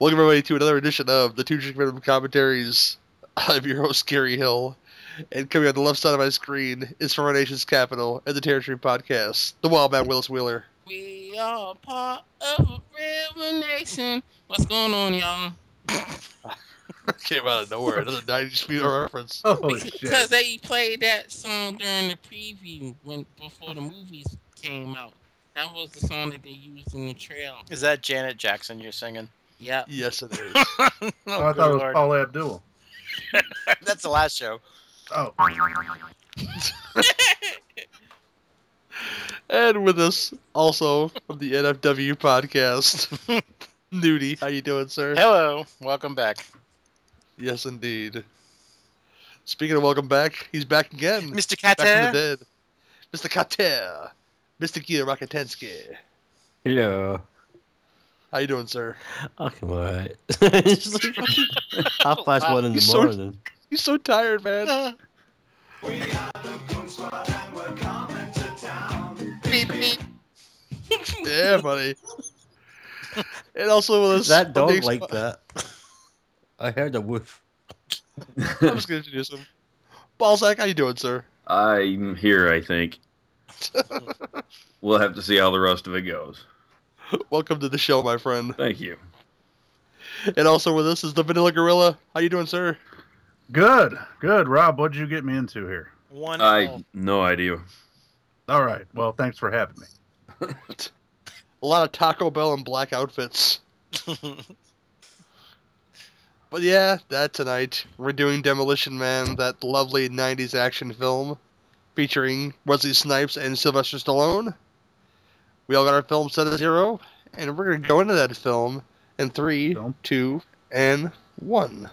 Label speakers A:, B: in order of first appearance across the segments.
A: Welcome everybody to another edition of the Two Drink Minimum Commentaries. I'm your host Gary Hill, and coming on the left side of my screen is from our nation's capital and the Territory Podcast, the Wild Man Willis Wheeler.
B: We are part of a rebel nation. What's going on, y'all?
A: Came out of nowhere. Another '90s music reference.
C: Oh
B: Because
C: shit!
B: they played that song during the preview when before the movies came out. That was the song that they used in the trail.
D: Is that Janet Jackson you're singing?
B: Yep.
A: Yes, it is.
C: Oh, I thought it was Paul Abdul.
D: That's the last show.
C: Oh,
A: And with us also from the NFW Podcast, Nudie. How you doing, sir?
D: Hello, welcome back,
A: Yes, indeed. Speaking of welcome back, he's back again.
D: Mr.
A: Back from the
D: Catter.
A: dead. Mr. Kater. Mr. Gia Rakatensky.
E: Yeah.
A: How you doing, sir?
E: Oh, come on. It's like fucking half past one in
A: You
E: the
A: sort of-
E: morning.
A: He's so tired, man.
B: Beep, beep.
A: yeah, buddy. And also with us,
E: That
A: on the
E: dog
A: exp-
E: like that. I heard a woof.
A: I'm just gonna introduce him. Balzac, how you doing, sir?
F: I'm here, I think. we'll have to see how the rest of it goes.
A: Welcome to the show, my friend.
F: Thank you.
A: And also with us is the Vanilla Gorilla. How you doing, sir?
C: good, good. Rob, what'd you get me into here?
D: One.
F: I
D: L.
F: no idea.
C: All right. Well, thanks for having me.
A: A lot of Taco Bell and black outfits. But yeah, that tonight we're doing Demolition Man, that lovely '90s action film featuring Wesley Snipes and Sylvester Stallone. We all got our film set at zero, and we're gonna go into that film in three,
C: Film.
A: two, and one.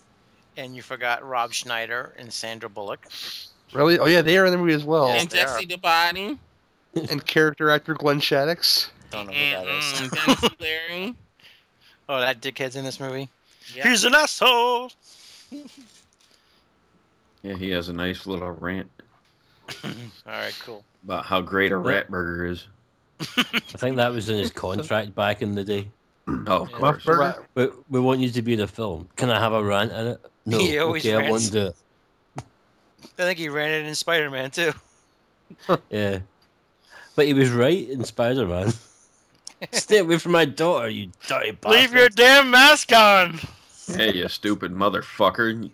D: and you forgot Rob Schneider and Sandra Bullock.
A: Really? Oh yeah, they are in the movie as well.
D: Yes,
B: and
D: they are.
B: Jesse the Body.
A: And character actor Glenn Shaddix.
D: Don't know who
B: And
D: that is.
B: um, Dennis Leary.
D: Oh, that dickhead's in this movie.
B: Yep.
D: He's an asshole.
F: Yeah, he has a nice little rant
D: All right, cool.
F: about how great a rat burger is.
E: I think that was in his contract back in the day.
F: Oh, of
D: Yeah.
C: Muff
F: course.
C: burger.
E: We, we want you to be in a film. Can I have a rant in it? No.
D: He always
E: okay, I
D: rants.
E: won't do it.
D: I think he ran it in Spider-Man too.
E: Yeah. But he was right in Spider Man. Stay away from my daughter, you dirty bastard.
D: damn mask on.
F: Hey, you stupid motherfucker.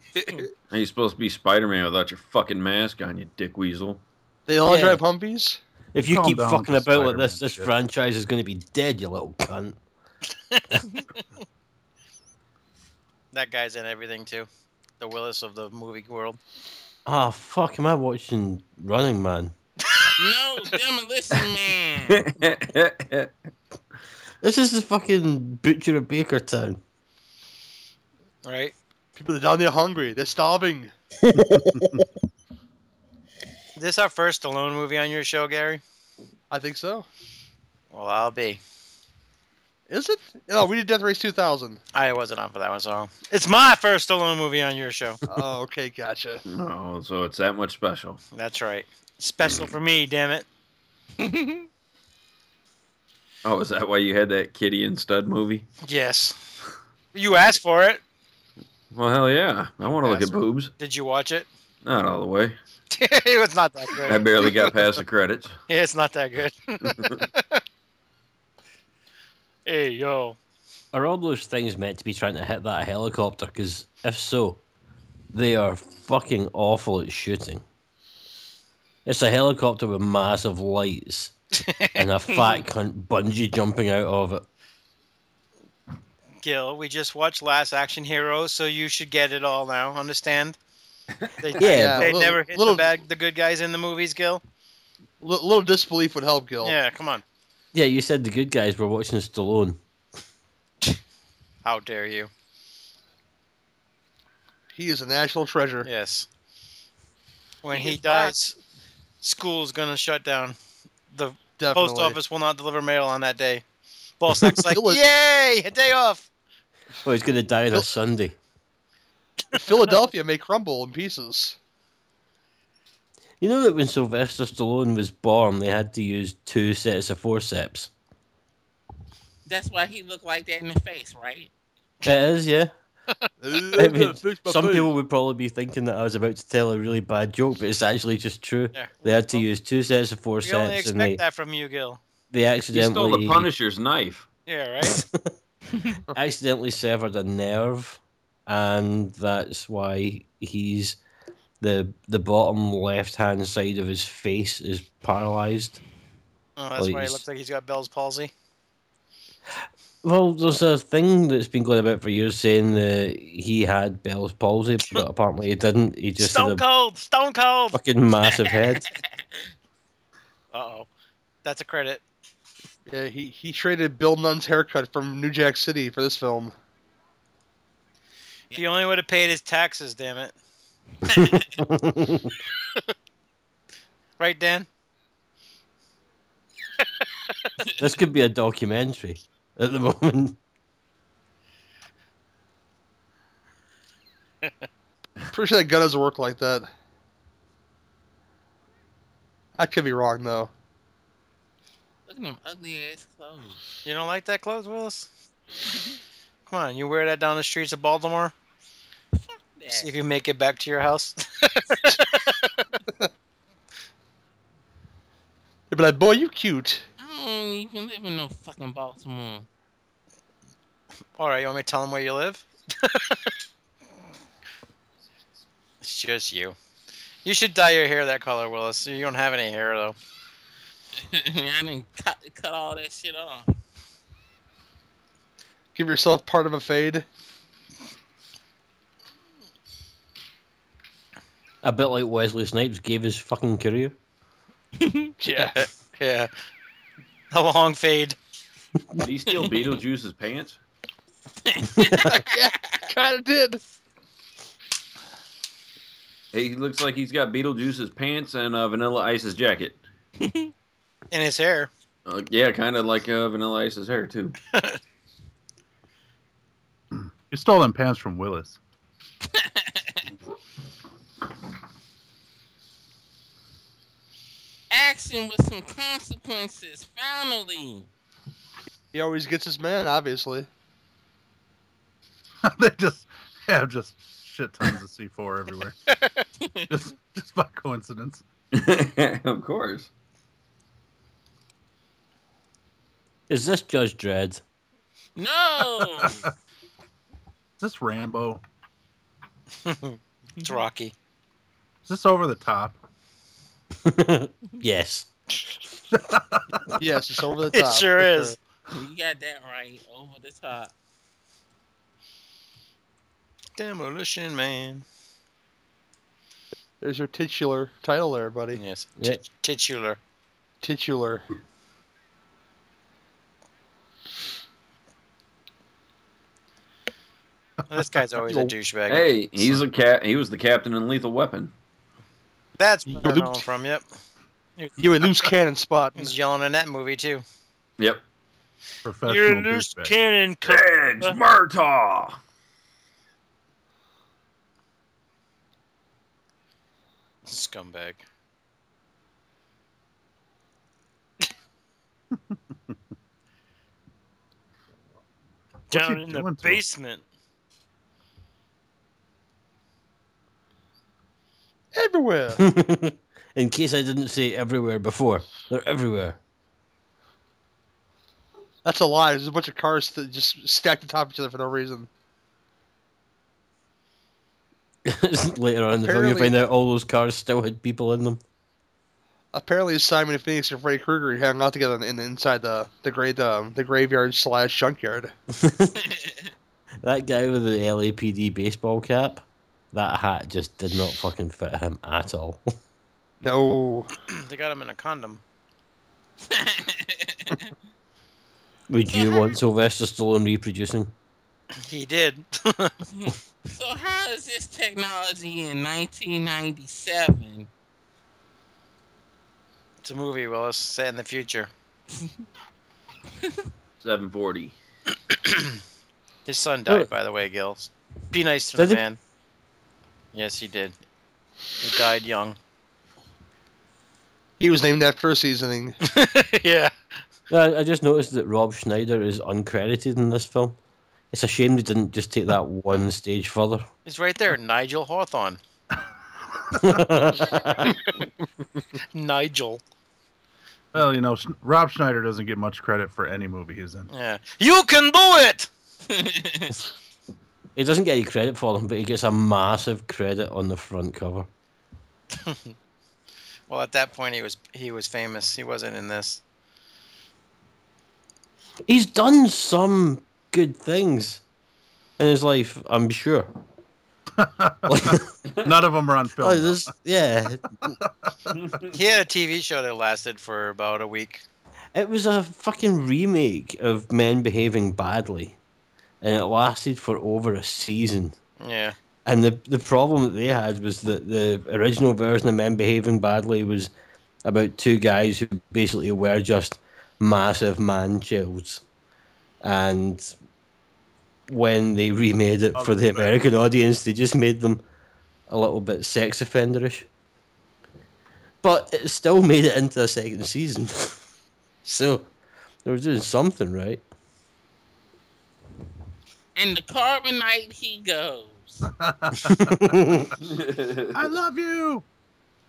F: Are you supposed to be Spider Man without your fucking mask on, you dick weasel?
A: They all
E: Yeah.
A: drive Humvees.
E: If you
C: Calm
E: keep
C: down
E: fucking
C: with the
E: about like this,
C: Spider-Man
E: this
C: shit.
E: franchise is going to be dead, you little cunt.
D: That guy's in everything too. The Willis of the movie world.
E: Ah, fuck, am I watching Running Man?
B: No, Demolition Man.
F: That's
E: This is the fucking butcher of Bakertown.
D: Right?
A: People are down there hungry. They're starving.
D: Is this our first Stallone movie on your show, Gary?
A: I think so.
D: Well, I'll be.
A: Is it? No, we did Death Race 2000.
D: I wasn't on for that one, so it's my first Stallone movie on your show.
A: oh, okay, gotcha.
F: oh, so it's that much special.
D: That's right. Special for me, damn it.
F: Oh, is that why you had that Kitty and Stud movie?
D: Yes. You asked for it.
F: Well, hell yeah. I want to look at
D: Bastard.
F: boobs.
D: Did you watch it?
F: Not all the way.
D: it was not that
F: I
D: good.
F: barely got past the credits.
D: Yeah, it's not that good. hey, yo.
E: Are all those things meant to be trying to hit that helicopter? Because if so, they are fucking awful at shooting. It's a helicopter with massive lights and a fat cunt bungee jumping out of it.
D: Gil, we just watched Last Action Hero, so you should get it all now. Understand? They,
E: Yeah,
D: they
A: little-
D: never hit
A: little-
D: the bad, the good guys in the movies, Gil.
A: A little disbelief would help, Gil.
D: Yeah, come on.
E: Yeah, you said the good guys were watching Stallone.
D: How dare you?
A: He is a national treasure.
D: Yes. When
B: He
D: he
B: is back.
D: dies, school's gonna shut down. The
A: Definitely.
D: post office will not deliver mail on that day. Ballsack's like,
A: It was-
D: yay, a day off.
E: Oh, he's going to die on
A: Well-
E: a Sunday.
A: Philadelphia may crumble in pieces.
E: You know that when Sylvester Stallone was born, they had to use two sets of forceps.
B: That's why he looked like that in the face, right?
E: It is, yeah. I mean,
A: Fix my
E: some
A: face.
E: people would probably be thinking that I was about to tell a really bad joke, but it's actually just true.
D: Yeah.
E: They had to use two sets of four
D: We only
E: sets, and they,
D: expect that from you, Gil.
E: they
F: He stole
E: accidentally
F: the Punisher's knife.
D: Yeah, right?
E: accidentally severed a nerve, and that's why he's the the bottom left hand side of his face is paralyzed.
D: Oh, that's why he
E: Please.
D: looks like he's got Bell's palsy.
E: Well, there's a thing that's been going about for years saying that he had Bell's palsy, but apparently he didn't. He just
D: Stone
E: had a
D: Cold! Stone Cold!
E: fucking massive head.
D: Uh oh. That's a credit.
A: Yeah, he, he traded Bill Nunn's haircut from New Jack City for this film.
D: If he only would have paid his taxes, damn it. Right, Dan?
E: this could be a documentary at the moment.
A: Pretty sure that gun doesn't work like that. I could be wrong though.
B: Look at them ugly ass clothes.
D: You don't like that clothes, Willis? Come on, you wear that down the streets of Baltimore? See if you make it back to your house.
A: They'd be like, boy, you cute.
B: I don't even live in no fucking Baltimore.
D: All right, you want me to tell him where you live? it's just you. You should dye your hair that color, Willis. You don't have any hair though.
B: I didn't cut, cut all that shit off.
A: Give yourself part of a fade.
E: A bit like Wesley Snipes gave his fucking career.
D: Yeah, yeah. A long fade.
F: Did he steal Beetlejuice's pants?
A: Kinda did.
F: Hey, he looks like he's got Beetlejuice's pants and uh, Vanilla Ice's jacket.
D: in his hair.
F: Uh, yeah, kind of like uh, Vanilla Ice's hair too.
C: You stole them pants from Willis.
B: Action with some consequences, finally.
A: He always gets his man, obviously.
C: they just have just shit tons of C4 everywhere. just just by coincidence.
F: of course.
E: Is this Judge Dredd?
B: No.
C: Is this Rambo?
D: It's Rocky.
C: Is this over the top?
E: yes.
A: Yes, it's over the
D: It
A: top.
D: sure
A: for
D: is.
B: you got that right. Over the top.
D: Demolition Man.
A: There's your titular title there, buddy.
D: Yes.
E: Yeah.
D: Titular.
A: Titular.
D: Well, this guy's always a douchebag.
F: Hey, he's a cat. He was the captain in Lethal Weapon.
D: That's where I
A: Looped.
D: know him from. Yep.
A: You a loose cannon spot.
D: He's yelling in that movie too.
F: Yep.
C: Professional douchebag.
D: cannon.
F: Edge Murtaugh.
D: Scumbag. Down
C: he
D: in the
C: doing to him?
D: basement.
A: Everywhere.
E: In case I didn't say everywhere before, they're everywhere.
A: That's a lie. There's a bunch of cars that just stacked on top of each other for no reason.
E: Later on in the film, you
A: Apparently-
E: find out all those cars still had people in them.
A: Apparently, Simon Phoenix and Freddy Krueger hang out together in, inside the the great um, the graveyard slash junkyard.
E: That guy with the LAPD baseball cap, that hat just did not fucking fit him at all.
A: No,
D: They got him in a condom.
E: Would you want Sylvester Stallone reproducing?
D: He did.
B: so how is this technology in 1997?
D: it's a movie, Willis, set in the future.
F: 740.
D: His son
E: Oh.
D: died, by the way, Gills. Be nice to
E: Does
D: the
E: he?
D: man. Yes, he did. He died young.
A: he was named after a seasoning.
D: yeah.
E: I, I just noticed that Rob Schneider is uncredited in this film. It's a shame they didn't just take that one stage further.
D: He's right there, Nigel Hawthorne. Nigel.
C: Well, you know, Sch- Rob Schneider doesn't get much credit for any movie he's in.
D: Yeah. You can do it!
E: he doesn't get any credit for them, but he gets a massive credit on the front cover.
D: Well, at that point, he was he was famous. He wasn't in this.
E: He's done some good things in his life, I'm sure. Like,
C: None of them are on film.
E: like this, yeah, Hmm.
D: He had a TV show that lasted for about a week.
E: It was a fucking remake of Men Behaving Badly, and it lasted for over a season.
D: Yeah.
E: And the the problem that they had was that the original version of Men Behaving Badly was about two guys who basically were just massive man childs, and when they remade it for the American audience, they just made them a little bit sex offenderish. But it still made it into a second season, so they were doing something right.
B: and the carbonite he goes.
C: I love you.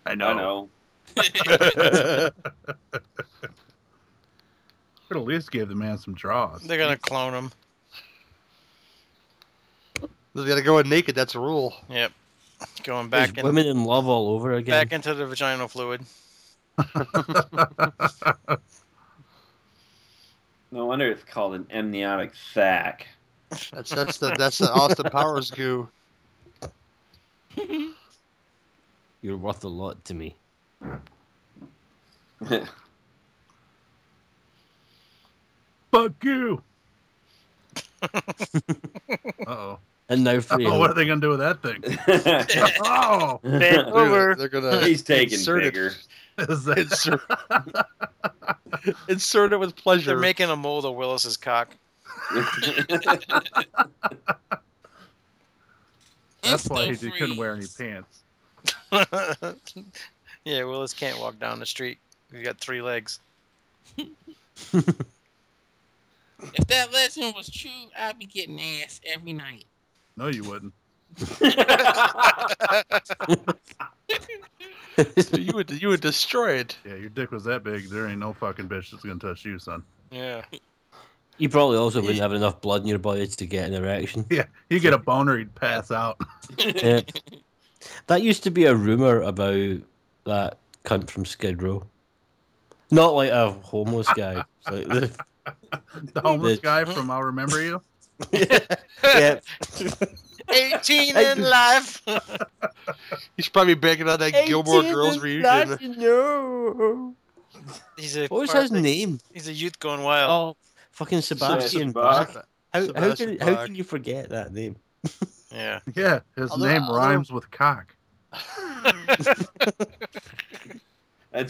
C: I know.
F: I know.
C: Could at least give the man some draws.
D: They're
E: Hmm.
D: going to clone him.
A: They gotta go in naked. That's a rule.
D: Yep. Going
E: Back
D: back in,
E: women in love all over again.
D: back into the vaginal fluid.
F: No wonder it's called an amniotic sac.
A: That's that's the that's the Austin Powers goo.
E: You're worth a lot to me.
C: Fuck you. Uh-oh.
E: And now for
C: oh. What are they going to do with that thing? Oh.
A: They're gonna- They're gonna
F: He's taking
A: insert it-
F: bigger.
C: Is that-
A: Insert, insert it with pleasure.
D: They're making a mold of Willis's cock.
C: That's
B: It's
C: why he
B: the
C: couldn't wear any
B: freeze.
C: pants.
D: yeah, Willis can't walk down the street. He's got three legs.
B: If that legend was true, I'd be getting ass every night.
C: No, you wouldn't.
A: you would you would destroy it.
C: Yeah, your dick was that big. There ain't no fucking bitch that's going to touch you, son.
D: Yeah.
E: You probably also wouldn't have enough blood in your body to get an erection.
C: Yeah, you get a boner, he'd pass out.
E: Yeah. That used to be a rumor about that cunt from Skid Row. Not like a homeless guy. it's Like the,
C: The homeless
E: The-
C: guy from I'll Remember You.
E: yeah,
D: 18
E: I
D: in
E: do-
D: life.
A: He's probably banking on that Gilmore Girls reunion.
E: No.
D: He's a
E: What was
D: part-
E: his name?
D: He's a youth going wild.
E: Oh, fucking Sebastian
F: Sebastian
E: Bach.
F: Bach.
E: How, how,
A: Sebastian
E: can, how
A: Bach.
E: can you forget that name?
D: Yeah.
C: Yeah, his
A: Although-
C: name
A: although-
C: rhymes with cock.
F: That's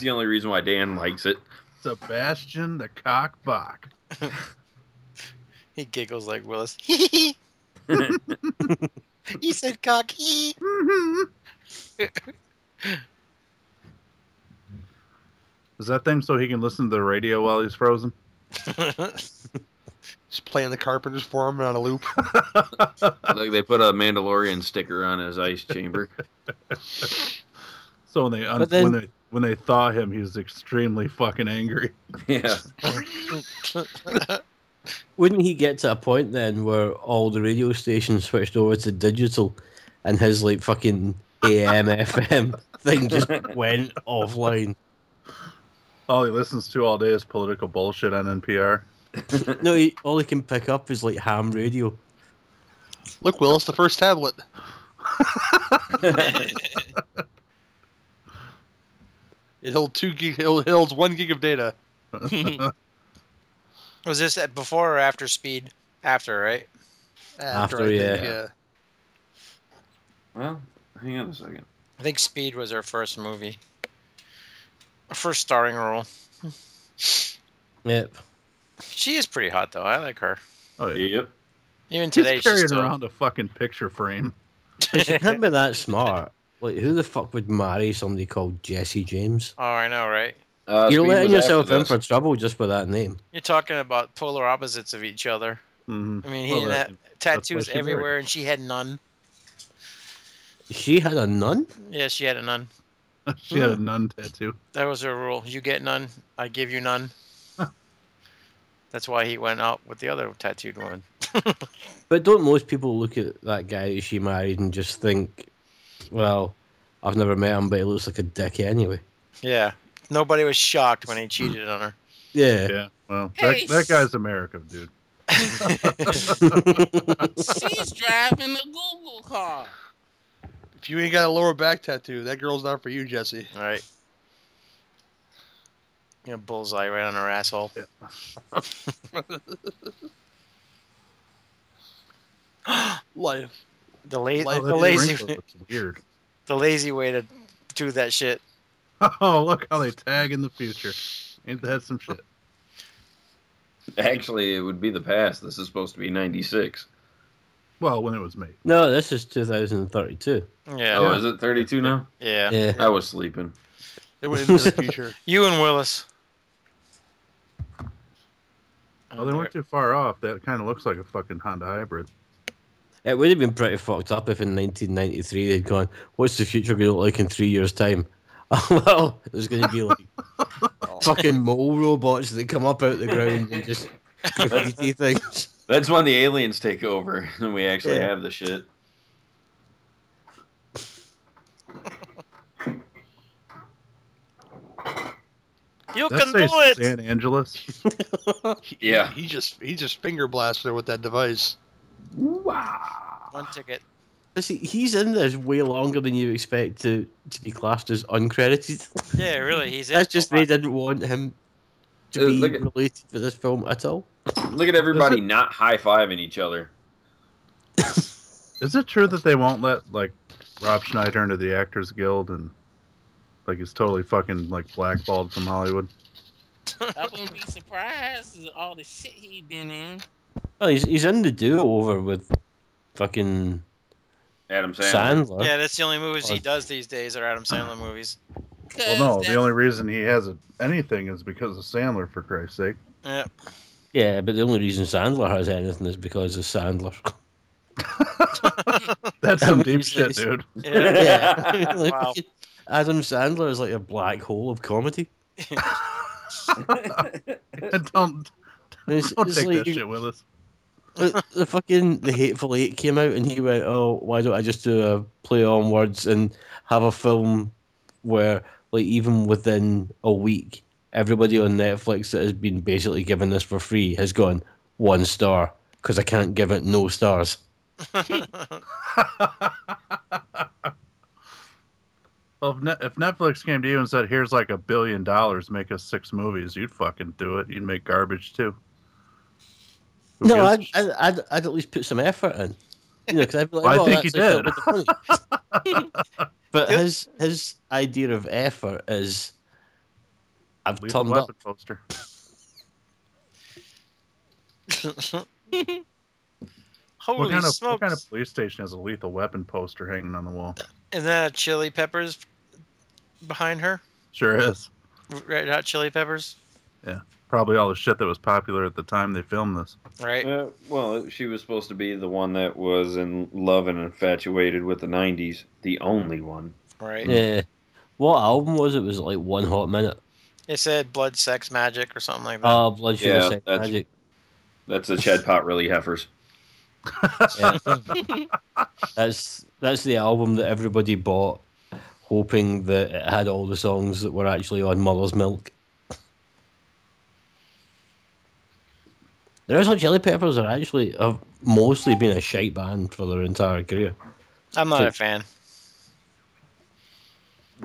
F: the only reason why Dan likes it.
C: Sebastian the Cock Bach.
D: He giggles like Willis. he said cock. Hee.
C: Is that thing so he can listen to the radio while he's frozen?
A: Just playing the Carpenters for him on a loop.
F: Like they put a Mandalorian sticker on his ice chamber.
C: So when they un-
E: But then-
C: when they when they thaw him, he's extremely fucking angry.
F: Yeah.
E: Wouldn't he get to a point then where all the radio stations switched over to digital and his like fucking AM FM thing just went offline?
C: All Oh, he listens to all day is political bullshit on NPR.
E: No, he, all he can pick up is like ham radio.
A: Look, Will, it's the first tablet. It held two gig. It holds one gig of data.
C: Oh,
D: Was this at before or after speed? After, right?
A: After,
E: After,
A: I think,
E: yeah.
A: yeah.
F: well, hang on a second.
D: I think Speed was her first movie. Her first starring role.
E: Yep.
D: She is pretty hot though. I like her.
C: Oh, yeah.
F: Yep.
D: Even
C: He's
D: today she's
C: carrying
D: still...
C: around a fucking picture frame.
E: But you can't be that smart. Like, who the fuck would marry somebody called Jesse James?
D: Oh, I know, right?
F: Uh,
E: You're
F: Speed
E: letting
F: was
E: yourself
F: after
E: in
F: this.
E: for trouble just by that name.
D: You're talking about polar opposites of each other.
C: hmm
D: I mean, he
C: Well,
D: didn't
C: that-
D: have
C: that's why
D: tattoos
C: she married
D: everywhere, and she had none.
E: She had a nun?
D: Yeah, she had a none.
C: she had a nun tattoo.
D: That was her rule. You get none, I give you none. That's why he went out with the other tattooed woman.
E: But don't most people look at that guy that she married and just think, well, I've never met him, but he looks like a dick anyway.
D: Yeah. Nobody was shocked when he cheated on her.
E: Yeah.
C: Yeah. Well,
B: Hey.
C: that, that guy's American, dude.
B: She's driving a Google car.
A: If you ain't got a lower back tattoo, that girl's not for you, Jesse.
D: All right. You know, bullseye right on her asshole.
A: Life.
D: The, la-
A: Like
D: the
C: Oh, That
D: lazy,
C: wrinkle looks weird.
D: the lazy way to do that shit.
C: Oh, look how they tag in the future. Ain't that some shit?
F: Actually, it would be the past. This is supposed to be 96.
C: Well, when it was made.
E: No, this is 2032.
D: Yeah.
F: Oh, is it 32 now?
D: yeah.
E: Yeah.
F: I was sleeping.
A: It went into the future.
D: You and Willis.
C: Well, they weren't too far off. That kind of looks like a fucking Honda hybrid.
E: It would have been pretty fucked up if in 1993 they'd gone, what's the future going to look like in three years' time? Oh, well, there's going to be like fucking mole robots that come up out the ground and just graffiti things.
F: That's when the aliens take over and we actually
E: Yeah.
F: have the shit.
D: you
C: That
D: can do it.
C: says San Angeles.
F: Yeah.
A: He just he just finger blasted her with that device.
D: One ticket.
E: But See, he's in this way longer than you expect to, to be classed as uncredited.
D: Yeah, really. He's in.
E: That's just they didn't want him to
F: Uh,
E: be
F: look at-
E: related to this film at all.
F: Look at everybody not high fiving each other.
C: Is it true that they won't let like Rob Schneider into the Actors Guild and like he's totally fucking like blackballed from Hollywood?
B: I wouldn't be surprised with all the shit he been in.
E: Well, he's, he's in the do over with fucking
F: Adam Sandler.
E: Sandler.
D: Yeah, that's the only movies he does these days are Adam Sandler movies.
C: Well, no. The only reson he has a, anything is because of Sandler, for Christ's sake.
D: Yeah.
E: Yeah, but the only reason Sandler has anything is because of Sandler.
C: That's some deep
E: He's-
C: shit,
E: he's-
C: dude.
D: yeah.
E: Yeah. Like,
D: Wow.
E: Adam Sandler is like a black hole of comedy.
C: don't
E: And It's,
C: don't
E: it's
C: take
E: like
C: that shit with us.
E: the, the fucking The Hateful Eight came out and he went, oh, why don't I just do a play on words and have a film where, like, even within a week, everybody on Netflix that has been basically given this for free has gone one star because I can't give it no stars.
C: Well, if, ne- if Netflix came to you and said, "Here's like a billion dollars, make us six movies," you'd fucking do it. You'd make garbage too. Who
E: No,
C: gives a
E: I'd,
C: shit?
E: I'd, I'd, I'd at least put some effort in. You know, 'cause I'd be like,
C: Well, I
E: "Oh,
C: think he
E: that's a
C: did."
E: little bit funny." but his his idea of effort is, I've
C: Leave the
E: turned up.
C: weapon poster.
D: Holy
C: What kind, of,
D: smokes!
C: what kind of police station has a lethal weapon poster hanging on the wall?
D: Isn't that a Chili Peppers behind her?
C: Sure is.
D: Red Hot Chili Peppers,
C: Probably all the shit that was popular at the time they filmed this.
D: right?
F: Uh, well, she was supposed to be the one that was in love and infatuated with the 90s. The only one.
D: Right.
E: Yeah. What album was it? It Was like One Hot Minute?
D: It said Blood, Sex, Magic, or something like that.
E: Ah, Blood Sugar
F: Yeah,
E: Sex
F: that's-
E: Magic.
F: That's the Chad Pot Really Heifers.
E: That's that's the album that everybody bought, hoping that it had all the songs that were actually on Mother's Milk. The Red Hot Chili Peppers are actually have mostly been a shite band for their entire career.
D: I'm not a fan.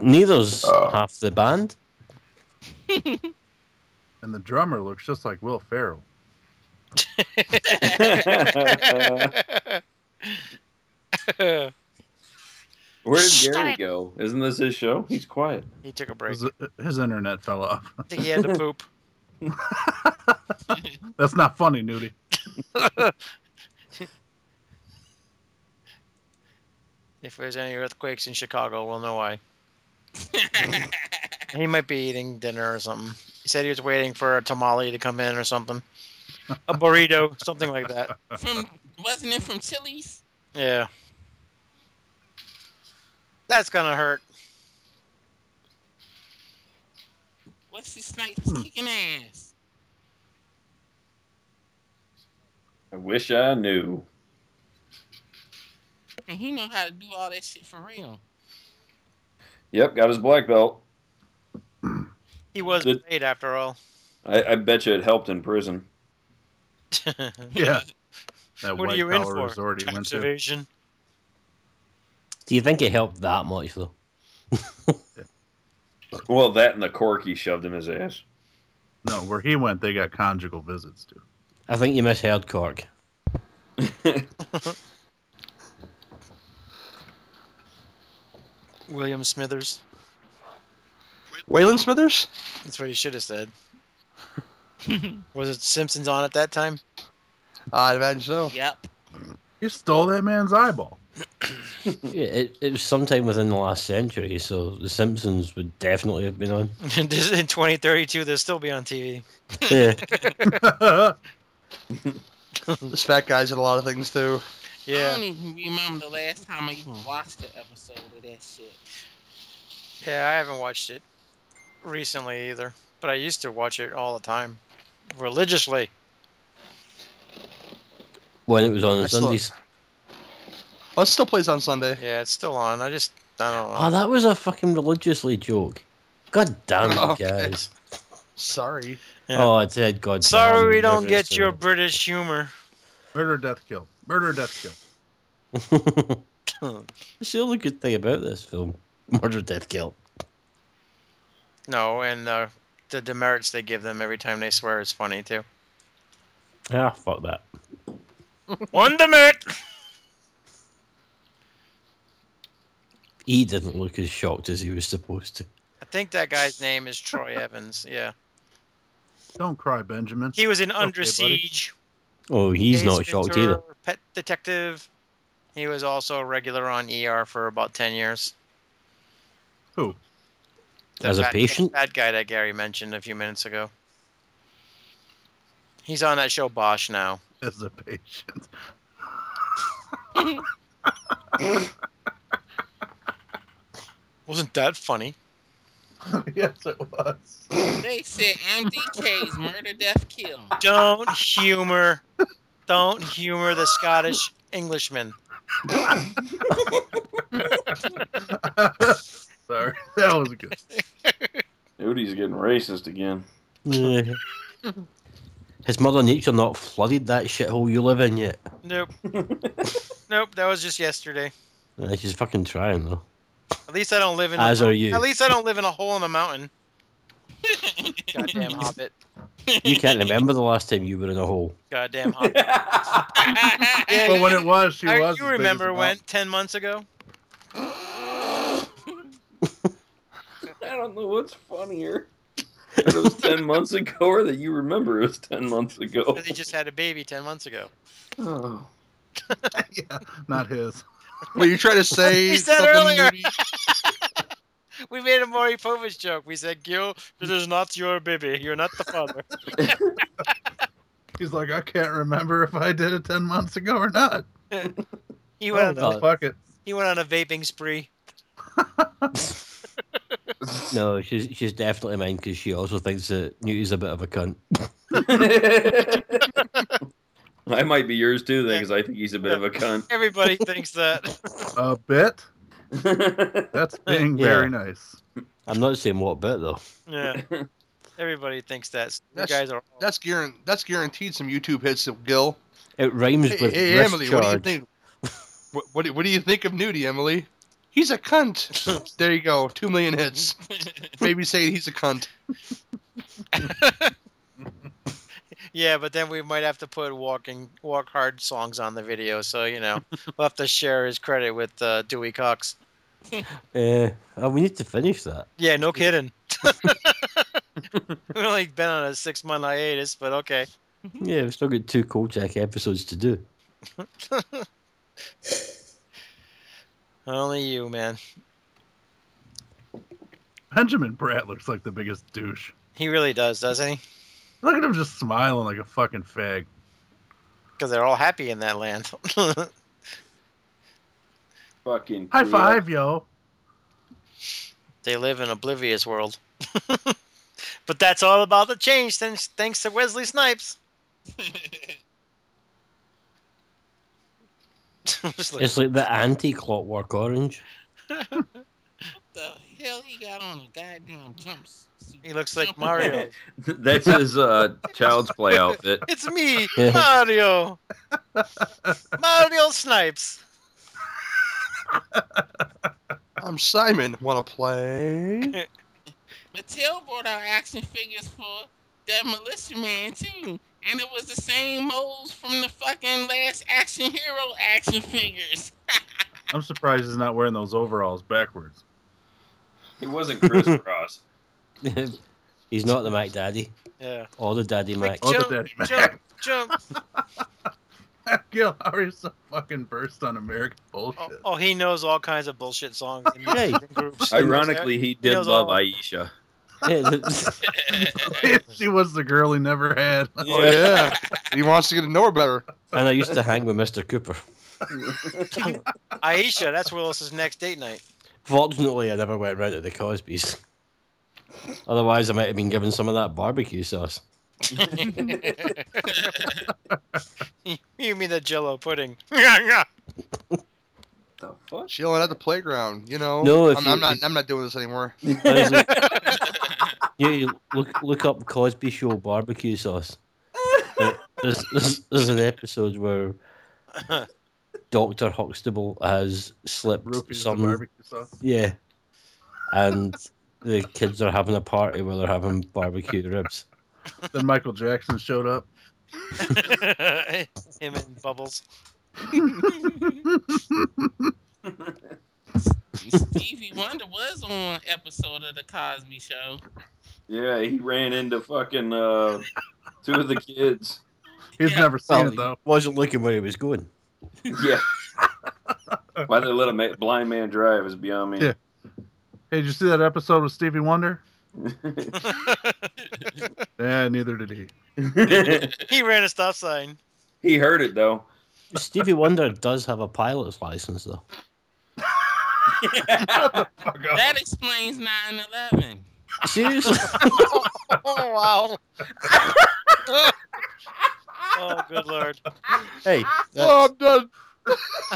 E: Neither's half the band.
C: And the drummer looks just like Will Ferrell.
F: Where
D: he
F: did Gary go? Isn't this his show? He's quiet.
D: took a break.
C: His, his internet fell off.
D: I think he had to poop.
C: That's not funny, Nudie.
D: If there's any earthquakes in Chicago, we'll know why. He might be eating dinner or something. He said he was waiting for a tamale to come in or something. a burrito, something like that.
B: From wasn't it from Chili's?
D: Yeah. That's gonna hurt.
B: What's this Snipes
D: Hmm.
B: kicking ass?
F: I wish I knew.
B: And he know how to do all that shit for real.
F: Yep, got his black belt.
D: He was
F: Did-
D: paid after all.
F: I, I bet you it helped in prison.
C: Yeah. That
D: what are
C: white
D: you in
C: collar
D: for?
C: resort he went
D: Tax
C: to.
D: evasion.
E: Do you think it helped that much though?
F: Well, that and the cork he shoved in his ass.
C: No, where he went, they got conjugal visits too.
E: I think you misheard Cork.
D: William Smithers.
A: Waylon Smithers?
D: That's what he should have said. was it Simpsons on at that time?
A: I'd imagine so.
B: Yep.
C: You stole that man's eyeball.
E: Yeah, it, it was sometime within the last century, so The Simpsons would definitely have been on.
D: in 2032, they'll still be on TV.
E: Yeah.
A: This fat guy's in a lot of things too.
B: I
D: Yeah,
B: don't even remember the last time I even watched an episode of that shit.
D: yeah. I haven't watched it recently either, but I used to watch it all the time, religiously.
E: when it was on on
A: Excellent.
E: Sundays.
A: Oh, it still plays on Sunday.
D: Yeah, it's still on. I just I don't know.
E: Oh, that was a fucking religiously joke. God damn it,
A: Okay.
E: guys.
A: Sorry.
D: Yeah.
E: Oh, it said God damn
D: Sorry, we
E: it,
D: don't
E: every
D: get your
E: single-
D: British humor.
C: Murder, death, kill. Murder, death, kill.
E: It's the only good thing about this film. Murder, death, kill.
D: No, and uh, the demerits they give them every time they swear is funny too.
E: Ah, fuck that.
D: One demerit.
E: He didn't look as shocked as he was supposed to.
D: I think that guy's name is Troy Evans. Yeah,
C: Don't cry, Benjamin.
D: he was in
C: Okay,
D: Under
C: buddy.
D: Siege.
E: Oh, he's
D: Ace
E: not shocked
D: Ventura,
E: either.
D: Pet Detective. He was also a regular on ER for about ten years.
C: Who?
E: As a
D: fat-
E: patient?
D: That guy that Gary mentioned a few minutes ago. He's on that show Bosch now.
C: As a patient.
D: Wasn't that funny?
C: yes, it was.
B: They said MDK's murder, death, kill.
D: Don't humor, don't humor the Scottish Englishman.
C: Sorry, that was good.
F: Odie's getting racist again.
E: Yeah. Has Mother Nature not flooded that shithole you live in yet?
D: Nope. nope. That was just yesterday.
E: Uh, she's fucking trying though.
D: At least I don't live in.
E: As are you.
D: At least I don't live in a hole in a mountain. Goddamn hobbit.
E: You can't remember the last time you were in a hole.
D: Goddamn hobbit. Yeah,
C: But when it was, she
D: I-
C: was.
D: you
C: as big as
D: remember
C: a
D: when
C: mountain.
D: ten months ago?
F: I don't know what's funnier. That it was 10 months ago, or that you remember it was 10 months ago.
D: They just had a baby ten months ago.
F: Oh.
C: yeah, not his.
A: Were you trying to say
D: You said
A: something
D: earlier.
A: Moody?
D: We made a Maury Povich joke. We said, "Gil, this is not your baby. You're not the father."
C: He's like, I can't remember if I did it ten months ago or not.
D: He
C: Oh,
D: went on a,
E: no.
C: well, fuck it.
D: he went on a vaping spree.
E: No, she's she's definitely mine because she also thinks that Newt's a bit of a cunt.
F: I might be yours too, then, because I think he's a bit of a
D: Everybody thinks that.
C: A bit.
F: cunt.
C: That's being
E: Yeah.
C: very nice.
E: I'm not saying what bit though.
D: Yeah. Everybody thinks that. You
A: That's-
D: guys are.
A: That's guaran- that's guaranteed some YouTube hits of Gil.
E: It rhymes
A: Hey,
E: with
A: hey,
E: wrist
A: Emily,
E: charge.
A: what do you think? what, what, do- what do you think of Nudie, Emily? He's a cunt. there you go. Two million hits. Maybe saying he's a cunt.
D: Yeah, but then we might have to put walking walk hard songs on the video, so you know we'll have to share his credit with uh, Dewey Cox.
E: Uh, oh, we need to finish that.
D: Yeah, no kidding. We've only been on a six month hiatus, but okay.
A: Mm-hmm.
E: Yeah, we've still got two Kolchak episodes to do.
D: Only you, man.
C: Benjamin Pratt looks like the biggest douche.
D: He really does, doesn't he?
C: Look at him just smiling like a fucking fag.
D: because they're all happy in that land.
F: Fucking
C: High
F: Korea.
C: five, yo.
D: they live in oblivious world. but that's all about the change, thanks, thanks to Wesley Snipes. It's like,
E: It's like the anti-clockwork orange.
B: the hell he got on a goddamn jumpsuit?
D: he looks like Mario.
F: That's his uh, child's play outfit.
D: it's me,
E: Yeah.
D: Mario. Mario Snipes.
A: I'm Simon. Wanna play?
B: Mattel bought out action figures for Demolition Man too, and it was the same molds from the fucking last Action Hero action figures.
C: I'm surprised he's not wearing those overalls backwards.
F: He wasn't crisscross.
E: He's not the Mac Daddy
D: Yeah.
E: or the Daddy Mac.
C: Oh, the
D: Jump,
C: daddy
D: Jump, jump.
C: Gil Howry's so fucking burst on American bullshit.
D: Oh, oh, he knows all kinds of bullshit songs and
E: Hey.
D: music and groups.
F: Ironically, he did
D: knows
F: love
D: all-
F: Aisha.
E: Yeah, the-
C: she was the girl he never had.
A: Oh yeah. he wants to get to know her better.
E: and I used to hang with Mr. Cooper.
D: Aisha, that's Willis's next date night.
E: Fortunately, I never went round to the Cosby's. Otherwise, I might have been given some of that barbecue sauce.
D: You mean the Jello pudding?
F: the fuck?
A: Chilling at the playground, you know.
E: No, if
A: I'm,
E: you-
A: I'm not. I'm not doing this anymore.
E: Honestly, yeah, you look look up Cosby Show barbecue sauce. Uh, There's, there's, there's an episode where Doctor Huxtable has slipped
C: Roofies the
E: some
C: barbecue sauce.
E: yeah, and the kids are having a party where they're having barbecue ribs.
C: Then Michael Jackson showed up.
D: Him and Bubbles.
B: Stevie Wonder was on an episode of the Cosby Show.
D: Uh-huh.
F: Yeah, he ran into fucking uh, two of the kids.
C: He's
B: Yeah.
C: never seen it though.
E: Wasn't looking where he was going.
F: Yeah. Why they let a ma- blind man drive is beyond me.
C: Yeah. Hey, did you see that episode with Stevie Wonder? Yeah, neither did he.
D: He ran a stop sign.
F: he heard it though.
E: Stevie Wonder does have a pilot's license though.
C: Fuck off.
B: That explains 9/11.
E: Seriously.
D: Oh wow. oh good lord.
E: hey,
A: Oh, I'm done.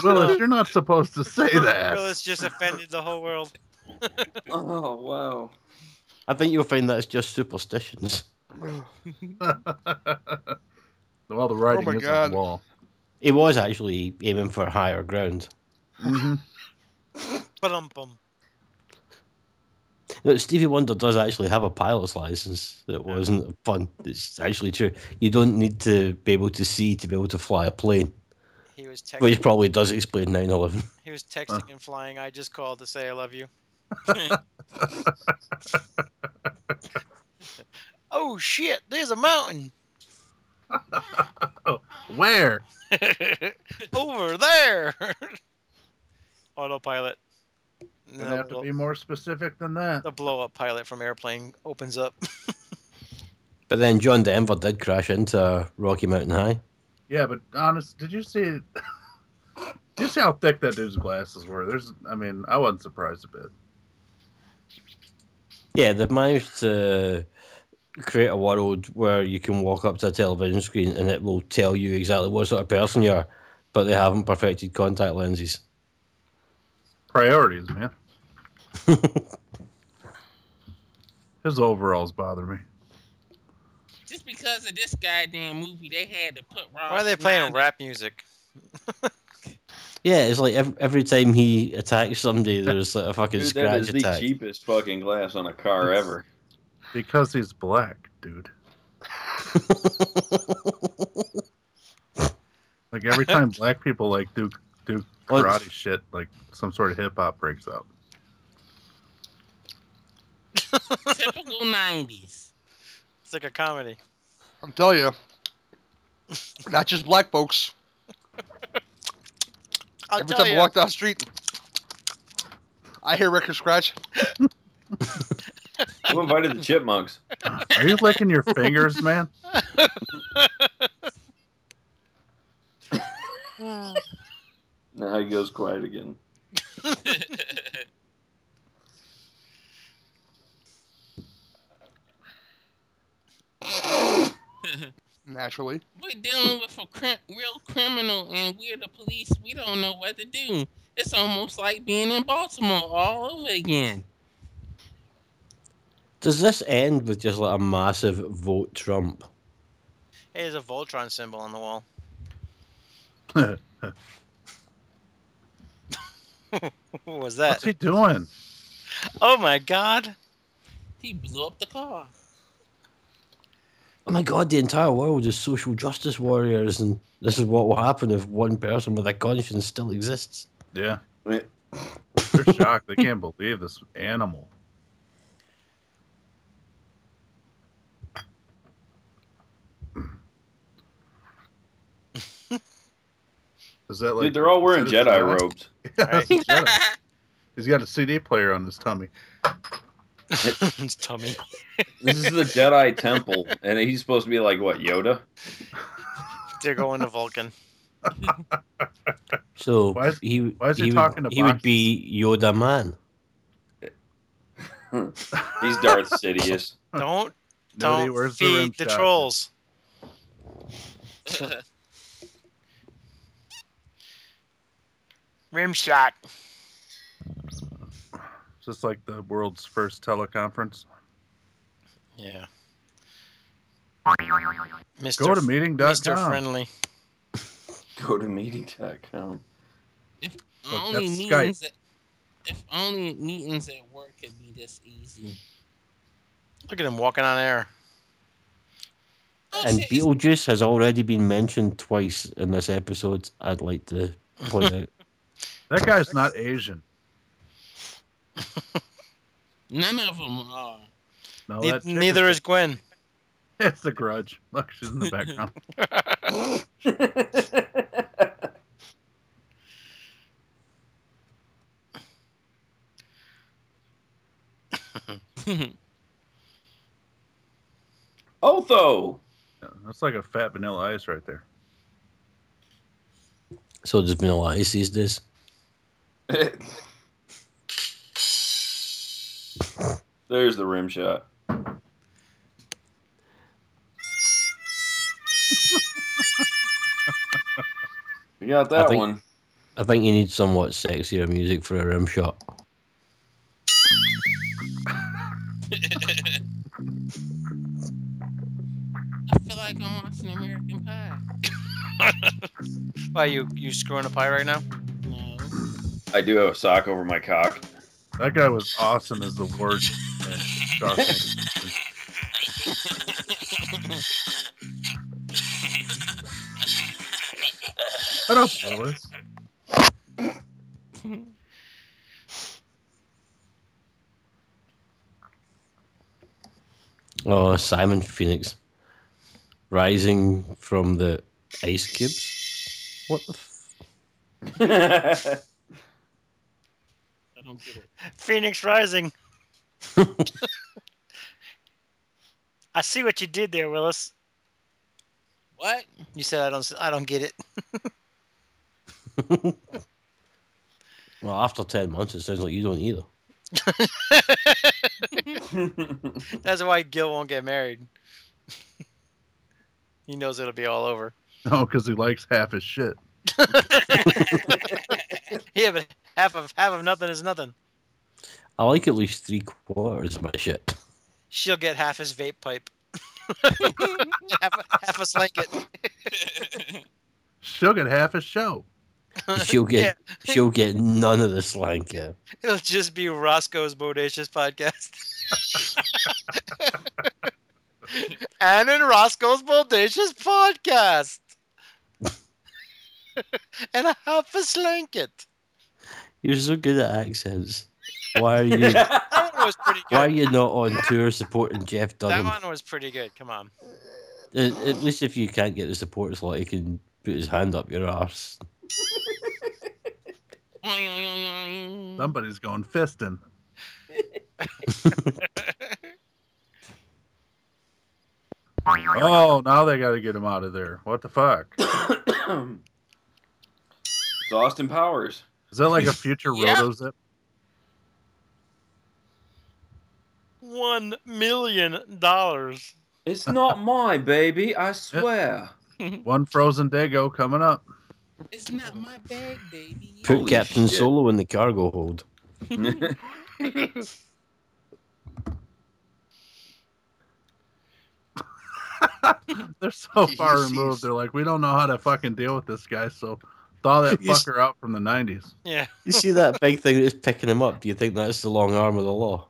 C: Willis, you're not supposed to say that.
D: Willis just offended the whole world.
F: oh wow.
E: I think you'll find that's just superstitions.
C: well, the writing
A: Oh, my
C: is on
A: God.
C: the wall.
E: He was actually aiming for higher ground.
A: Mm-hmm.
C: Mhm.
D: Bum bum.
E: No, Stevie Wonder does actually have a pilot's license. That wasn't fun. It's actually true. You don't need to be able to see to be able to fly a plane,
D: He was
E: which
D: texting
E: probably does explain 9 11.
D: he was texting and flying. I just called to say I love you. oh shit, there's a mountain.
C: Where?
D: Over there. Autopilot.
C: Gonna have to be more specific than that.
D: the blow up pilot from airplane opens up.
E: But then John Denver did crash into Rocky Mountain High.
C: Yeah, but honest, did you see? Did you see how thick that dude's glasses were? There's, I mean, I wasn't surprised a bit.
E: Yeah, they've managed to create a world where you can walk up to a television screen and it will tell you exactly what sort of person you are, but they haven't perfected contact lenses.
C: Priorities, man. His overalls bother me.
B: Just because of this goddamn movie, they had to put Rob.
D: Why are they playing rap music?
E: Yeah, it's like every, every time he attacks somebody, there's like a fucking
F: Dude, that
E: scratch
F: is the
E: attack.
F: cheapest fucking glass on a car ever.
C: Because he's black, dude. Like every time black people like do do
E: Well,
C: karate shit, like some sort of hip hop breaks out.
B: Typical 90s.
D: It's like a comedy.
A: I'm telling you. Not just black folks.
D: I'll
A: Every
D: tell
A: time
D: you.
A: I walk down the street, I hear record scratch.
F: Who invited the chipmunks?
C: Are you licking your fingers, man?
F: Now he goes quiet again.
A: Naturally.
B: We're dealing with a crim- real criminal, and we're the police. We don't know what to do. It's almost like being in Baltimore all over again.
E: Does this end with just like a massive vote Trump?
D: Hey, there's a Voltron symbol on the wall. What was that?
C: What's he doing?
D: Oh my god.
B: He blew up the car.
E: Oh my god, the entire world is social justice warriors, and this is what will happen if one person with a conscience still exists.
C: Yeah.
F: Wait.
C: They're shocked. They can't believe this animal. Is that like
F: Dude, they're all wearing
C: Citizen
F: Jedi
C: Kane?
F: robes.
C: Yeah, that's a Jedi. He's got a CD player on his tummy.
D: His tummy.
F: This is the Jedi Temple, and he's supposed to be like what Yoda?
D: They're going to Vulcan.
E: So
C: Why is-
E: he
C: why is he
E: would,
C: talking to
E: he would
C: boxes?
E: be Yoda man.
F: He's Darth Sidious.
D: Don't
C: Nobody
D: don't
C: wears rim
D: feed the,
C: shot.
D: trolls. Rim shot.
C: Just like the world's first teleconference.
D: Yeah. Mr.
C: Go to
D: F- Mr.
C: meeting.com.
D: Friendly.
F: Go to meeting.com.
C: Look,
B: only
C: that's Skype.
B: meetings at, if only meetings at work could be this easy.
D: Look at him walking on air.
B: Oh,
E: And
B: shit, it's-
E: Beetlejuice has already been mentioned twice in this episode, I'd like to point out.
C: That guy's not Asian.
B: none of them are.
C: No,
D: Ne-
C: Oh, that chick
D: neither is Gwen.
C: It's the grudge. Look, she's in the background.
F: Otho.
C: Yeah, That's like a fat vanilla ice right there.
E: So there's been a lot of these days.
F: There's the rim shot. We got
E: I
F: that
E: think-
F: one.
E: I think you need somewhat sexier music for a rim shot.
B: I feel like I'm watching American Pie.
D: Why you you screwing a pie right now?
B: No.
F: I do have a sock over my cock.
C: That guy was awesome as the word. man. Shocking. Shut up, Willis.
E: Oh, Simon Phoenix. Rising from the ice cubes? What the f-
F: That's
B: I don't get it.
D: Phoenix Rising. I see what you did there, Willis.
B: What?
D: You said I don't s- I don't get it.
E: Well, after 10 months, it sounds like you don't either.
D: That's why Gil won't get married. he knows it'll be all over.
C: No, because he likes half his shit.
D: Yeah, but half of half of nothing is nothing.
E: I like at least three quarters of my shit.
D: She'll get half his vape pipe. half, a, half a slanket.
C: She'll get half his show.
E: She'll get she'll get none of the slang here.
D: It'll just be Roscoe's bodacious podcast. and in Roscoe's bodacious podcast. and a half a slanket.
E: You're so good at accents. Why are you
D: That one was pretty good.
E: why are you not on tour supporting Jeff
D: that
E: Dunham?
D: one was pretty good. Come on.
E: At, at least if you can't get the support slot, he can put his hand up your arse.
B: Mm-hmm.
C: Somebody's going fisting. Oh, now they got to get him out of there. What the fuck?
F: it's Austin Powers.
C: Is that like a future
B: Yeah.
C: roto zip?
D: One million dollars.
F: It's not my baby, I swear.
C: One frozen dago coming up.
B: It's not my bag, baby.
E: Put
F: Holy
E: Captain
F: shit.
E: Solo in the cargo hold.
C: They're so far
A: Jesus.
C: removed. They're like, we don't know how to fucking deal with this guy. So thaw that
E: Yes.
C: fucker out from the '90s.
D: Yeah.
E: You see that big thing that's picking him up? Do you think that's the long arm of the law?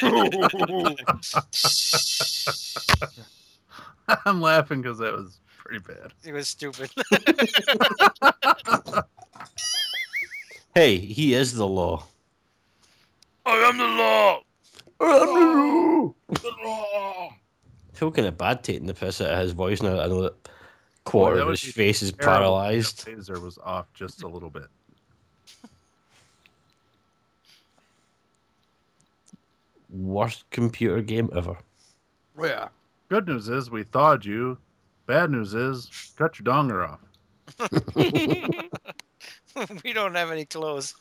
C: I'm laughing because that was pretty bad.
D: It was stupid.
E: Hey, he is the law.
D: I am the law.
E: Talking of bad taking the piss out of his voice now that I know that quarter
C: Boy, that
E: of
C: would
E: his
C: be
E: face is
C: Terrible.
E: paralyzed.
C: That Taser was off just a little bit.
E: Worst computer game ever.
A: Yeah.
C: Good news is we thawed you. Bad news is cut your donger off.
D: we don't have any clothes.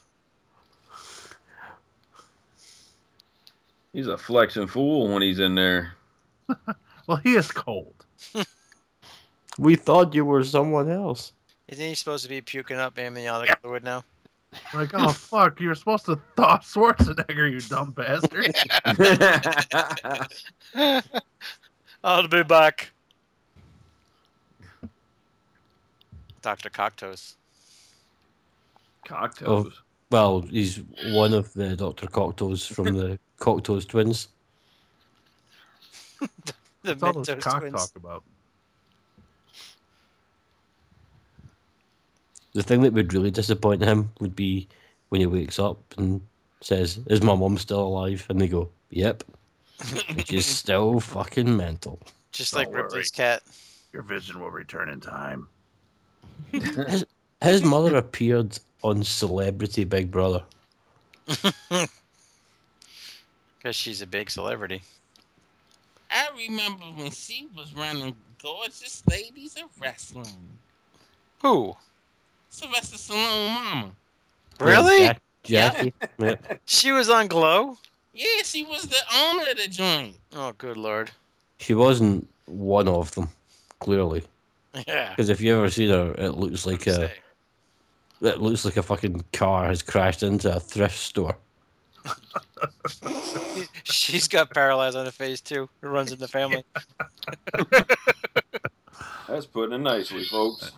F: he's a flexing fool when he's in there.
C: Well, he is cold.
E: We thought you were someone else.
D: Isn't he supposed to be puking up amniotic fluid now?
C: Like, oh fuck, you're supposed to thaw Schwarzenegger, you dumb bastard.
D: I'll be back. Dr. Cocteau's.
F: Cocktails.
E: Oh, Well, he's one of the Dr. Cocktails from the Cocktails twins.
D: The
C: That's all this
D: Mentos
C: cock
D: twins.
C: talk about.
E: The thing that would really disappoint him would be when he wakes up and says, Is my mum still alive? And they go, Yep. Which is still fucking mental.
D: Just
C: Don't
D: like Ripley's cat.
C: Your vision will return in time.
E: His mother appeared on Celebrity Big Brother.
D: Because she's a big celebrity.
B: I remember when she was running gorgeous ladies of wrestling.
D: Who?
B: Sylvester Stallone mama.
D: Really?
E: Yeah, Jack- Jackie. Yeah.
D: She was on Glow?
B: Yeah, she was the owner of the joint.
D: Oh, good lord.
E: She wasn't one of them, clearly.
D: Yeah.
E: Because if you ever seen her, it looks like a
D: Say.
E: it looks like a fucking car has crashed into a thrift store.
D: She's got paralyzed on her face, too. It runs in the family.
F: That's putting it nicely, folks.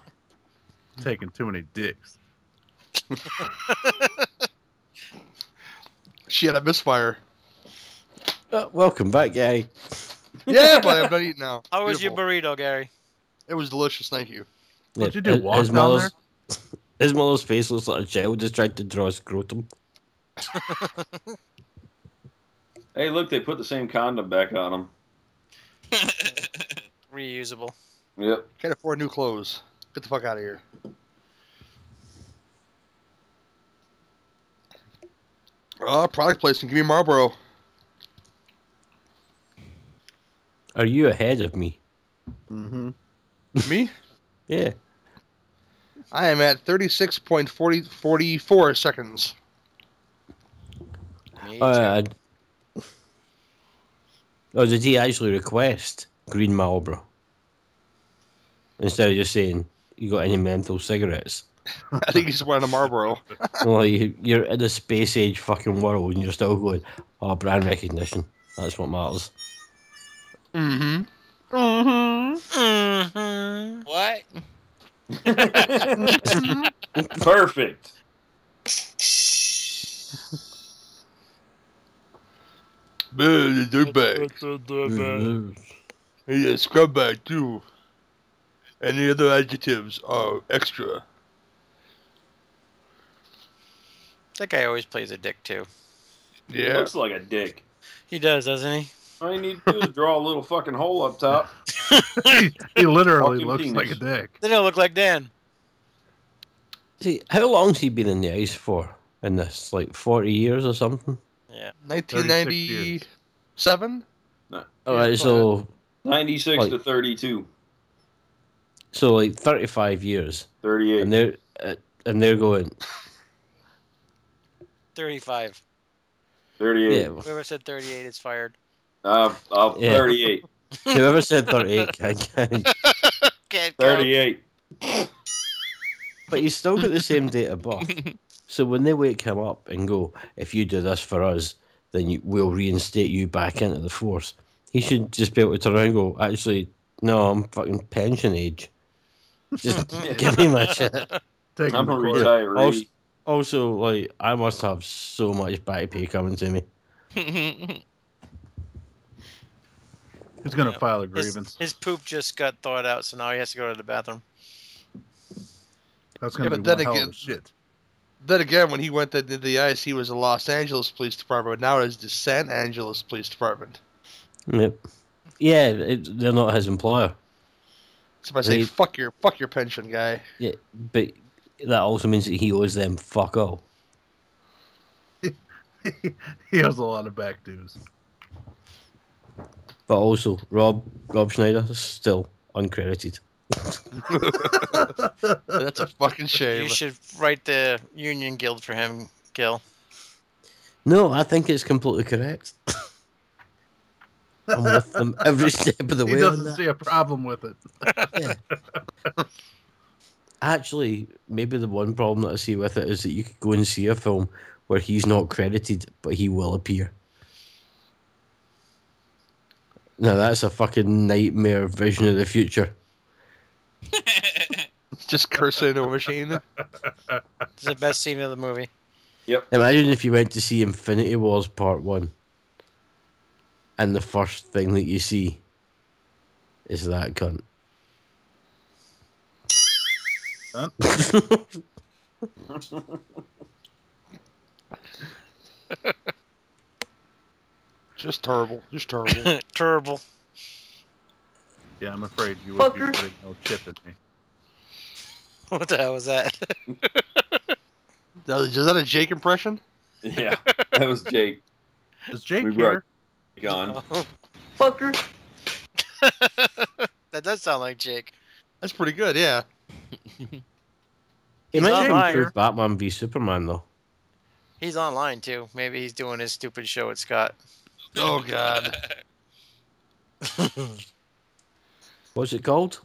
C: Taking too many dicks.
A: She had a misfire.
E: Uh, welcome back, guy.
A: Yeah, but I'm not eating now.
D: How was your
A: Beautiful.
D: burrito, Gary?
A: It was delicious. Thank you.
C: What'd you
E: Yeah,
C: do? Walk
E: his
C: down
E: mother's his mother's face looks like a child just tried to draw a scrotum.
F: Hey, look, they put the same condom back on him.
D: Reusable.
F: Yep.
A: Can't afford new clothes. Get the fuck out of here. Oh, product placement. Give me Marlboro.
E: Are you ahead of me?
C: Mm-hmm.
A: me?
E: Yeah.
A: I am at 36.44 seconds.
D: Me
E: Oh,
D: too.
E: yeah, I'd- oh, did he actually request Green Marlboro? Instead of just saying, you got any menthol cigarettes?
A: I think he's wearing a Marlboro.
E: well, you, you're in a space age fucking world and you're still going, oh, brand recognition. That's what matters.
A: Mm-hmm.
D: Mhm.
B: what?
F: Perfect.
A: Man, they're back. Yeah, scrub back too. And the other adjectives are extra.
D: That guy always plays a dick too.
F: He
A: Yeah.
F: looks like a dick.
D: He does, doesn't he?
F: All you need to do is draw a little fucking hole up top.
C: he literally looks
F: Fucking
C: like a
F: penis.
C: dick.
D: They don't look like Dan.
E: See, how long's he been in the ice for in this? Like 40 years or something?
D: Yeah.
A: 1997?
E: All right, so
F: 96 to
E: Like-
F: 32,
E: So like thirty-five years,
F: 38.
E: and they're uh, and they're going,
D: 35.
F: 38.
E: yeah. well,
D: Whoever said 38 is fired.
F: Uh, uh,
E: Yeah.
F: 38.
E: Whoever said thirty-eight, I can't.
B: Can't go.
F: 38.
E: But he's still got the same date of birth. So when they wake him up and go, if you do this for us, then you, we'll reinstate you back into the force. He should just be able to turn around and go, actually, no, I'm fucking pension age. Just give me my shit.
C: Taking
F: I'm a
C: the course.
F: retiree.
E: Also, also, like, I must have so much back pay coming to me.
C: He's going to
D: Yeah.
C: file a
D: His,
C: grievance.
D: his poop just got thawed out, so now he has to go to the bathroom.
C: That's going to
A: Yeah, but
C: be one
A: then
C: hell
A: again-
C: of a shit.
A: Then again, when he went to the, the ice, he was the Los Angeles Police Department. Now it is the San Angeles Police Department.
E: Yep. Yeah, it, they're not his employer.
A: So if I say
E: They-
A: fuck your fuck your pension guy,
E: Yeah, but that also means that he owes them fuck all.
C: he has a lot of back dues.
E: But also, Rob Rob Schneider is still uncredited.
A: that's a fucking shame.
D: You should write the union guild for him, Gil.
E: No, I think it's completely correct. I'm with them every step of the
C: He
E: way. On
C: doesn't
E: that.
C: see a problem with it.
E: Actually, maybe the one problem that I see with it is that you could go and see a film where he's not credited, but he will appear. Now that's a fucking nightmare vision of the future.
A: Just cursing into a machine.
D: It's the best scene of the movie.
E: Imagine if you went to see Infinity Wars Part 1 and the first thing that you see is that cunt.
A: Just terrible. Just terrible.
D: Terrible.
C: Yeah, I'm afraid you would be
F: Fucker.
C: putting no chip in me.
D: What the hell was that?
A: Now, is that a Jake impression?
F: yeah, that was Jake.
C: Is Jake
F: We
C: here?
F: brought Gone. Fucker.
D: that does sound like Jake.
A: That's pretty good. Yeah.
D: He's
E: Imagine
D: on
E: if it was
D: fire.
E: Batman v Superman though.
D: He's online too. Maybe he's doing his stupid show at Scott.
A: Oh God.
E: What's it called?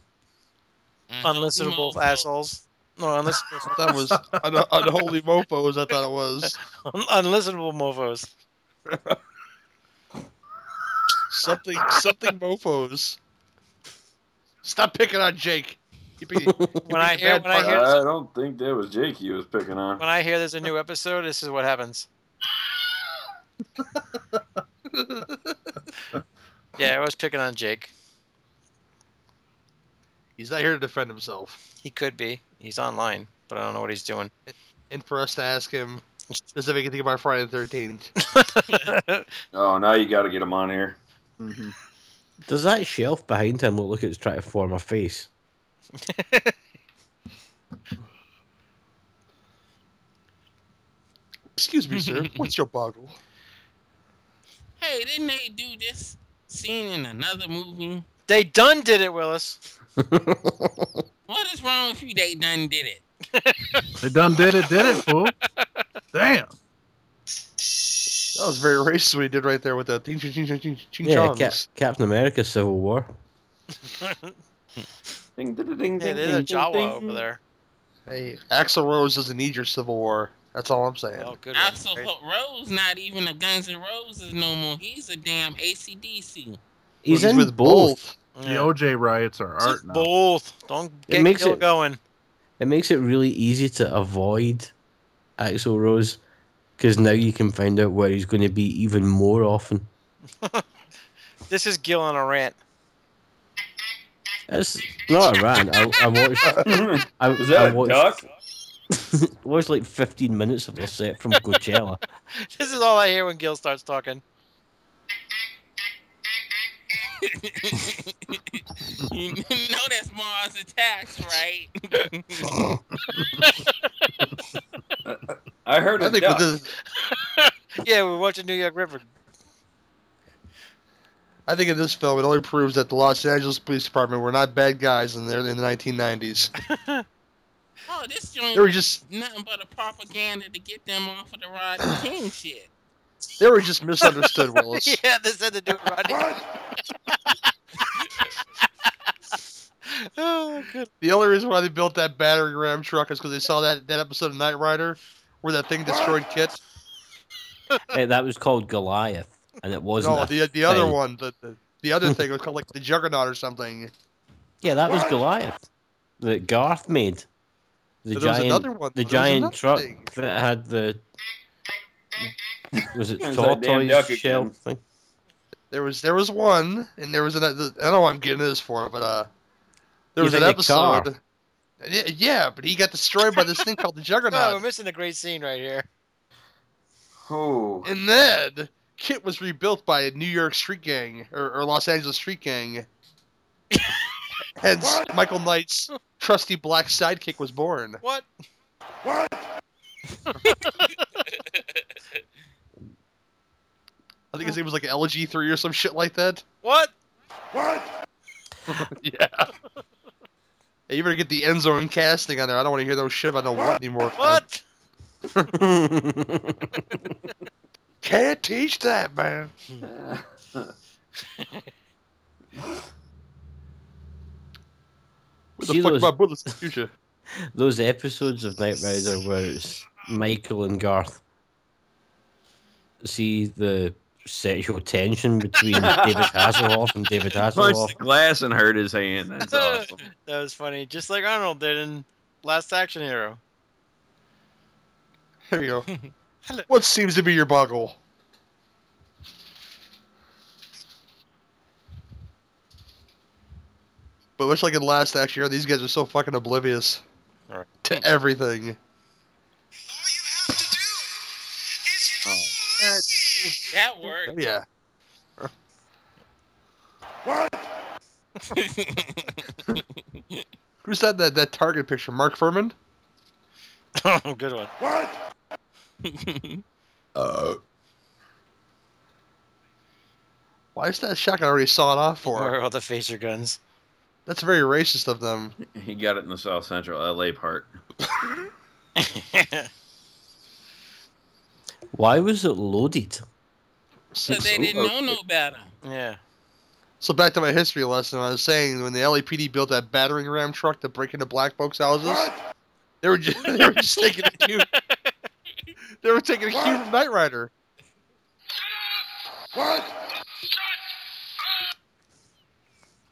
D: Unlistenable
B: Mofo.
D: assholes. No, unlistenable,
A: That was un- unholy mofos. I thought it was
D: unlistenable mofos.
A: something something mofos. Stop picking on Jake. You pick- you pick
D: I
A: a
D: hear-
A: bad
D: when I
A: part.
D: hear-
F: I don't think that was Jake he was picking on.
D: When I hear there's a new episode, this is what happens. yeah, I was picking on Jake.
A: he's not here to defend himself,
D: He could be. He's online, but I don't know what he's doing.
A: and for us to ask him, does that make you think about Friday the Thirteenth?
F: Oh, now you got to get him on here.
C: Mhm.
E: Does that shelf behind him look like it's trying to form a face?
A: Excuse me, sir. What's your boggle?
B: Hey, didn't they do this scene in another movie?
D: they done did it, Willis.
B: What is wrong with you? They done did it.
C: They done did it, did it, fool. Damn.
A: That was very racist what he did right there with the ching ching ching ching ching ching
E: yeah,
A: chongs.
E: Cap- Captain America Civil War.
F: Ding, ding,
D: Yeah,
F: ding, ding,
D: there's a
F: ding, ding,
D: Jawa over there.
A: Hey, Axel Rose doesn't need your Civil War. That's all I'm saying.
D: Oh, good
B: I
D: one.
B: support Rose, not even a Guns N' Roses no more. He's a damn ACDC.
E: He's in
A: with
E: both.
C: The OJ riots are art now.
D: Both. Don't
E: It
D: get
E: makes
D: Gil
E: it-
D: going.
E: It makes it really easy to avoid Axel Rose because now you can find out where he's going to be even more often.
D: This is Gil on a rant.
E: It's not a rant. I, I watched. I,
F: was
E: I
F: that a
E: watched,
F: duck?
E: watched like 15 minutes of the set from Coachella.
D: This is all I hear when Gil starts talking.
B: you know that's Mars attacks, right?
F: I heard
A: I
F: a
A: think with
F: duck.
A: this,
D: Yeah, we're watching New York River.
A: I think in this film, it only proves that the Los Angeles Police Department were not bad guys in there in the 1990s.
B: Oh, this
A: They
B: joint
A: were
B: was
A: just
B: nothing but a propaganda to get them off of the Rodney King shit.
A: they were just misunderstood, Willis.
D: yeah, this had to do with Rodney. oh, good.
A: The only reason why they built that battering ram truck is because they saw that, that episode of Knight Rider where that thing destroyed Kit.
E: Eh, that was called Goliath, and it wasn't.
A: No,
E: a-
A: the the other
E: thing.
A: one, the, the the other thing was called like the Juggernaut or something.
E: yeah, that was Goliath that Garth made. The
A: But there was
E: giant,
A: another one. there
E: the
A: was
E: giant
A: another
E: truck
A: thing.
E: that had the was it
F: There's that damn
E: tortoise
F: duck
E: shell
F: again.
E: thing?
A: There was there was one, and there was another. I don't know. What I'm getting this for, but uh, there
E: You
A: was an
E: think the car.
A: episode. Yeah, yeah, but he got destroyed by this thing called the
D: No,
E: Um,
D: we're
A: Juggernaut,
D: missing a great scene right here.
F: Oh.
A: and then Kit was rebuilt by a New York street gang or, or Los Angeles street gang. Hence, Michael Knight's trusty black sidekick was born.
D: What?
A: I think his name was like LG3 or some shit like that.
D: What?
A: Yeah. Hey, you better get the end zone casting on there. I don't want to hear those shit about no what anymore.
D: What?
A: Can't teach that, man. What
E: See
A: the fuck
E: those-
A: about Buddha's future?
E: Those episodes of Knight Rider where it's Michael and Garth. See the sexual tension between David Hasselhoff and David
F: Punched
E: Hasselhoff.
F: the glass and hurt his hand. That's awesome.
D: That was funny, just like Arnold did in Last Action Hero.
A: There you go. What seems to be your boggle? But much like in last action, these guys are so fucking oblivious
D: Alright.
A: to everything.
B: That worked.
A: Yeah. Who's that, that that target picture? Mark Furman?
D: Oh, Good one.
A: Why is that shotgun already sawed off for?
D: Or all the phaser guns.
A: That's very racist of them.
F: He got it in the South Central LA part.
E: Why was it loaded?
A: So,
B: Because they didn't know no better.
D: yeah.
A: so back to my history lesson. I was saying when the LAPD built that battering ram truck to break into black folks' houses, they were just they were just taking a cue. They were taking a cue from Knight Rider.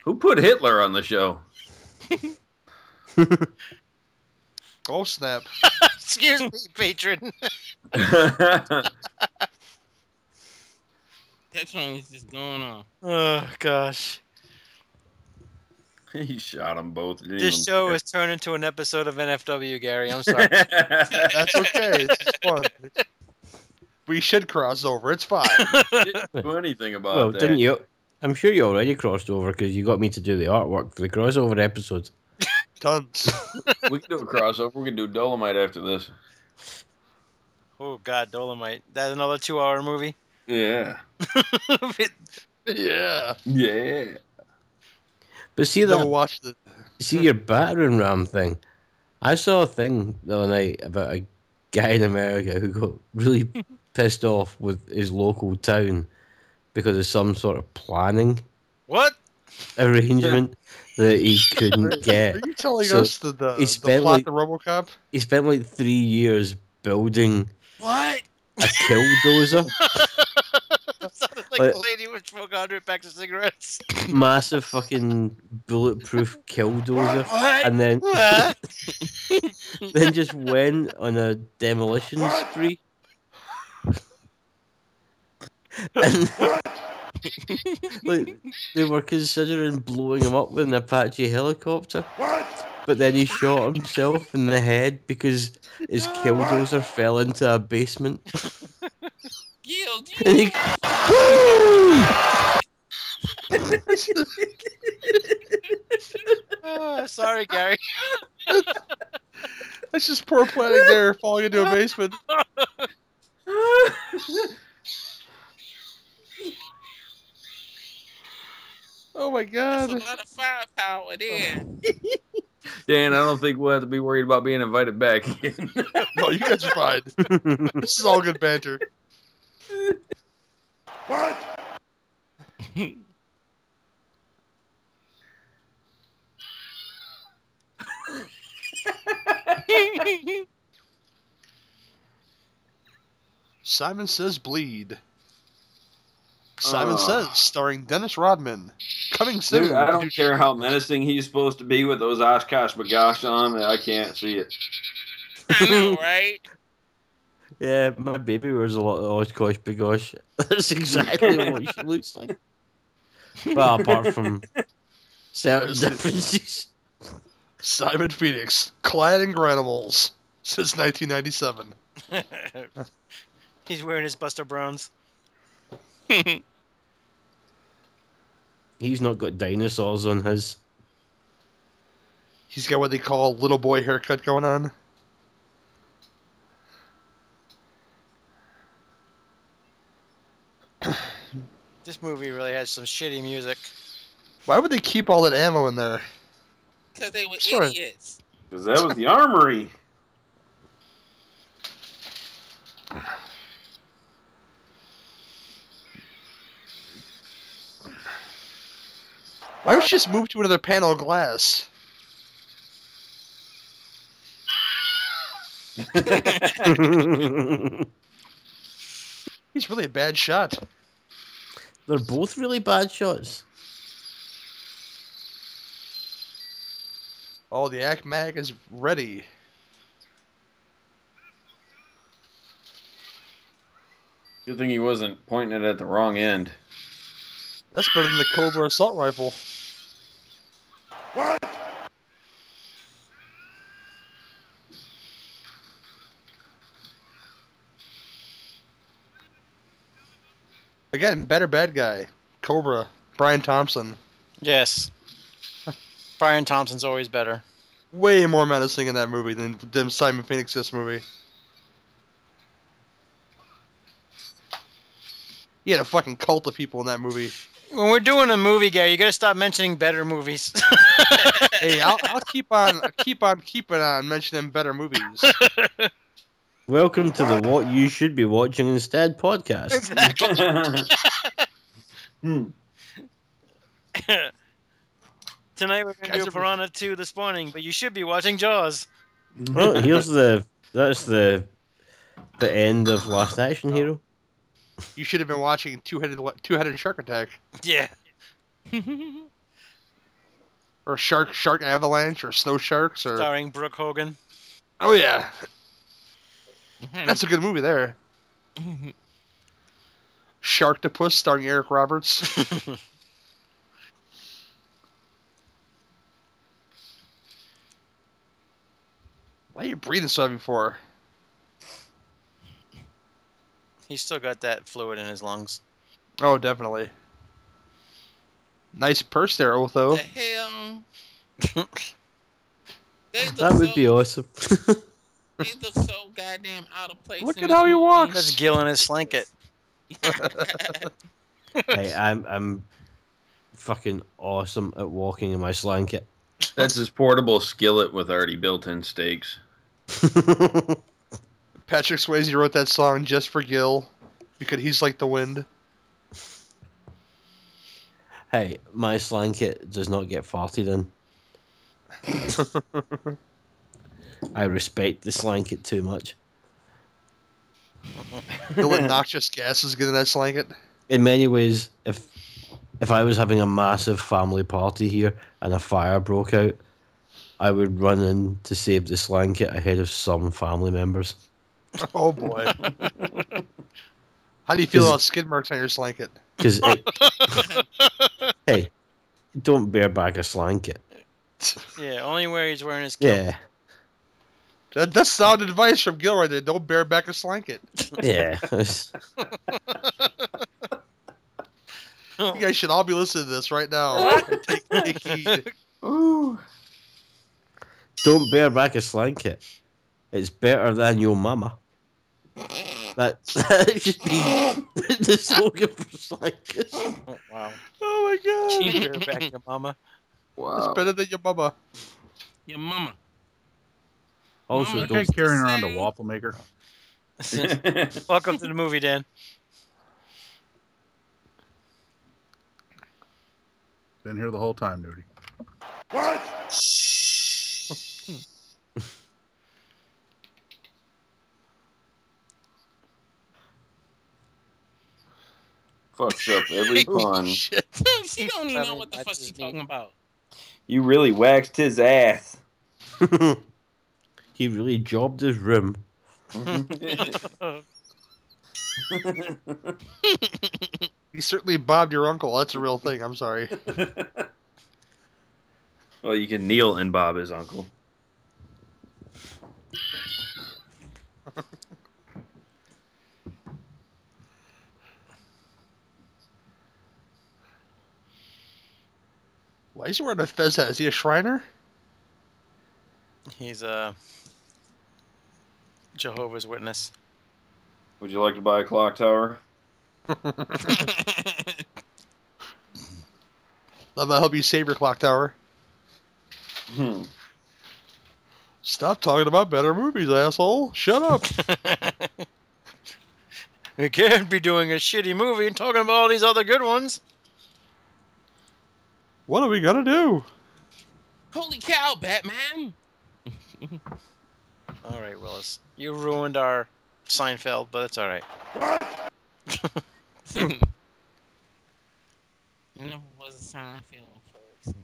F: Who put Hitler on the show?
A: Oh snap!
D: Excuse me, patron.
B: That joint was just going on.
D: Oh gosh.
F: he shot them both. He didn't
D: This
F: even
D: show
F: care.
D: has turned into an episode of NFW, Gary. I'm sorry.
A: That's okay. It's just fun. We should cross over. It's fine.
F: Didn't do anything about
E: well,
F: that.
E: didn't you? I'm sure you already crossed over because you got me to do the artwork for the crossover episode.
A: Tons.
F: We can do a crossover. We can do Dolomite after this.
D: oh God, Dolomite. That's another two-hour movie.
F: Yeah.
A: Yeah.
F: Yeah.
E: But see
A: Never
E: that
A: watched it.
E: See your battering ram thing. I saw a thing the other night about a guy in America who got really pissed off with his local town because of some sort of planning
D: What?
E: arrangement that he couldn't
A: Are
E: get.
A: you telling
E: So,
A: us the the,
E: he
A: the
E: spent,
A: plot
E: like-
A: to RoboCop?
E: He spent like three years building
B: What?
E: a killdozer,
D: Sounded like
E: But-
D: the lady with 1,200 packs of cigarettes.
E: massive fucking bulletproof killdozer,
B: What?
E: and then
D: Ah,
E: then just went on a demolition spree. and like, they were considering blowing him up with an Apache helicopter. But then he shot himself in the head because his killdozer fell into a basement.
B: Gil, do
E: And
B: you
E: he
D: ah, sorry, Gary.
A: That's just poor planning there, falling into a basement. Oh my
B: That's a
A: god.
B: lot of firepower there.
F: Dan, I don't think we'll have to be worried about being invited back again.
A: No, you guys are fine. this is all good banter. What? Simon Says Bleed. Simon
F: Ugh.
A: Says, starring Dennis Rodman. Coming soon.
F: Dude, I don't care how menacing he's supposed to be with those Oshkosh bagosh on. I can't see it.
B: I know, right?
E: Yeah, my baby wears a lot of Oshkosh Bigosh. That's exactly what she looks like. Well, apart from certain differences.
A: Simon Phoenix, clad in granimals, since 1997.
D: He's wearing his Buster Browns.
E: He's not got dinosaurs on his.
A: He's got what they call a little boy haircut going on.
D: This movie really has some shitty music.
A: Why would they keep all that ammo in there?
B: Because they were
A: Sure.
B: idiots.
F: Because that was the armory.
A: Why don't you just move to another panel of glass?
E: They're
A: He's really a bad shot.
E: both really bad shots.
A: Oh, the ACMAC mag is ready.
F: Good thing he wasn't pointing it at the wrong end.
A: That's better than the Cobra assault rifle. Again, better bad guy. Cobra. Brian Thompson.
D: Yes. Brian Thompson's always better.
A: Way more menacing in that movie than, than Simon Phoenix this movie. He had a fucking cult of people in that movie.
D: When we're doing a movie, Gary, you gotta stop mentioning better movies.
A: Hey, I'll, I'll keep on keep on keeping on mentioning better movies.
E: Welcome to the What You Should Be Watching Instead podcast.
D: exactly.
F: Hmm.
D: Tonight we're gonna
A: Guys
D: do
A: are-
D: Piranha 2 this morning, but you should be watching Jaws.
E: Oh, here's the. That's the. The end of Last Action Hero.
A: You should have been watching Two Headed Two Headed Shark Attack
D: Yeah.
A: or Shark Shark Avalanche or Snow Sharks or
D: Starring Brooke Hogan.
A: Oh yeah, that's a good movie there. Mm-hmm. Sharktopus starring Eric Roberts. Why are you breathing so heavy for?
D: He's still got that fluid in his lungs.
A: Oh, definitely. Nice purse there, Otho.
B: The hell? They look
E: That would
B: so,
E: be awesome.
B: They look so goddamn out of place.
A: Look
B: in
A: at
B: this
A: how he
B: movie.
A: walks.
D: That's Gill in his slanket.
E: hey, I'm I'm fucking awesome at walking in my slanket.
F: That's his portable skillet with already built-in stakes.
A: Patrick Swayze wrote that song just for Gil because he's like the wind.
E: hey, my slanket does not get farted in. I respect the slanket too much.
A: The noxious gases get in that slanket.
E: In many ways, if if I was having a massive family party here and a fire broke out, I would run in to save the slanket ahead of some family members.
A: Oh boy. How do you feel
E: Is-
A: about skid marks on your slanket?
E: Because hey, don't bear back a slanket.
D: Yeah, only where he's wearing his kilt.
E: Yeah,
A: That, that's sound advice from Gil right there. Don't bear back a slanket.
E: yeah. It's-
A: You guys should all be listening to this right now. take, take heed.
F: Ooh.
E: Don't bear back a slanket. It's better than your mama.
B: Hey,
E: That that should be the slogan for Cycus.
D: Oh, wow.
A: Oh my god.
D: Gee, you're back your mama.
A: It's
F: Wow.
A: better than your mama.
B: Your mama.
E: Also,
B: Okay,
C: Okay,
E: don't
C: carrying around a waffle maker.
D: Welcome to the movie, Dan.
C: Been here the whole time, Nudie.
F: Fucks up every pawn.
A: Shit.
B: she don't even know what the
D: I
B: fuck
D: just
B: she's
D: need-
B: talking about.
F: You really waxed his ass.
E: he really jobbed his room.
A: You certainly bobbed your uncle. That's a real thing. I'm sorry.
F: well, you can kneel and bob his uncle.
A: Why is he wearing a fez hat? Is he a Shriner?
D: He's a Jehovah's Witness.
F: Would you like to buy a clock tower?
A: That'll help you save your clock tower.
F: Hmm.
A: Stop talking about better movies, asshole. Shut up.
D: We can't be doing a shitty movie and talking about all these other good ones.
A: what are we gonna do?
B: Holy cow, Batman!
D: All right, Willis. You ruined our Seinfeld, but it's all right.
B: I never was a Seinfeld person.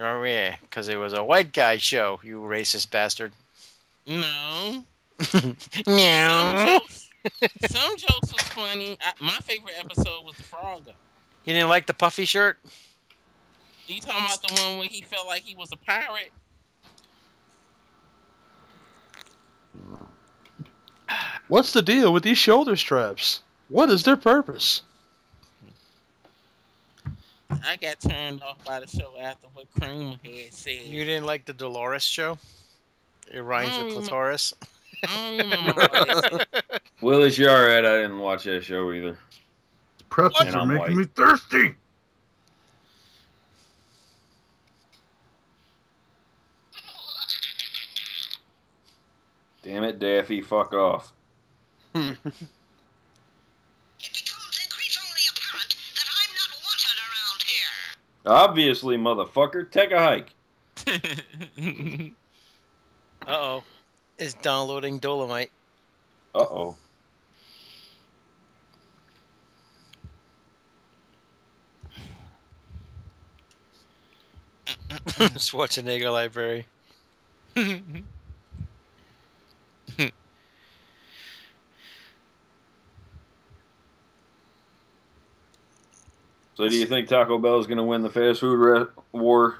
D: Oh, yeah, because it was a white guy show, you racist bastard.
B: No. Some
D: No.
B: jokes, some jokes was funny. I, my favorite episode was the Frogger.
D: You didn't like the puffy shirt?
B: You talking about the one where he felt like he was a pirate?
A: What's the deal with these shoulder straps? What is their purpose?
B: I got turned off by the show after what Kramer had said.
D: You didn't like the Dolores show? It rhymes with
B: Mm.
D: clitoris.
B: I don't remember what they said.
F: Willis, you're all right. I didn't watch that show either.
C: Pretzels
F: And
C: are
F: I'm
C: making
F: white.
C: me thirsty.
F: Damn it, Daffy, fuck off.
G: It becomes increasingly apparent that I'm not wanted around here.
F: Obviously, motherfucker, take a hike.
D: Uh oh. It's downloading Dolomite.
F: Uh oh.
D: Hmm. Schwarzenegger Library.
F: So, do you think Taco Bell is going to win the fast food re- war?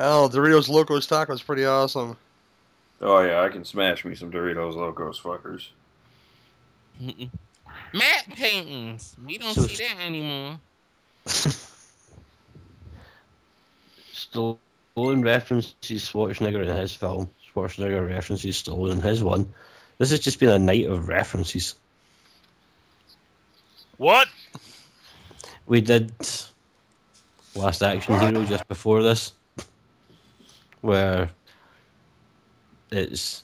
A: Oh, Doritos Locos Taco's pretty awesome.
F: Oh, yeah, I can smash me some Doritos Locos fuckers.
B: Matt paintings. We don't
E: So-
B: see that anymore.
E: Stallone references Schwarzenegger in his film. Schwarzenegger references Stallone in his one. This has just been a night of references.
D: What?
E: We did Last Action Hero just before this, where it's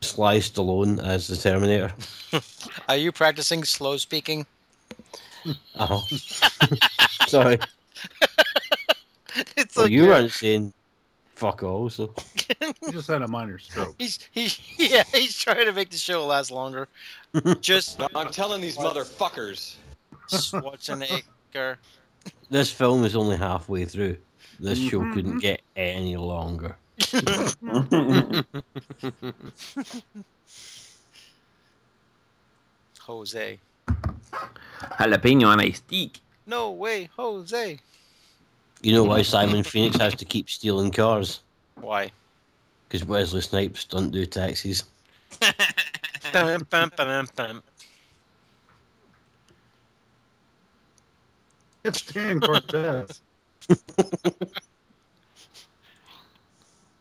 E: Sly Stallone as the Terminator.
D: Are you practicing slow speaking?
E: Oh, sorry,
D: It's
E: well,
D: like
E: you weren't saying fuck all. So
C: You just had a minor stroke.
D: he's he yeah, he's trying to make the show last longer. Just
H: I'm telling these motherfuckers.
D: Schwarzenegger.
E: this film is only halfway through. This show couldn't get any longer.
D: Jose.
F: Jalapeno on a steak.
D: No way, Jose.
E: You know why Simon Phoenix has to keep stealing cars?
D: Why?
E: Because Wesley Snipes don't do taxis.
D: Bum, bum, bum, bum.
C: It's Dan Cortez.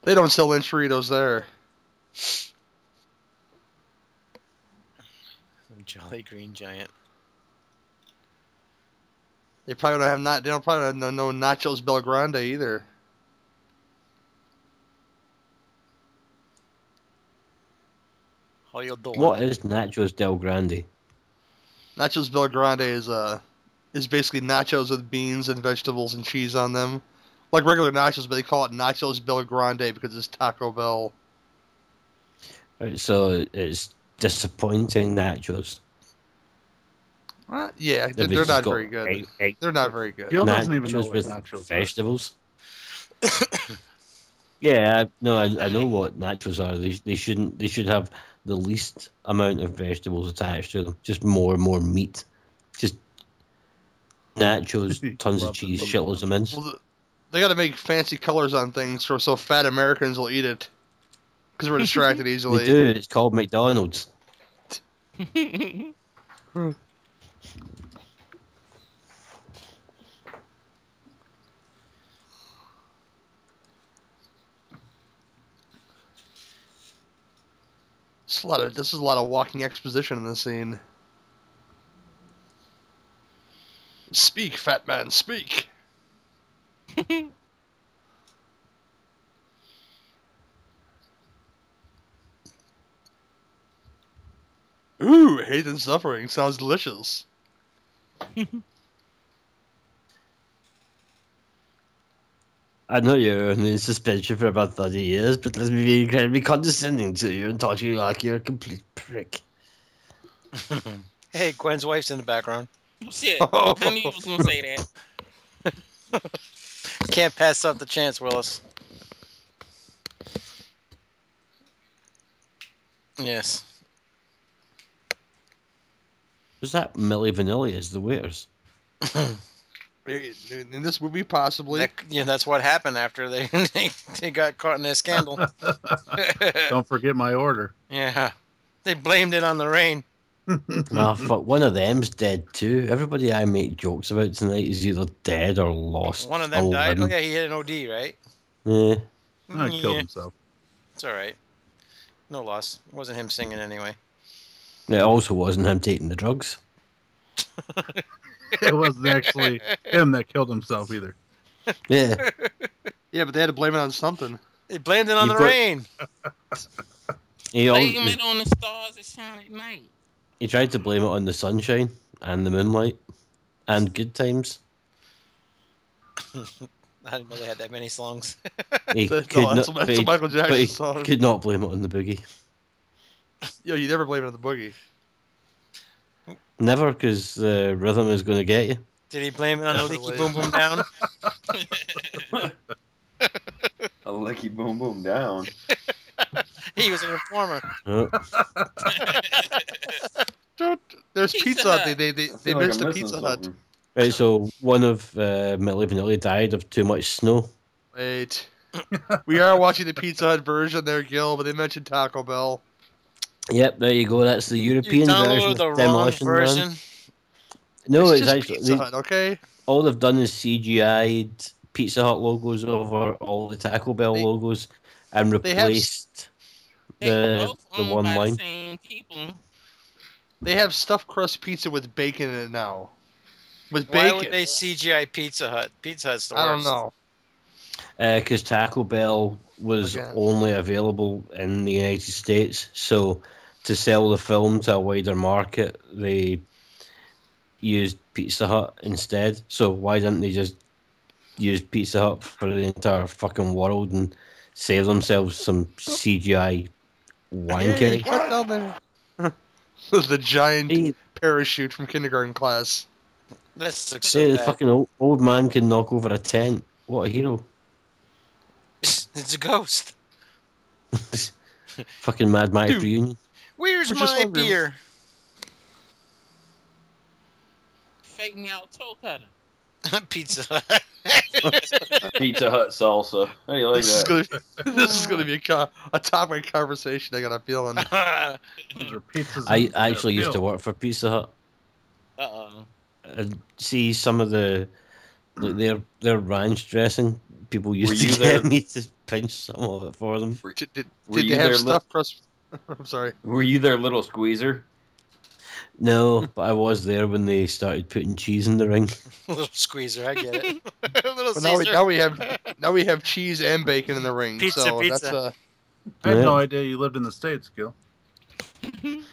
A: They don't sell enchiladas there.
D: Jolly Green Giant.
A: They probably don't have not. They don't probably don't know Nachos Belgrande either.
D: How you doing?
E: What is Nachos Del Grande?
A: Nachos Belgrande is uh is basically nachos with beans and vegetables and cheese on them, like regular nachos, but they call it Nachos Belgrande because it's Taco Bell.
E: Right, so it's disappointing nachos.
A: Uh, yeah,
E: They've
A: they're, they're
E: just
A: not
E: got
A: very good.
E: egg- egg-
A: They're not very good.
C: Gil doesn't even know
E: nachos
C: what
E: with
C: nachos are.
E: vegetables. yeah, I- no, I, I know what nachos are. They, they shouldn't. They should have the least amount of vegetables attached to them. Just more and more meat. Just nachos, tons of
C: Love it,
E: cheese,
C: love it.
E: shitloads of mince.
A: Well, th- they got to make fancy colors on things for so fat Americans will eat it because we're distracted
E: They
A: easily.
E: do. It's called McDonald's.
A: It's a lot of, this is a lot of walking exposition in this scene. Speak, fat man, speak. Ooh, hate and suffering sounds delicious.
E: I know you're only in suspension for about 30 years, but let me be incredibly condescending to you and talk to you like you're a complete prick.
D: Hey, Gwen's wife's in the background.
B: Shit, I knew you was gonna say that.
D: Can't pass up the chance, Willis. Yes.
E: Was that Millie Vanilli as the waiters?
A: In this movie, possibly.
D: That, yeah, that's what happened after they they got caught in that scandal.
C: Don't forget my order.
D: yeah, they blamed it on the rain.
E: Ah, fuck, one of them's dead too. Everybody I make jokes about tonight is either dead or lost.
D: One of
E: or
D: them died. Oh
E: living.
D: yeah, he had an OD, right?
E: Yeah.
C: I
D: yeah,
C: killed himself.
D: It's all right. No loss. It wasn't him singing anyway.
E: It also wasn't him taking the drugs.
C: It wasn't actually him that killed himself either.
E: Yeah.
A: Yeah, but they had to blame it on something.
D: They blamed it on
E: You
D: the
E: put-
D: rain.
E: He, al-
B: Blame it on the stars that shine at night.
E: he tried to blame it on the sunshine and the moonlight and good times.
D: I didn't know they had that many songs.
E: He
A: That's,
E: could
A: no, that's,
E: not,
A: that's
E: but he-
A: a Michael
E: but
A: Jackson
E: he
A: song.
E: could not blame it on the boogie.
A: Yo, you never blame it on the boogie.
E: Never, because the rhythm is going to get you.
D: Did he blame it on the leaky
A: Definitely.
D: boom boom down?
F: A licky boom boom down.
D: he was an informer.
E: Oh,
A: Don't, there's
B: Pizza
A: pizza. Hut.
B: Hut.
A: They they they,
F: I
A: they
F: feel like
A: missed
F: I'm
A: a
F: missing
A: Pizza Hut.
F: something.
E: Right, so one of uh, Millie Vanilli died of too much snow.
A: Wait, we are watching the Pizza Hut version there, Gil, but they mentioned Taco Bell.
E: Yep, there you go. That's the
D: You
E: European version.
D: downloaded
E: of
D: the wrong
E: Demolition Man.
D: version.
E: No, it's,
A: just
E: actually
A: Pizza
E: they-
A: Hut. Okay,
E: all they've done is CGI'd Pizza Hut logos over all the Taco Bell
A: They-
E: logos and
A: they have s-
E: replaced
B: They
E: the
B: both
E: the
B: owned
E: one
B: by
E: line.
B: The same people.
A: they have stuffed crust pizza with bacon in it now. With
D: Why
A: bacon,
D: would they CGI Pizza Hut? Pizza Hut's the worst.
A: I don't know.
E: because Uh, Taco Bell was
A: Again.
E: only available in the United States. So to sell the film to a wider market, they used Pizza Hut instead. So why didn't they just use Pizza Hut for the entire fucking world and save themselves some CGI
A: Yay,
E: wankery?
A: get down there. the giant
E: Hey,
A: parachute from kindergarten class.
D: That's
E: say
D: so
E: the
D: bad.
E: fucking old, old man can knock over a tent. What a hero!
D: It's a ghost.
E: Fucking Mad Max
A: Dude.
E: reunion.
D: Where's
A: We're just
D: my
A: hungry.
D: beer?
B: Fake me out toe cutter.
D: Pizza Hut.
F: Pizza Hut salsa. How do you like
A: This is
F: that?
A: gonna be, this is gonna be a, co- a topic conversation. I got a feeling.
D: uh
C: Those are pizzas
E: I
C: in a
E: actually used to
C: field.
E: work for Pizza Hut.
D: oh.
E: and see some of the like their their ranch dressing people used
F: Were
E: to
F: you
E: get
F: there?
E: me to pinch some of it for them.
A: Did, did,
F: Were
A: did
F: you
A: they have
F: there,
A: stuff for us? I'm sorry.
F: Were you their little squeezer?
E: No, but I was there when they started putting cheese in the ring.
D: Little squeezer, I get it. Little
A: But now, we,
D: Caesar.
A: now we have now we have cheese and bacon in the ring.
D: Pizza,
A: so
D: pizza.
A: that's uh,
C: I had
E: Yeah.
C: no idea you lived in the States, Gil.
B: I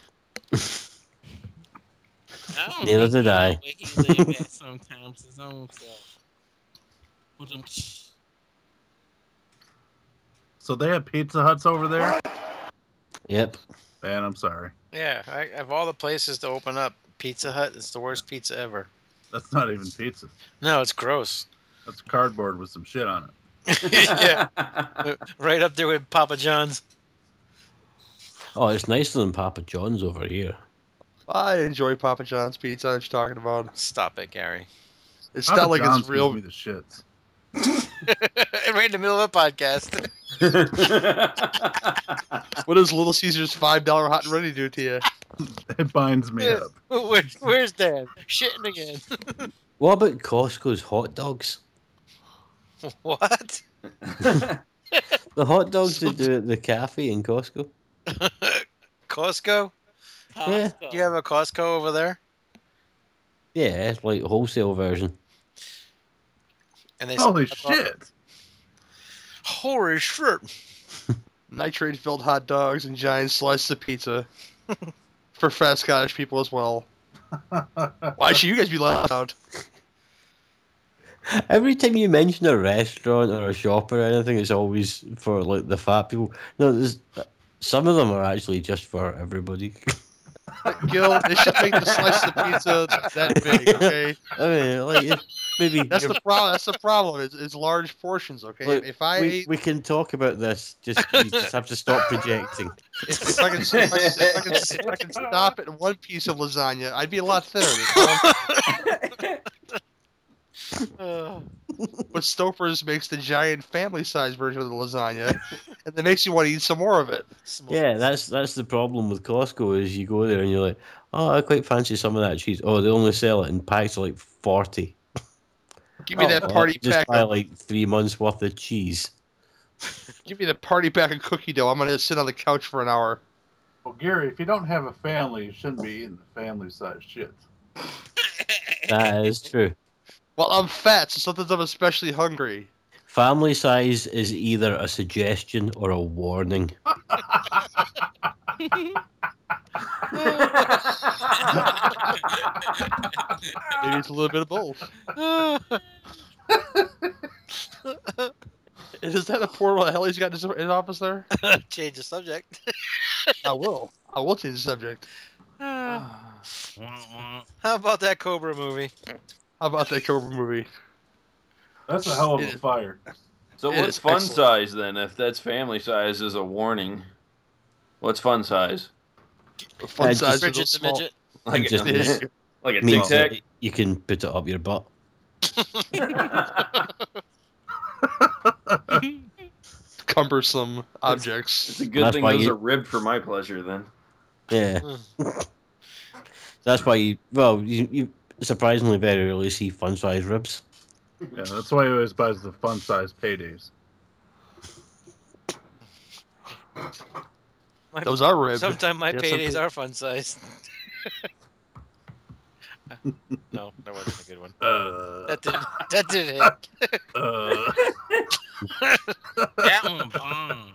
B: don't
E: Neither
B: know
E: did I.
B: where he live at sometimes his own self. With them ch-
C: So they have Pizza Huts over there?
E: Yep.
C: Man, I'm sorry.
D: Yeah, I, of all the places to open up, Pizza Hut is the worst pizza ever.
C: That's not even pizza.
D: No, it's gross.
C: That's cardboard with some shit on it.
D: yeah, right up there with Papa John's.
E: Oh, it's nicer than Papa John's over here.
A: I enjoy Papa John's pizza. I'm talking about.
D: Stop it, Gary.
A: It's
C: Papa
A: not like
C: John's
A: it's
C: gives
A: real.
C: Me the shits.
D: right in the middle of a podcast.
A: What does Little Caesar's five dollar hot and ready do to you?
C: It binds me
D: Yeah.
C: up.
D: Where, where's Dan? Shitting again.
E: What about Costco's hot dogs?
D: What?
E: The hot dogs they do at the cafe in Costco.
D: Costco?
B: Costco.
D: Do you have a Costco over there?
E: Yeah, it's like wholesale version.
D: And they
C: Holy
D: sell-
C: shit!
D: Holy shit!
A: Nitrate filled hot dogs and giant slices of pizza for fat Scottish people as well. Why should you guys be loud?
E: Every time you mention a restaurant or a shop or anything, it's always for like the fat people. No, there's, some of them are actually just for everybody.
A: Gil, they should make the slices of pizza that big. Okay,
E: I mean, like if maybe
A: that's
E: if
A: the problem. That's the problem. Is, is large portions. Okay,
E: Look,
A: if I
E: we,
A: ate,
E: we can talk about this. Just you just have to stop projecting.
A: if, if I can, if I can, if I can, if I can stop at one piece of lasagna, I'd be a lot thinner. you know? But Stouffer's makes the giant family size version of the lasagna, and that makes you want to eat some more of it.
E: Yeah, that's that's the problem with Costco is you go there and you're like, oh, I quite fancy some of that cheese. Oh, they only sell it in packs of like forty.
A: Give me
E: Oh,
A: that
E: well,
A: party
E: just
A: pack.
E: buy
A: Of,
E: like three months worth of cheese.
A: give me the party pack of cookie dough. I'm gonna sit on the couch for an hour.
C: Well, Gary, if you don't have a family, you shouldn't be eating the family-sized shit.
E: That is true.
A: Well, I'm fat, so sometimes I'm especially hungry.
E: Family size is either a suggestion or a warning.
A: Maybe it's a little bit of both. Is that a portal Helly's got in his, his office there?
D: Change the subject.
A: I will. I will change the subject.
D: How
B: Wah, wah.
D: about that Cobra movie?
A: How about that Cobra movie?
C: That's a hell of a fire.
F: so
A: It
F: what's
A: is
F: fun
A: excellent.
F: size then? If that's family size is a warning, what's fun size?
A: Fun
E: Uh,
A: size
E: just-
A: with a
D: Bridget the
A: small.
D: Midget.
F: Like
E: Just-
F: a,
E: just
F: like a tic
E: means
F: tac?
E: that you can put it up your butt.
A: cumbersome objects.
F: It's a good
E: That's
F: thing
E: why
F: those
E: you-
F: are ribbed for my pleasure then.
E: Yeah.
A: Hmm.
E: That's why you well you, you surprisingly very rarely see fun size ribs.
C: Yeah, that's why he always buys the fun-sized paydays.
A: Those are ribs.
D: Sometimes my
A: Yes,
D: paydays
A: okay.
D: are fun sized. no, that wasn't a good one.
C: Uh,
D: That did that did hit.
C: uh,
B: that one bomb.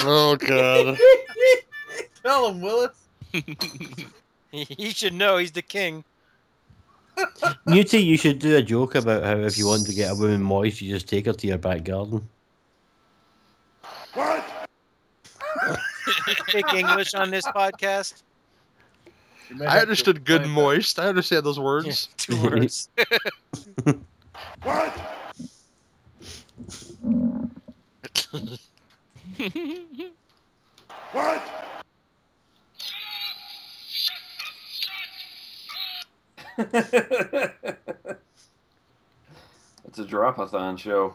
A: Oh god. Tell him, Willis.
D: He, he should know he's the king.
E: Newty, you should do a joke about how if you want to get a woman moist, you just take her to your back garden.
D: Speak English on this podcast.
C: you may have
A: I
C: to
A: understood good
C: explain
A: moist. I understand those words.
D: Two words.
F: it's a drop-a-thon show.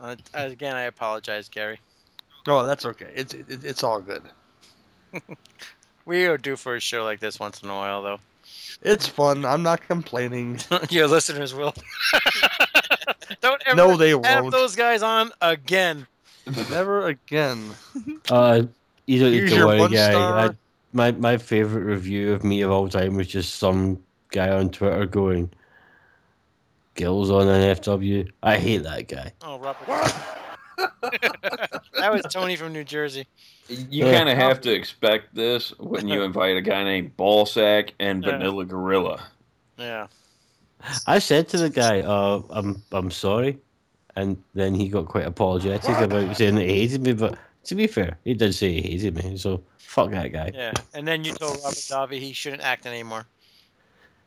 D: Uh, again, I apologize, Gary.
A: Oh, that's okay. It's it, it's all good.
D: We are due for a show like this once in a while, though.
A: It's fun. I'm not complaining.
D: Your listeners will. Don't ever
A: No, they
D: have
A: won't.
D: those guys on again.
A: Never again.
E: Uh, you don't
A: Here's
E: need to
A: your
E: worry,
A: one
E: guy.
A: star.
E: I, my my favorite review of me of all time was just some guy on Twitter going, "Gills on an FW." I hate that guy.
D: Oh, Robert. that was Tony from New Jersey.
F: You
E: Yeah.
F: kind of have to expect this when you invite a guy named Ballsack and
D: Yeah.
F: Vanilla Gorilla.
D: Yeah.
E: I said to the guy, uh, "I'm I'm sorry," and then he got quite apologetic about saying that he hated me. But to be fair, he did say he hated me, so fuck that guy. Yeah,
D: Yeah. And then you told Robert Davi he shouldn't act anymore.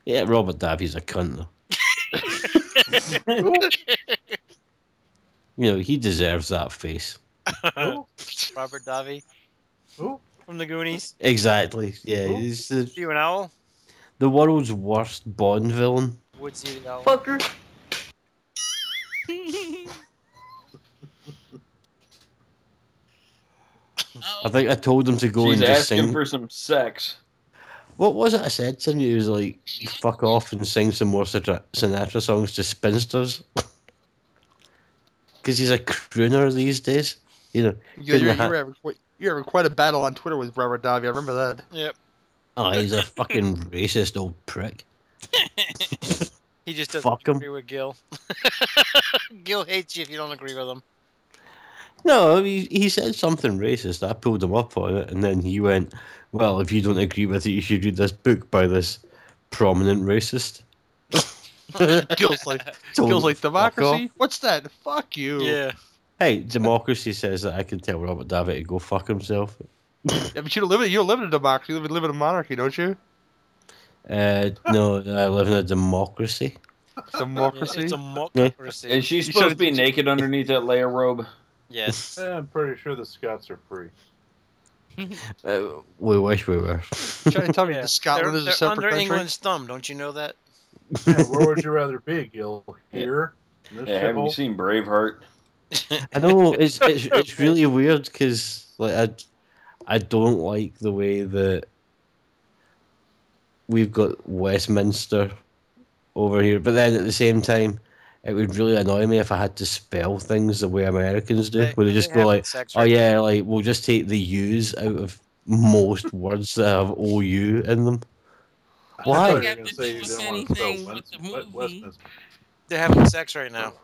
E: Robert Davi's a cunt though. You know he deserves that face.
D: Robert Davi.
A: Who?
D: From the Goonies.
E: Exactly. Yeah, he's the,
D: You an owl?
E: the world's worst Bond villain.
D: Woodsy the owl.
F: Fucker.
E: I
B: Oh,
E: think I told him to go
F: She's
E: and just
F: asking
E: sing.
F: for some sex.
E: What was it I said to him? He was like, "Fuck off and sing some more Sinatra, Sinatra songs to spinsters," because he's a crooner these days. You know,
A: You, you, you, were
E: Yeah.
A: having, quite- you were having quite a battle on Twitter with Robert Davi. I remember that.
E: oh, he's a fucking racist old prick.
D: He just doesn't
E: Fuck 'em.
D: agree with Gil. Gil hates you if you don't agree with him.
E: No, he, he said something racist. I pulled him up on it, and then he went, "Well, if you don't agree with it, you should read this book by this prominent racist."
A: Gil's like,
E: Don't
A: Gil's like
E: fuck off.
A: democracy. What's that? Fuck you.
D: Yeah.
E: Hey, democracy says that I can tell Robert Davitt to go fuck himself.
A: Yeah, but you don't live in you don't live in a democracy. You live, live in a monarchy, don't you?
E: Uh, no, I live in a democracy.
A: Democracy.
D: It's a democracy.
F: Is she
A: should've
F: supposed to be naked underneath that layer robe?
D: Yes.
C: Yeah, I'm pretty sure the Scots are free.
E: Uh, we wish we were.
A: Trying to tell me
D: Yeah.
A: that Scotland
D: they're,
A: is
D: they're
A: a separate
D: under
A: country.
D: England's thumb. Don't you know that?
C: Yeah, where would you rather be, Gil? Here? In this
F: Yeah, have you
C: shithole?
F: seen Braveheart?
E: I know it's it's, it's really weird because like I I don't like the way that we've got Westminster over here, but then at the same time, it would really annoy me if I had to spell things the way Americans do, where they just go
D: have
E: like,
D: sex
E: "Oh
D: right
E: yeah, like we'll just take the U's out of most words that have OU in them."
C: I
E: Why?
C: thought you were gonna say you didn't want to spell
B: Anything with the
C: West-
B: movie.
C: Westminster.
D: They're having sex right now.
A: Oh.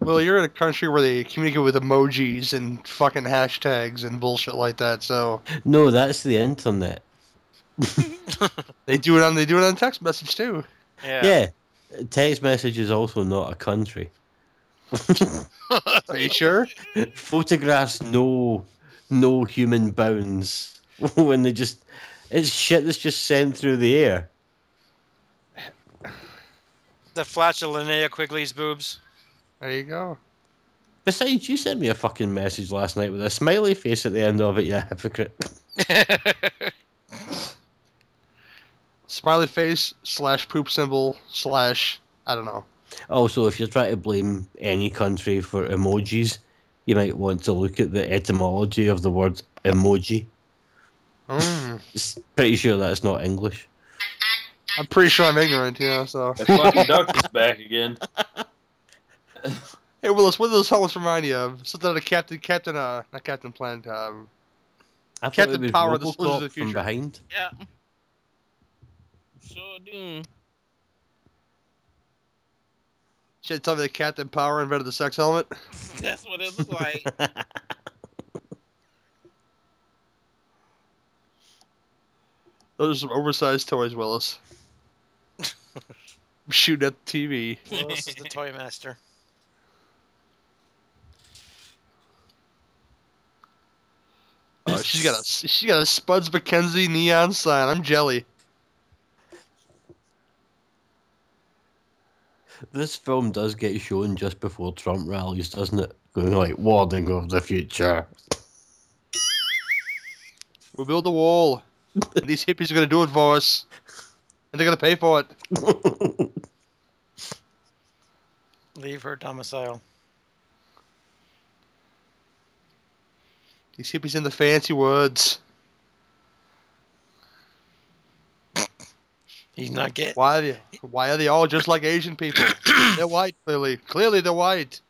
A: Well, you're in a country where they communicate with emojis and fucking hashtags and bullshit like that. So
E: No, that's the internet.
A: they do it on they do it on text message too.
D: Yeah.
E: Yeah. Text message is also not a country.
A: Are you sure?
E: Photographs know no human bounds when they just it's shit that's just sent through the air.
D: The flash of Linnea Quigley's boobs.
A: There you go.
E: Besides, you sent me a fucking message last night with a smiley face at the end of it, you hypocrite.
A: Smiley face slash poop symbol slash I don't know.
E: Also, if you're trying to blame any country for emojis, you might want to look at the etymology of the word emoji.
A: Mm.
E: It's pretty sure that's not English.
A: I'm pretty sure I'm ignorant, you know. So
F: That fucking duck is back again.
A: hey, Willis, what does Hollis remind you of? Something out of Captain Captain uh not Captain Planet. Um,
E: I thought
A: Captain
E: it was
A: Power, the
E: Robocop
A: Soldiers of the
E: from
A: Future.
E: behind.
B: yeah. Sure do.
A: should tell me that Captain Power invented the sex helmet.
B: That's what it looked like.
A: Those are some oversized toys, Willis. I'm shooting at the TV.
D: Well, this is the toy master.
A: Oh, she's got a she got a Spuds McKenzie neon sign. I'm jelly.
E: This film does get shown just before Trump rallies, doesn't it? Going like warning of the future.
A: We build a wall. And these hippies are gonna do it for us, and they're gonna pay for it.
D: Leave her domicile.
A: These hippies in the fancy words.
D: He's not getting.
A: Why are they, why are they all just like Asian people? they're white, clearly. Clearly, they're white.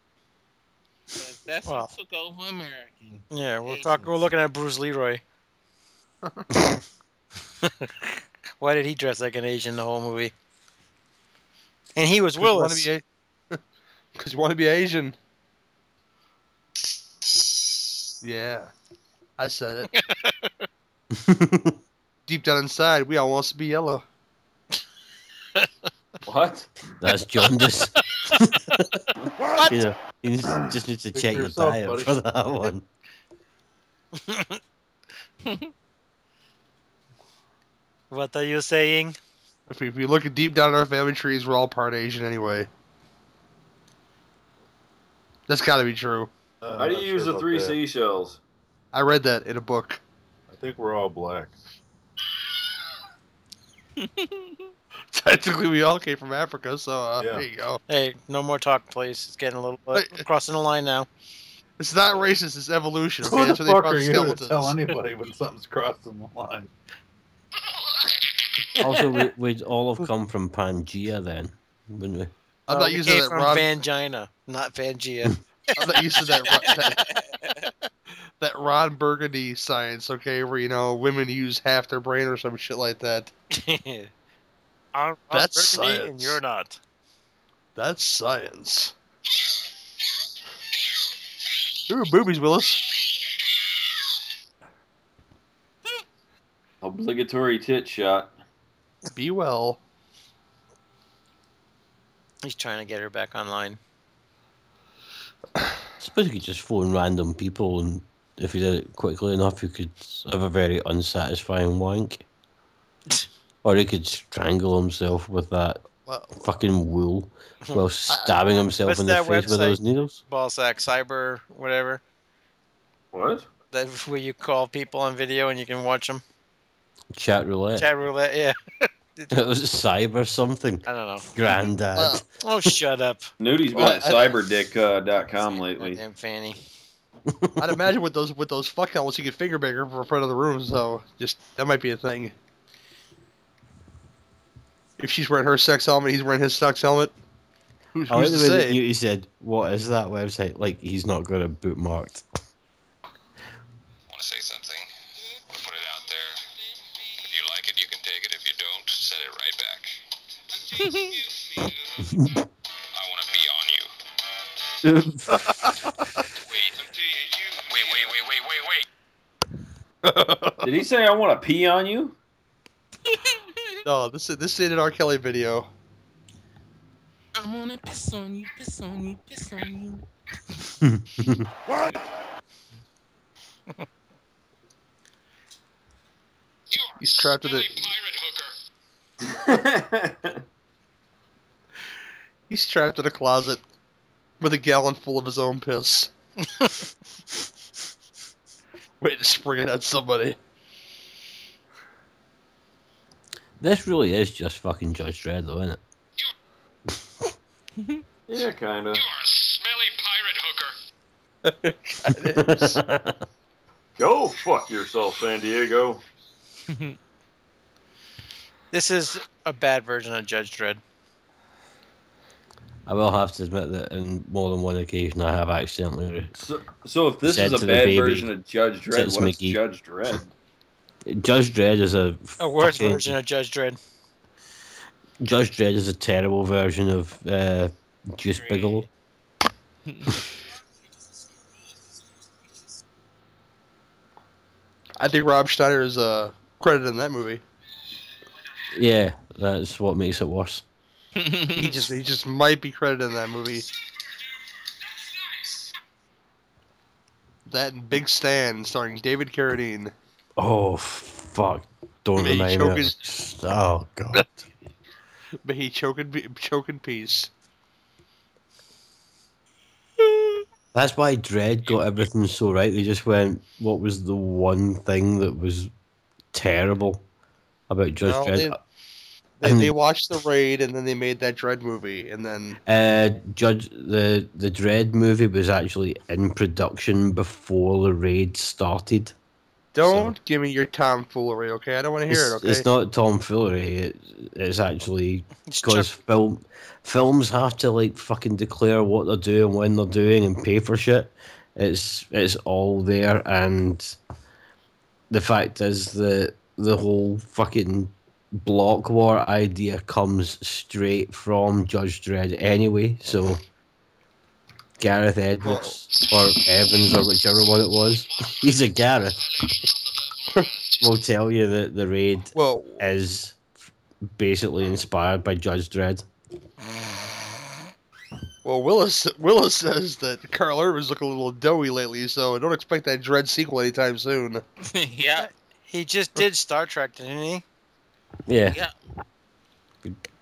B: 'Cause That's
D: Wow.
B: what took over American.
D: Yeah, we're talking. We're looking at Bruce Leroy. Why did he dress like an Asian the whole movie? And he was Willis.
A: Because you want to be Asian. Yeah, I said it. Deep down inside, we all want to be yellow.
F: What?
E: That's jaundice.
D: What?
E: You, know, you just need to
C: Speak for
E: check your
C: yourself,
E: diet
C: buddy.
E: for that one.
D: What are you saying?
A: If we, if we look at deep down in our family trees, we're all part Asian anyway. That's got to be true.
C: Uh,
F: How do
C: I'm
F: you
C: not
F: use
C: sure
F: the
C: about
F: three
C: that.
F: seashells?
A: I read that in a book.
C: I think we're all black.
A: Technically, we all came from Africa, so uh,
C: Yeah.
A: there you go.
D: Hey, no more talk, please. It's getting a little uh,
A: Wait.
D: crossing the line now.
A: It's not racist. It's evolution. Okay?
C: Who the
A: That's where they
C: fuck
A: brought
C: are you to
A: skeletons.
C: tell anybody when something's crossing the line?
E: Also, we, we'd all have come from Pangea then, wouldn't we?
A: I'm
D: Uh,
A: not
D: we
A: using
D: came
A: that.
D: from
A: Rob.
D: Vangina, not Vangia.
A: I'm not used to that, that that Ron Burgundy science, okay, where you know women use half their brain or some shit like that.
D: I'm,
A: That's
D: Burgundy and
A: science.
D: you're not.
A: That's science. Ooh, boobies, Willis.
F: Obligatory tit shot.
A: Be well.
D: He's trying to get her back online.
E: suppose you could just phone random people, and if you did it quickly enough, you could have a very unsatisfying wank. or he could strangle himself with that
A: Well,
E: fucking wool while stabbing himself
D: What's
E: in the
D: that
E: face with
D: website?
E: those needles.
D: Ballsack, cyber, whatever.
F: What?
D: That where you call people on video and you can watch them.
E: Chat roulette.
D: Chat roulette. Yeah,
E: it was cyber something.
D: I don't know.
E: Granddad.
A: Well,
D: Oh, shut up.
F: Nudie's been
A: Well,
F: at
A: I-
F: cyberdick.com lately.
D: Goddamn Fanny.
A: I'd imagine with those with those fuck helmets, you could finger bang her from in front of the room. So just that might be a thing. If she's wearing her sex helmet, he's wearing his sex helmet. Who's,
E: I like
A: who's
E: the
A: to
E: way that
A: say?
E: Oh, you he said, "What is that website?" Like he's not got it bookmarked.
G: Want to say something? Want to put it out there? If you like it, you can take it. If you don't, send it right back. I want to be on you. Wait. Wait, wait, wait, wait, wait, wait.
F: Did he say I want to pee on you?
A: No, this is this is an R. Kelly video.
B: I'm gonna piss on you, piss on you, piss on you.
G: You are
A: He's trapped with
G: a
A: it.
G: pirate hooker.
A: He's trapped in a closet with a gallon full of his own piss. Wait to spring it at somebody.
E: this really is just fucking Judge Dredd, though, isn't it?
F: yeah, kind of.
G: You are a smelly pirate hooker.
F: Go fuck yourself, San Diego.
D: This is a bad version of Judge Dredd.
E: I will have to admit that in more than one occasion I have accidentally
F: So, so if this
E: Said to
F: is a
E: the
F: bad
E: baby.
F: version of Judge Dredd,
E: Says
F: what's
E: Mickey.
F: Judge Dredd?
E: Judge Dredd is a
D: A worse
E: fucking-
D: version of Judge Dredd.
E: Judge Dredd is a terrible version of uh, Juice Bigelow.
A: I think Rob Schneider is uh, credited in that movie.
E: Yeah, that's what makes it worse.
A: He just he just might be credited in that movie. That and Big Stan starring David Carradine.
E: Oh fuck! Don't
A: Hey,
E: remind me. of
A: choking.
E: it. Oh god.
A: But he choking choking peace.
E: That's why Dread got everything so right. They just went, what was the one thing that was terrible about Judge
A: No,
E: Dredd?
A: They, they watched the raid and then they made that Dread movie and then
E: Uh, Judge the the Dread movie was actually in production before the raid started.
A: Don't give me your tomfoolery, okay? I don't want to hear
E: It's,
A: it, okay?
E: it's not tomfoolery. It, it's actually
D: It's
E: because
D: Chuck-
E: film films have to like fucking declare what they're doing, when they're doing, and pay for shit. It's it's all there, and the fact is that the whole fucking block war idea comes straight from Judge Dredd anyway. So Gareth Edwards or Evans or whichever one it was, he's a Gareth. will tell you that the raid
A: Well,
E: is basically inspired by Judge Dredd.
A: well, Willis Willis says that Carl Urban's looking a little doughy lately, so don't expect that Dread sequel anytime soon.
B: yeah.
D: He just did Star Trek, didn't he?
E: Yeah.
B: Yeah.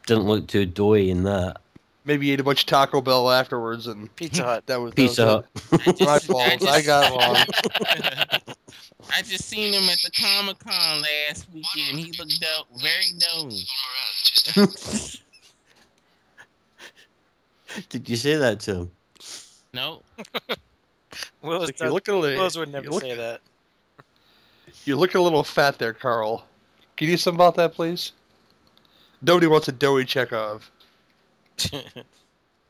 E: Didn't look too doughy in that.
A: Maybe he ate a bunch of Taco Bell afterwards, and
D: Pizza Hut.
A: that was that was
E: Pizza
A: it.
E: Hut.
B: I just,
A: My fault. I got one.
B: I just seen him at the Comic Con last weekend. He looked dope, very dope.
E: Did you say that to him?
B: No,
D: Willis,
A: You're
D: does-
A: looking a little,
D: Willis would never
A: look-
D: say that.
A: you're looking a little fat there, Carl. Can you do something about that, please? Nobody wants a doughy check of.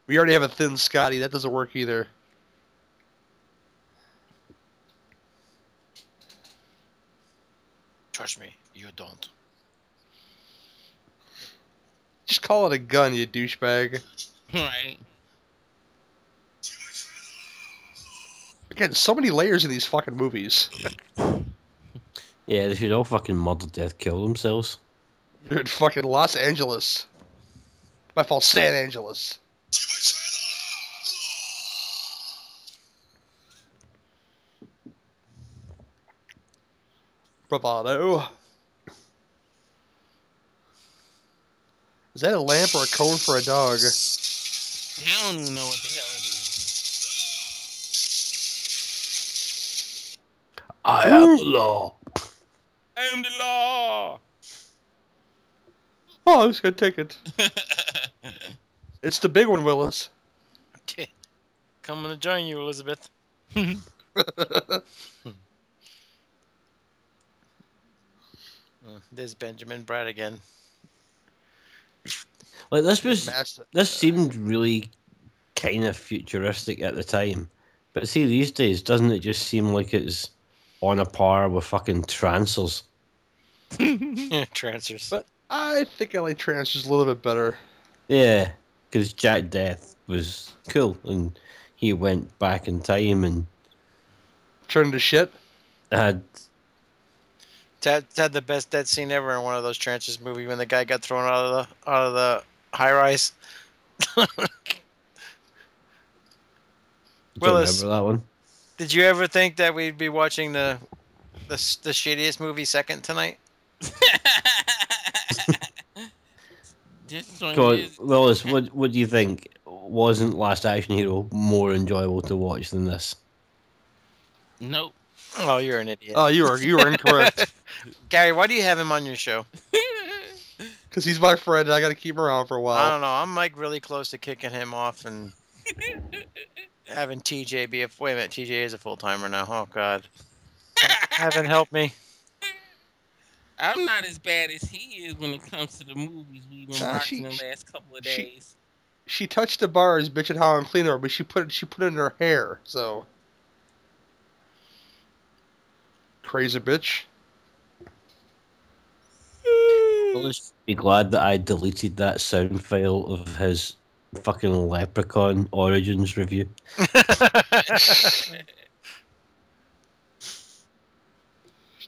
A: We already have a thin Scotty. That doesn't work either.
D: Trust me, you don't.
A: Just call it a gun, you douchebag.
B: right?
A: Again, so many layers in these fucking movies.
E: Yeah, they should all fucking murder death kill themselves.
A: You're in fucking Los Angeles. My fault, San Angeles. Bravado. Is that a lamp or a cone for a dog?
B: I don't even know what the hell it is.
C: I am the law.
B: I am the law.
A: Oh, I'm just gonna take it. It's the big one, Willis.
D: Coming to join you, Elizabeth. Mm, There's Benjamin Brad again.
E: Like this was
A: Master.
E: this seemed really kind of futuristic at the time. But see these days, doesn't it just seem like it's on a par with fucking trancers?
D: Transfers.
A: But- I think I like transfers a little bit better.
E: Yeah, because Jack Death was cool, and he went back in time and
A: Turn to shit.
E: had
D: Ted had the best death scene ever in one of those Transfers movie when the guy got thrown out of the out of the high rise.
E: don't
D: Willis.
E: remember that one.
D: Did you ever think that we'd be watching the the, s- the shittiest movie second tonight?
B: this one
E: Go on,
B: is
E: Willis, what what do you think? Wasn't Last Action Hero more enjoyable to watch than this?
B: nope.
D: Oh, you're an idiot.
A: Oh, you were you were incorrect.
D: Gary, why do you have him on your show?
A: Because he's my friend and I gotta keep him around for a
D: I
A: while.
D: don't know. I'm like really close to kicking him off and having TJ be a wait a minute. TJ is a full timer now. Oh God, haven't helped me.
B: I'm not as bad as he is when it comes to the movies we've been
A: Nah,
B: watching
A: she-
B: the last couple of
A: she-
B: days.
A: She touched the bars, bitch, and how I'm cleaner, but she put it she put it in her hair, so crazy bitch.
E: Willis, be glad that I deleted that sound file of his fucking Leprechaun Origins review.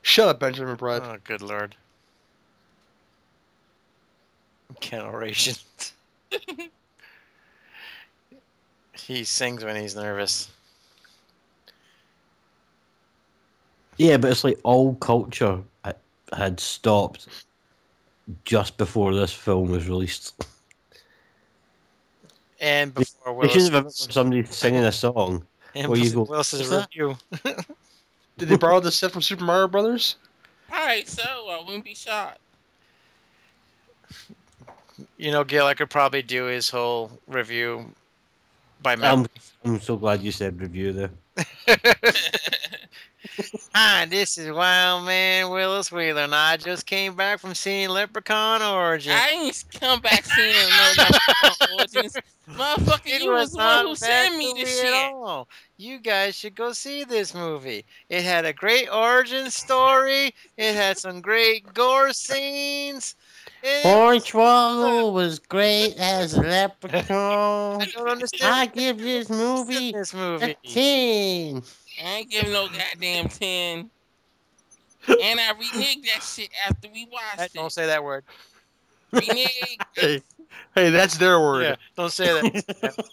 A: Shut up, Benjamin Brad.
D: Oh good lord. Generation. he sings when he's nervous.
E: Yeah, but it's like all culture ha- had stopped just before this film was released.
D: And before
E: They should have
D: Willis,
E: somebody singing a song.
D: and
E: where you
D: Willis-
E: go,
D: Willis's
E: "What's that?"
D: review.
A: Did they borrow this set from Super Mario Brothers?
B: Alright, so I wouldn't be shocked.
D: You know, Gil, I could probably do his whole review by memory.
E: Um, I'm, I'm so glad you said review there.
D: Hi, this is Wild Man Willis Wheeler, and I just came back from seeing Leprechaun Origin.
B: I ain't come back seeing no Leprechaun Origins. Motherfucker,
D: It
B: you was the one
D: not a
B: who
D: bad
B: sent me
D: movie
B: this
D: at
B: shit.
D: all. You guys should go see this movie. It had a great origin story. It had some great gore scenes. It,
E: Hornswoggle was great as a leprechaun.
D: I don't
E: I
D: understand
E: give this
D: what's in
E: movie
D: this
E: a
D: movie.
E: 10.
B: I ain't giving no goddamn 10. And I reneged that shit after we
D: Hey,
B: watched
D: Don't
B: it.
D: say that word.
B: Reneged.
A: Hey, hey, that's their word.
D: Yeah, don't say that.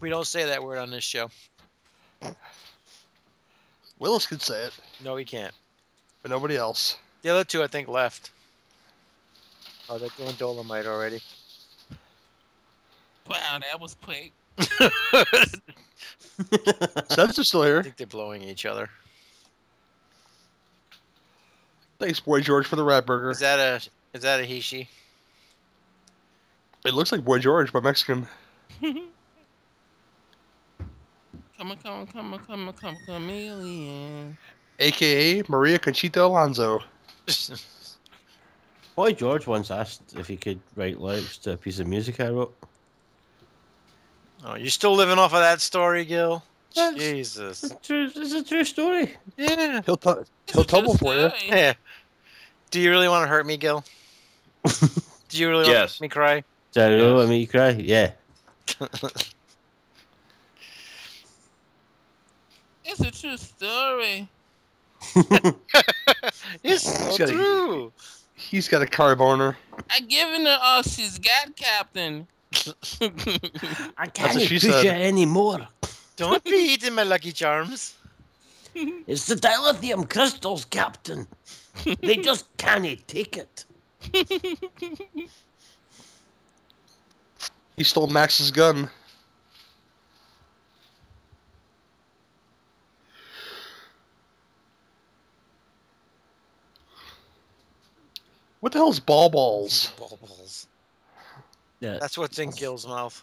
D: we don't say that word on this show.
A: Willis can say it,
D: No, we can't.
A: but nobody else.
D: The other two, I think, left. Oh, they're doing Dolomite already.
B: Wow, that was quick.
A: Seth's still
D: I
A: here.
D: think they're blowing each other.
A: Thanks, Boy George, for the rat burger.
D: Is that a is that a he she?
A: It looks like Boy George, but Mexican.
B: Come on, come on, come on, come on, come on, chameleon.
A: AKA Maria Conchita Alonso.
E: Boy George once asked if he could write lyrics to a piece of music I wrote.
D: oh, you still living off of that story, Gil?
E: Yes.
D: Jesus.
E: It's a true, it's a true story.
D: Yeah.
A: He'll, t- he'll tumble for you.
D: Yeah. Do you really want to hurt me, Gil? Do you really want
F: Yes.
D: to make me cry?
E: Did I know I made you cry? Yeah.
B: It's a true story.
D: It's so
A: gotta-
D: true.
A: He's got a carb owner.
B: I given her all she's got, Captain. Captain,
E: I
A: That's
E: can't
A: what she
E: push
A: said.
E: it anymore.
D: Don't be eating my Lucky Charms.
E: It's the dilithium crystals, Captain. they just can't take it.
A: He stole Max's gun. What the hell's ball balls?
D: Bubbles.
E: Yeah.
D: That's what's in Gil's mouth.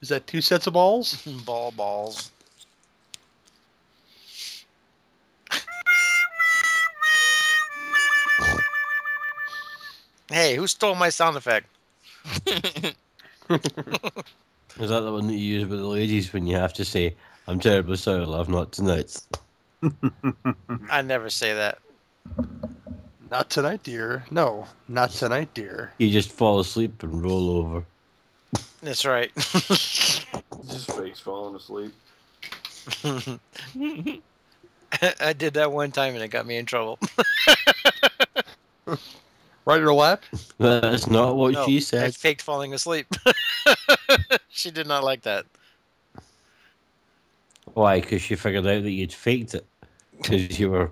A: Is that two sets of balls?
D: Ball balls. hey, who stole my sound effect?
E: Is that the one that you use with the ladies when you have to say, I'm terribly sorry, love, not tonight?
D: I never say that.
A: Not tonight, dear. No, not tonight, dear.
E: You just fall asleep and roll over.
D: That's right.
F: Just fakes falling asleep.
D: I did that one time and it got me in trouble.
A: Right in her lap?
E: That's not what
D: No,
E: she
D: I
E: said.
D: faked falling asleep. she did not like that.
E: Why? Because she figured out that you'd faked it. Because you were,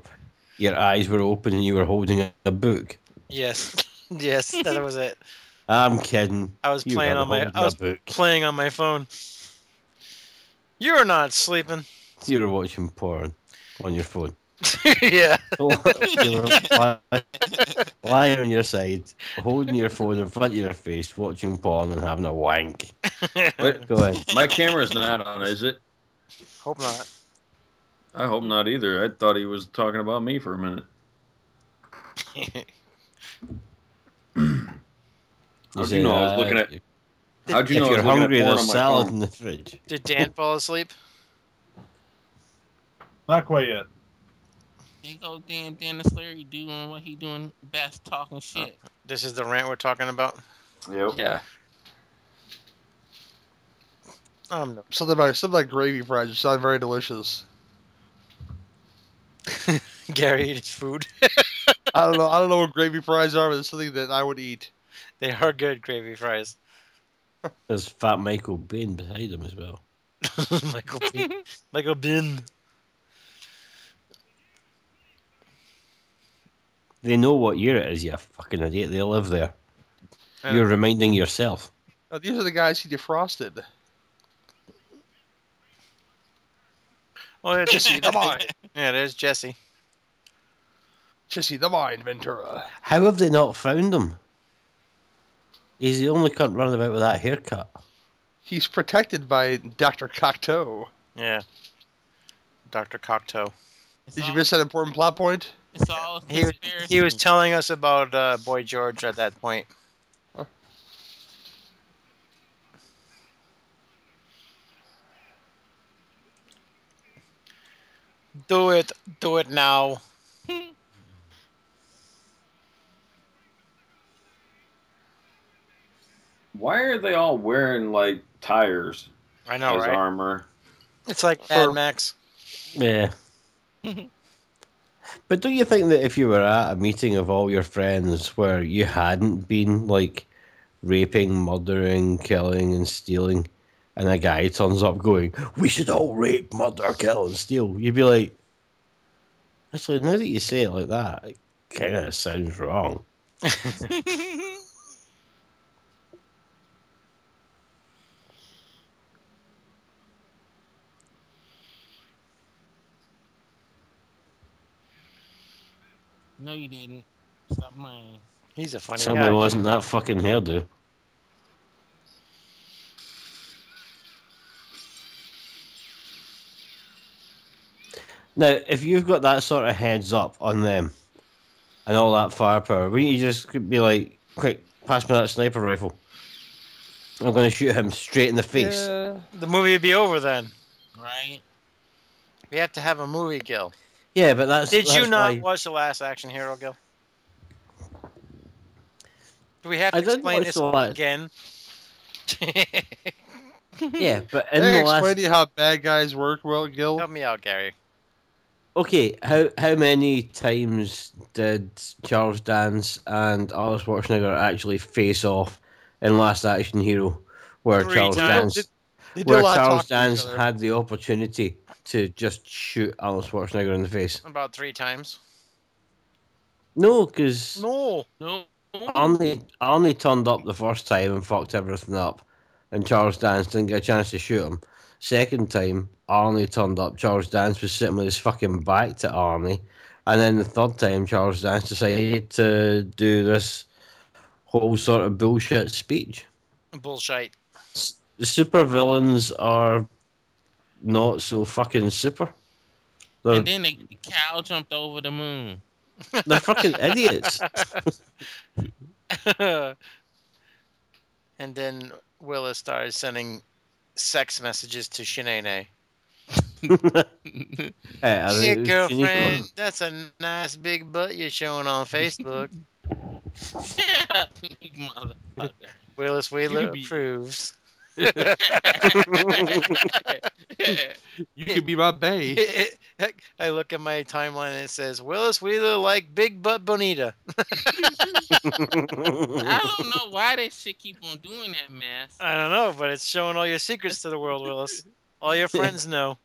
E: your eyes were open and you were holding a- a book.
D: Yes. Yes, that was it.
E: I'm kidding.
D: I was
E: You
D: playing
E: were
D: on my
E: holding
D: I
E: a
D: was
E: book.
D: playing on my phone. You're not sleeping.
E: You were watching porn on your phone. Oh,
D: yeah.
E: you were li- lying on your side, holding your phone in front of your face, watching porn and having a wank.
F: Wait,
E: Go ahead.
F: my camera's not on, is it?
D: Hope not.
F: I hope not either. I thought he was talking about me for a minute. How'd you
E: say,
F: know I was
E: uh,
F: looking at?
E: If
F: How'd you know I
E: you're
F: was looking
E: hungry,
F: at porn
E: there's
F: on my
E: salad
F: phone?
E: in the fridge.
D: Did Dan fall asleep?
C: Not quite yet.
B: Big old damn Dennis Leary doing what he doing best,
D: Uh,
B: talking shit.
D: This is the rant we're talking about.
F: Yep. Yeah.
D: Um, no.
A: Something about something like gravy fries. It sounded very delicious.
D: Gary eats food.
A: I don't know. I don't know what gravy fries are, but it's something that I would eat.
D: They are good gravy fries.
E: There's Fat Michael Bain beside him as well.
D: Michael Bean. Michael Bean.
E: They know what year it is, you fucking idiot. They live there.
D: Yeah.
E: You're reminding yourself.
A: Now, these are the guys he defrosted.
D: Oh, yeah, Jesse.
A: Come on,
D: Yeah, there's Jesse.
A: Jesse the Mind Ventura.
E: How have they not found him? He's the only cunt running about with that haircut.
A: He's protected by Dr. Cocteau.
D: Yeah. Dr. Cocteau.
B: It's
A: Did you
B: all-
A: miss that important plot point?
B: It's all
D: He, was-
B: conspiracy.
D: he was telling us about uh, Boy George at that point. Do it. Do it now.
F: Why are they all wearing like tires
D: I know,
F: as
D: right?
F: armor?
D: It's like Mad Max.
E: Yeah. but don't you think that if you were at a meeting of all your friends where you hadn't been like raping, murdering, killing, and stealing, and a guy turns up going, "We should all rape, murder, kill, and steal," you'd be like, "Actually, now that you say it like that, it kind of sounds wrong."
B: no, you didn't. Stop lying.
D: He's a funny
E: Somebody
D: guy.
E: wasn't that fucking hairdo. Now, if you've got that sort of heads up on them and all that firepower, wouldn't you just could be like, quick, pass me that sniper rifle? I'm going to shoot him straight in the face.
A: Yeah.
D: The movie would be over then.
B: Right?
D: We have to have a movie, Gil.
E: Yeah, but that's.
D: Did you
E: that's
D: not
E: why-
D: watch the last Action Hero, Gil? Do we have to
E: I didn't
D: explain
E: watch
D: this
E: the last-
D: again?
E: Yeah, but in
A: They
E: the
A: explain
E: last.
A: to you how bad guys work, well, Gil.
D: Help me out, Gary.
E: Okay, how how many times did Charles Dance and Alice Schwarzenegger actually face off in Last Action Hero, where
D: Three
E: Charles
D: times.
E: Dance,
A: They do a
E: where
A: lot of
E: Charles
A: talking to each
E: Dance
A: other.
E: had the opportunity to just shoot Alice Schwarzenegger in the face?
D: About three times.
E: No, because
D: No.
B: No.
E: Arnie Arnie turned up the first time and fucked everything up, and Charles Dance didn't get a chance to shoot him. Second time, Arnie turned up. Charles Dance was sitting with his fucking back to Arnie, and then the third time, Charles Dance decided to do this whole sort of bullshit speech.
D: Bullshit.
E: The super villains are not so fucking super. They're,
B: And then the cow jumped over the moon.
E: they're fucking idiots. Uh,
D: and then Willis started sending sex messages to Shanae.
E: Hey, I
D: Yeah,
E: think it was Shaniqua.
D: girlfriend, that's a nice big butt you're showing on Facebook.
B: Shut up, you motherfucker.
D: Willis Wheeler
A: be-
D: approves.
A: You could be my bae.
D: I look at my timeline and it says Willis Wheeler like Big Butt Bonita.
B: I don't know why they should keep on doing that mess.
D: I don't know, but it's showing all your secrets to the world, Willis. All your friends know.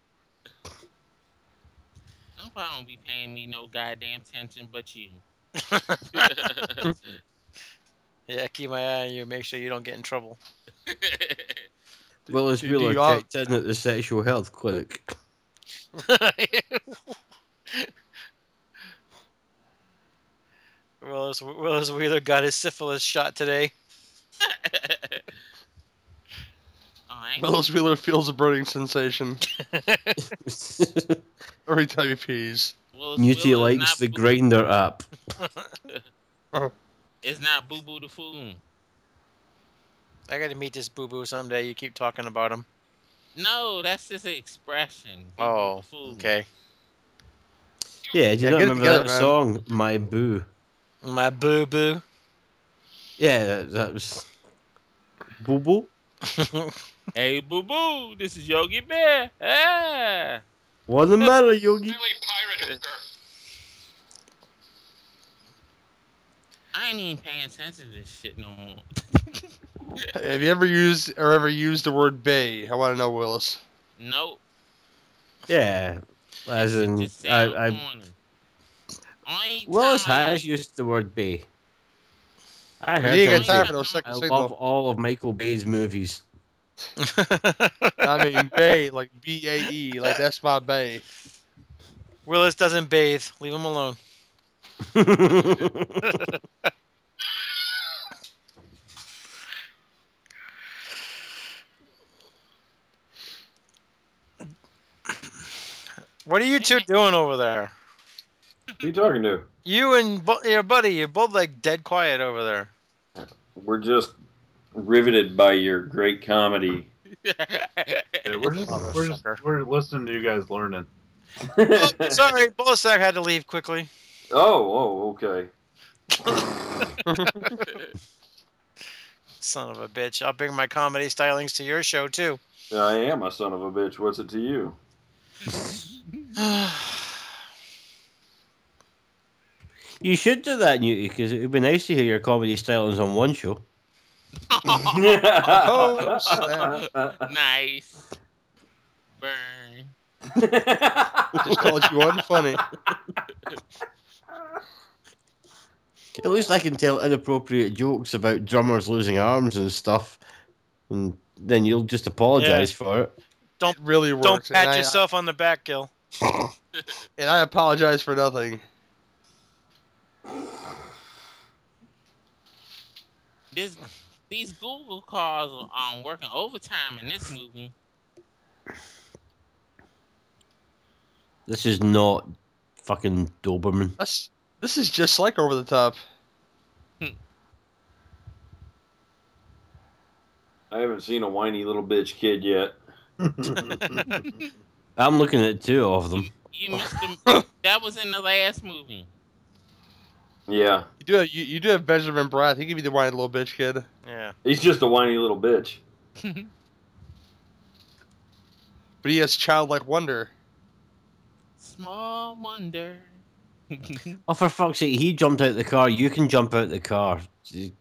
B: Nobody don't be paying me no goddamn attention but you.
D: Yeah, keep my eye on you. Make sure you don't get in trouble.
E: Willis
A: Do- do
E: Wheeler
A: you all-
E: checked in at the sexual health clinic.
D: Willis, Willis Wheeler got his syphilis shot today.
B: Alright.
A: Willis Wheeler feels a burning sensation every time he pees.
B: Well, it's
E: Newty
B: Will, it's
E: likes
B: not
E: the
B: Boo-
E: grinder app.
B: It's not Boo Boo the Fool.
D: I got to meet this boo boo someday. You keep talking about him.
B: No, that's just an expression. Boo Boo
D: Oh,
B: the Fool.
D: okay.
E: Yeah, do you
A: Yeah,
E: not
A: get it
E: remember
A: together,
E: that
A: man.
E: song, My Boo?
D: My boo boo.
E: Yeah, that, that was. Boo Boo?
B: Hey, Boo Boo, this is Yogi Bear. Ah.
E: What's the matter, Yogi?
G: Really pirate her.
B: I ain't even paying attention to this shit no more.
A: Have you ever used or ever used the word bae? I want to know, Willis.
B: Nope.
E: Yeah, as
A: Mm,
E: in.
B: Just
E: I,
B: sound
E: I,
B: corny. Only
E: Willis
B: time I-
E: has used the word Bay. I
A: You ain't
E: heard
A: got time
E: that.
A: for no second
E: I
A: signal.
E: love all of Michael Bay's movies.
A: I mean, bae, like B A E, like that's my bae.
D: Willis doesn't bathe. Leave him alone.
E: Willis
D: What are you two doing over there?
F: Who you talking to?
D: You and bu- your buddy, you're both like dead quiet over there.
F: We're just riveted by your great comedy.
C: Yeah, we're, just, we're, just- we're listening to you guys learning.
F: oh,
D: Oh, Sorry, Bolsack had to leave quickly.
F: oh, okay.
D: Son of a bitch. I'll bring my comedy stylings to your show too.
F: I am a son of a bitch. What's it to you?
E: You should do that, Newty, because it would be nice to hear your comedy stylings on one show.
A: Oh, snap.
B: nice. Burn.
A: Just called you unfunny.
E: At least I can tell inappropriate jokes about drummers losing arms and stuff, and then you'll just apologize for it.
A: It really works.
D: Don't
A: and
D: pat
A: I- uh,
D: yourself on the back, Gil.
A: and I apologize for nothing.
B: This, these Google cars are um, working overtime in this movie.
E: This is not fucking Doberman.
A: That's this is just like over the top.
F: I haven't seen a whiny little bitch kid yet.
E: I'm looking at two of them.
B: You missed the, that was in the last movie.
F: Yeah,
A: You do have, you, you do have Benjamin Bratt. He can be the whiny little bitch kid.
D: Yeah.
F: he's just a whiny little bitch.
A: But he has childlike wonder.
B: Small wonder.
E: Oh, for fuck's sake, he jumped out the car. You can jump out the car.
D: He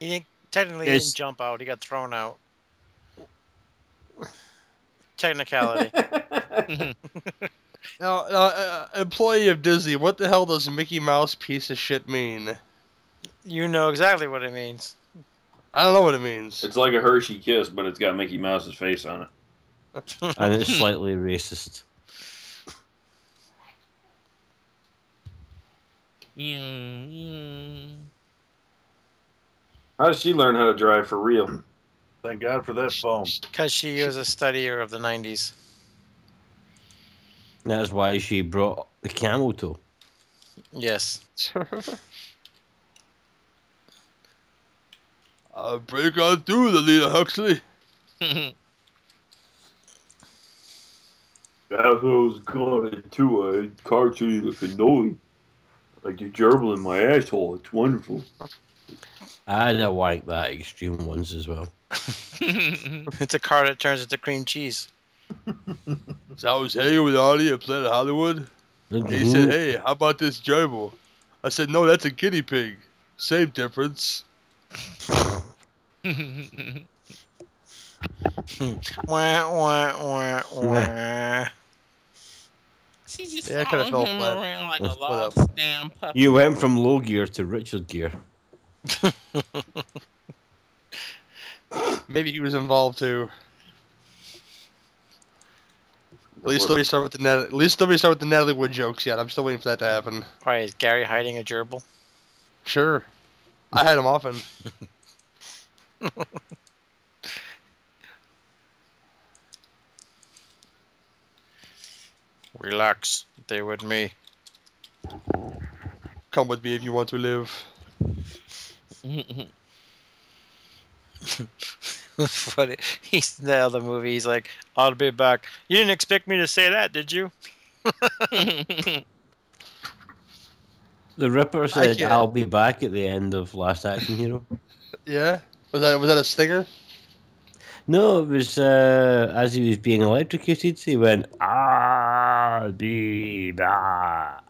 D: didn't, technically he
E: Yes.
D: didn't jump out, he got thrown out. Technicality.
A: Now, uh, uh, employee of Disney, what the hell does Mickey Mouse piece of shit mean?
D: you know exactly what it means.
A: I don't know what it means.
F: It's like a Hershey kiss, but it's got Mickey Mouse's face on it.
E: And it's slightly racist.
B: Mm, mm.
F: How does she learn how to drive for real?
C: Thank God for that foam.
D: Because she was a studier of the 90s.
E: That's why she brought the camel toe.
D: Yes.
A: I Uh, break on through the leader, Huxley.
F: That hose gone into a cartoon of cannoli. Like you gerbil in my asshole. It's wonderful.
E: I had a wank that extreme ones as well.
D: It's a car that turns into cream cheese.
A: So I was hanging with Artie at Planet Hollywood. He said,
E: Mm-hmm.
A: "Hey, how about this gerbil?" I said, "No, that's a guinea pig. Same difference."
D: Wah, wah, wah, wah.
B: she just
A: Yeah, I
B: yeah,
A: kinda
B: followed
A: felt
B: him
A: bad.
B: around like
E: Let's
B: a
A: put up.
B: lost damn puppy.
E: You went from low gear to Richard gear.
A: Maybe he was involved too. At least nobody started with the Nat- at least nobody started with the Natalie Wood jokes yet. I'm still waiting for that to happen.
D: Why is Gary hiding a gerbil?
A: Sure, I had him often.
D: Relax. They're with me.
A: Come with me if you want to live.
D: Funny. He's in the other movie. He's like, I'll be back. You didn't expect me to say that, did you?
E: The Ripper said,
A: can't-
E: I'll be back at the end of Last Action Hero.
A: Yeah, was that was that a stinger?
E: No, it was uh, as he was being electrocuted, he went, I'll be back.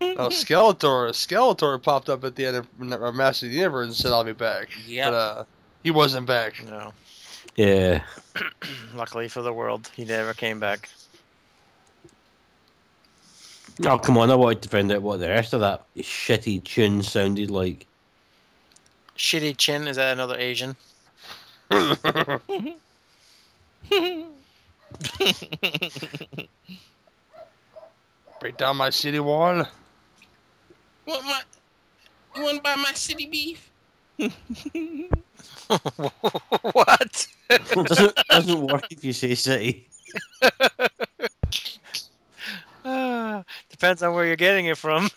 A: Oh, Skeletor! Skeletor popped up at the end of uh, Master of the Universe and said, "I'll be back."
B: Yep.
A: But uh, he wasn't back.
D: No.
E: Yeah.
D: Luckily for the world, he never came back.
E: Oh, come on, I wanted to find out what the rest of that shitty tune sounded like.
D: Shitty Chin, is that another Asian?
A: Break down my city wall.
B: What my? You want to buy my shitty beef?
D: what?
E: doesn't, doesn't work if you say city.
D: Ah, depends on where you're getting it from.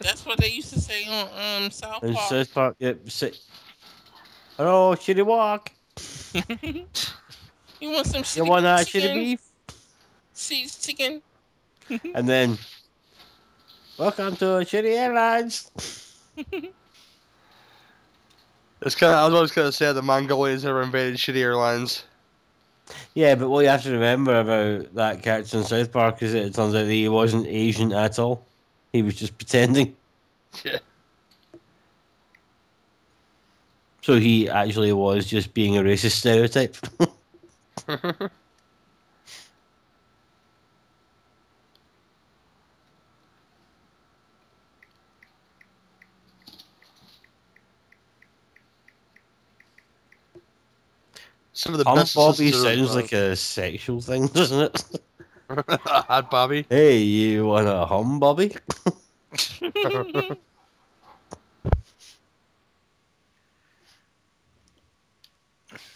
B: That's what they used to say on um, South
E: And
B: Park.
E: South Park, yep. Sit. Hello, shitty walk.
B: you want some
E: You
B: steak
E: want that shitty
B: chicken?
E: beef?
B: Cheese chicken?
E: And then, welcome to Shitty Airlines.
A: It's kind of. I was always kind of sad the Mongolians ever invaded shitty airlines.
E: Yeah, but what you have to remember about that character in South Park is that it turns out that he wasn't Asian at all. He was just pretending.
A: Yeah.
E: So he actually was just being a racist stereotype.
A: Some of the
E: Hump
A: best.
E: Bobby
A: sisters
E: sounds
A: of-
E: like a sexual thing, doesn't it?
A: uh, hot Bobby.
E: hey, you want a hum, Bobby?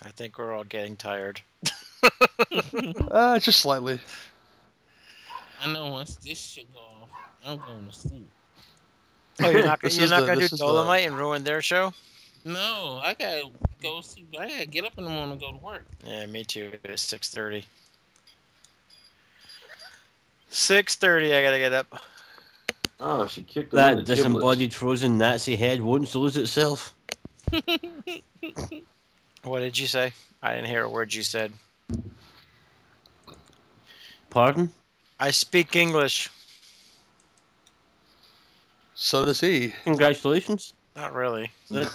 D: I think we're all getting tired.
A: Uh, just slightly.
B: I know once this shit go off, I'm going to sleep.
D: Oh, you're not,
A: This
D: you're
A: is
D: not
A: the-
D: gonna do
A: this is the-
D: Dolomite and ruin their show?
B: No, I gotta go see. I gotta get up in the morning and go to work.
D: Yeah, me too. It's six thirty. Six thirty. I gotta get up.
F: Oh, she kicked him in
E: That
F: the giblets.
E: disembodied frozen Nazi head won't lose itself.
D: What did you say? I didn't hear a word you said.
E: Pardon?
D: I speak English.
A: So does he.
E: Congratulations.
D: Not really.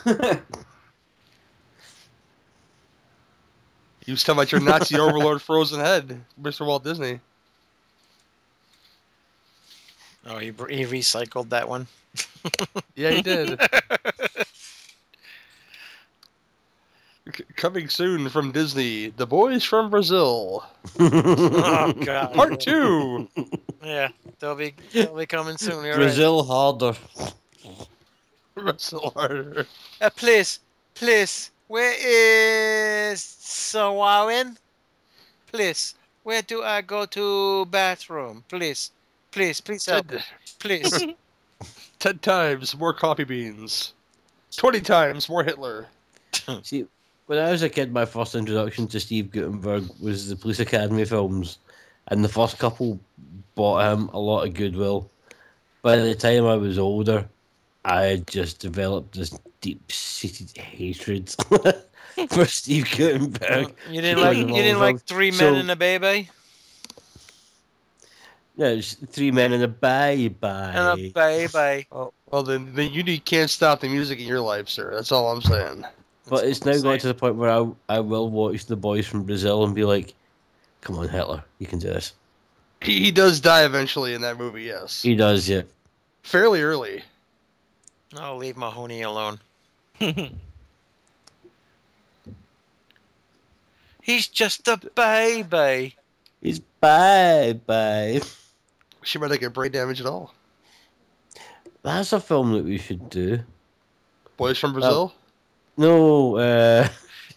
A: You was talking about your Nazi overlord frozen head, Mr. Walt Disney.
D: Oh, he, br- he recycled that one.
A: Yeah, he did. C- Coming soon from Disney, The Boys from Brazil,
D: Oh God.
A: Part Two.
D: Yeah, they'll be they'll be coming soon. You're right.
E: Brazil harder.
A: Russell Harder.
D: Uh, please, please, where is Sawarin? Please, where do I go to bathroom? Please, please, please help. me.
A: Ten,
D: Please.
A: ten times more coffee beans. Twenty times more Hitler.
E: See, when I was a kid, my first introduction to Steve Gutenberg was the Police Academy films, and the first couple bought him a lot of goodwill. By the time I was older, I had just developed this deep seated hatred for Steve Gutenberg.
D: You didn't like you didn't like three men
E: So-
D: and a baby
E: No, it's three men and a bye
D: and a
E: bye.
D: baby.
A: Oh, well, then, then you need- can't stop the music in your life, sir. That's all I'm saying.
E: But it's now
D: Same.
E: got to the point where I, I will watch the boys from Brazil and be like, come on, Hitler, you can do this.
A: He, he does die eventually in that movie, yes.
E: He does, yeah.
A: Fairly early.
D: Oh, leave Mahoney alone. He's just a baby.
E: He's bye bye.
A: She might not get brain damage at all.
E: That's a film that we should do.
A: Boys
E: Oh.
A: from Brazil?
E: No, uh,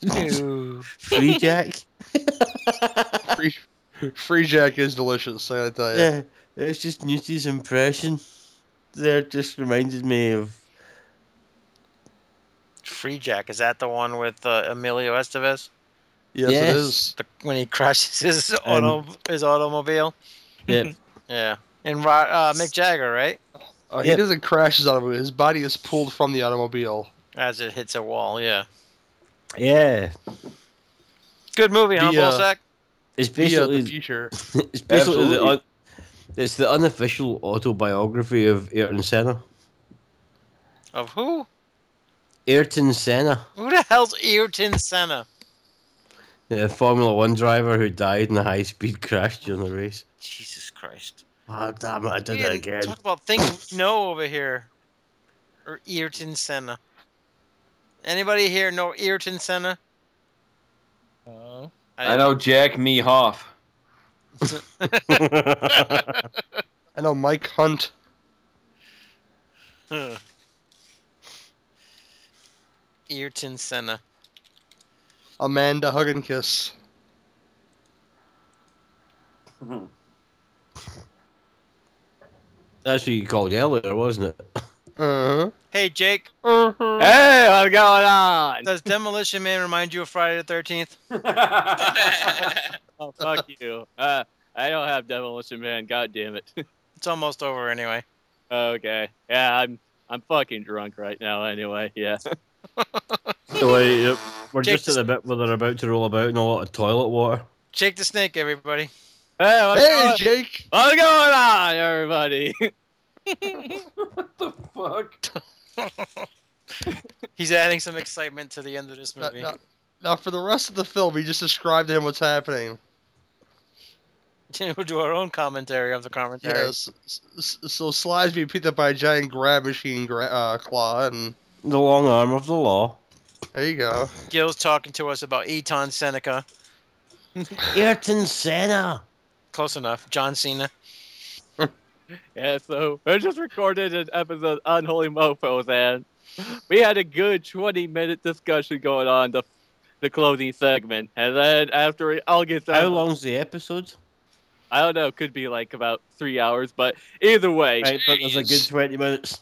D: Ew.
E: Free Jack.
A: Free, Free Jack is delicious, I gotta tell you.
E: yeah, it's just Newtie's impression. There just reminded me of.
D: Free Jack is that the one with uh, Emilio Estevez?
A: Yes,
E: Yes.
A: it is.
D: the, when he crashes his auto his automobile.
E: Yep.
D: Yeah, and Ro- uh, Mick Jagger, right?
A: Uh, He
E: Yep.
A: doesn't crash his automobile. His body is pulled from the automobile.
D: As it hits a wall. Yeah,
E: yeah.
D: good movie, huh,
A: The, uh,
D: Bullsack?
E: It's
A: Via
E: basically
A: the future.
E: it's basically the,
F: Absolutely.
E: un- it's the unofficial autobiography of Ayrton Senna.
D: Of who?
E: Ayrton Senna,
D: Who the hell's Ayrton Senna?
E: the Formula One driver who died in a high-speed crash during the race.
D: Jesus Christ!
E: Ah, damn it! I did
D: We
E: it
D: didn't
E: again.
D: Talk about things we know over here. Or Ayrton Senna. Anybody here know Ayrton Senna?
B: Uh,
F: I know Jack Me Hoff.
A: I know Mike Hunt.
D: Huh. Ayrton Senna.
A: Amanda Hug and Kiss.
E: That's what you called earlier, wasn't it?
A: Uh-huh.
D: Hey, Jake,
A: Uh-huh.
I: Hey, what's going on?
D: does Demolition Man remind you of Friday the 13th?
E: uh,
I: Oh, fuck you. Uh, I don't have Demolition Man. God damn it.
D: It's almost over anyway.
I: okay. Yeah, I'm I'm fucking drunk right now. Anyway, yeah.
E: So, uh, yep, we're
D: Jake's-
E: just at the bit where they're about to roll about in a lot of toilet water.
D: Jake the Snake, everybody.
I: Hey,
D: Oh,
I: what's,
A: Hey,
I: going,
A: Jake.
I: what's going on, everybody?
F: what the fuck?
D: He's adding some excitement to the end of this
A: Now,
D: movie.
A: now- now for the rest of the film, he just described to him what's happening.
D: We'll do our own commentary of the commentary.
A: Yes. S- s- So Sly's being picked up by a giant grab machine gra- uh, claw, and
E: The long arm of the law.
A: there you
D: Uh,
A: go.
D: Gil's talking to us about Eton Seneca.
E: Ayrton Senna.
D: Close enough. John Cena.
I: Yeah, so I just recorded an episode of Unholy Mofos, and we had a good 20 minute discussion going on the the closing segment. And then after it all gets
E: How
I: out,
E: long's the episode?
I: I don't know, could be like about three hours, but either way,
E: Right, but there's a good 20 minutes.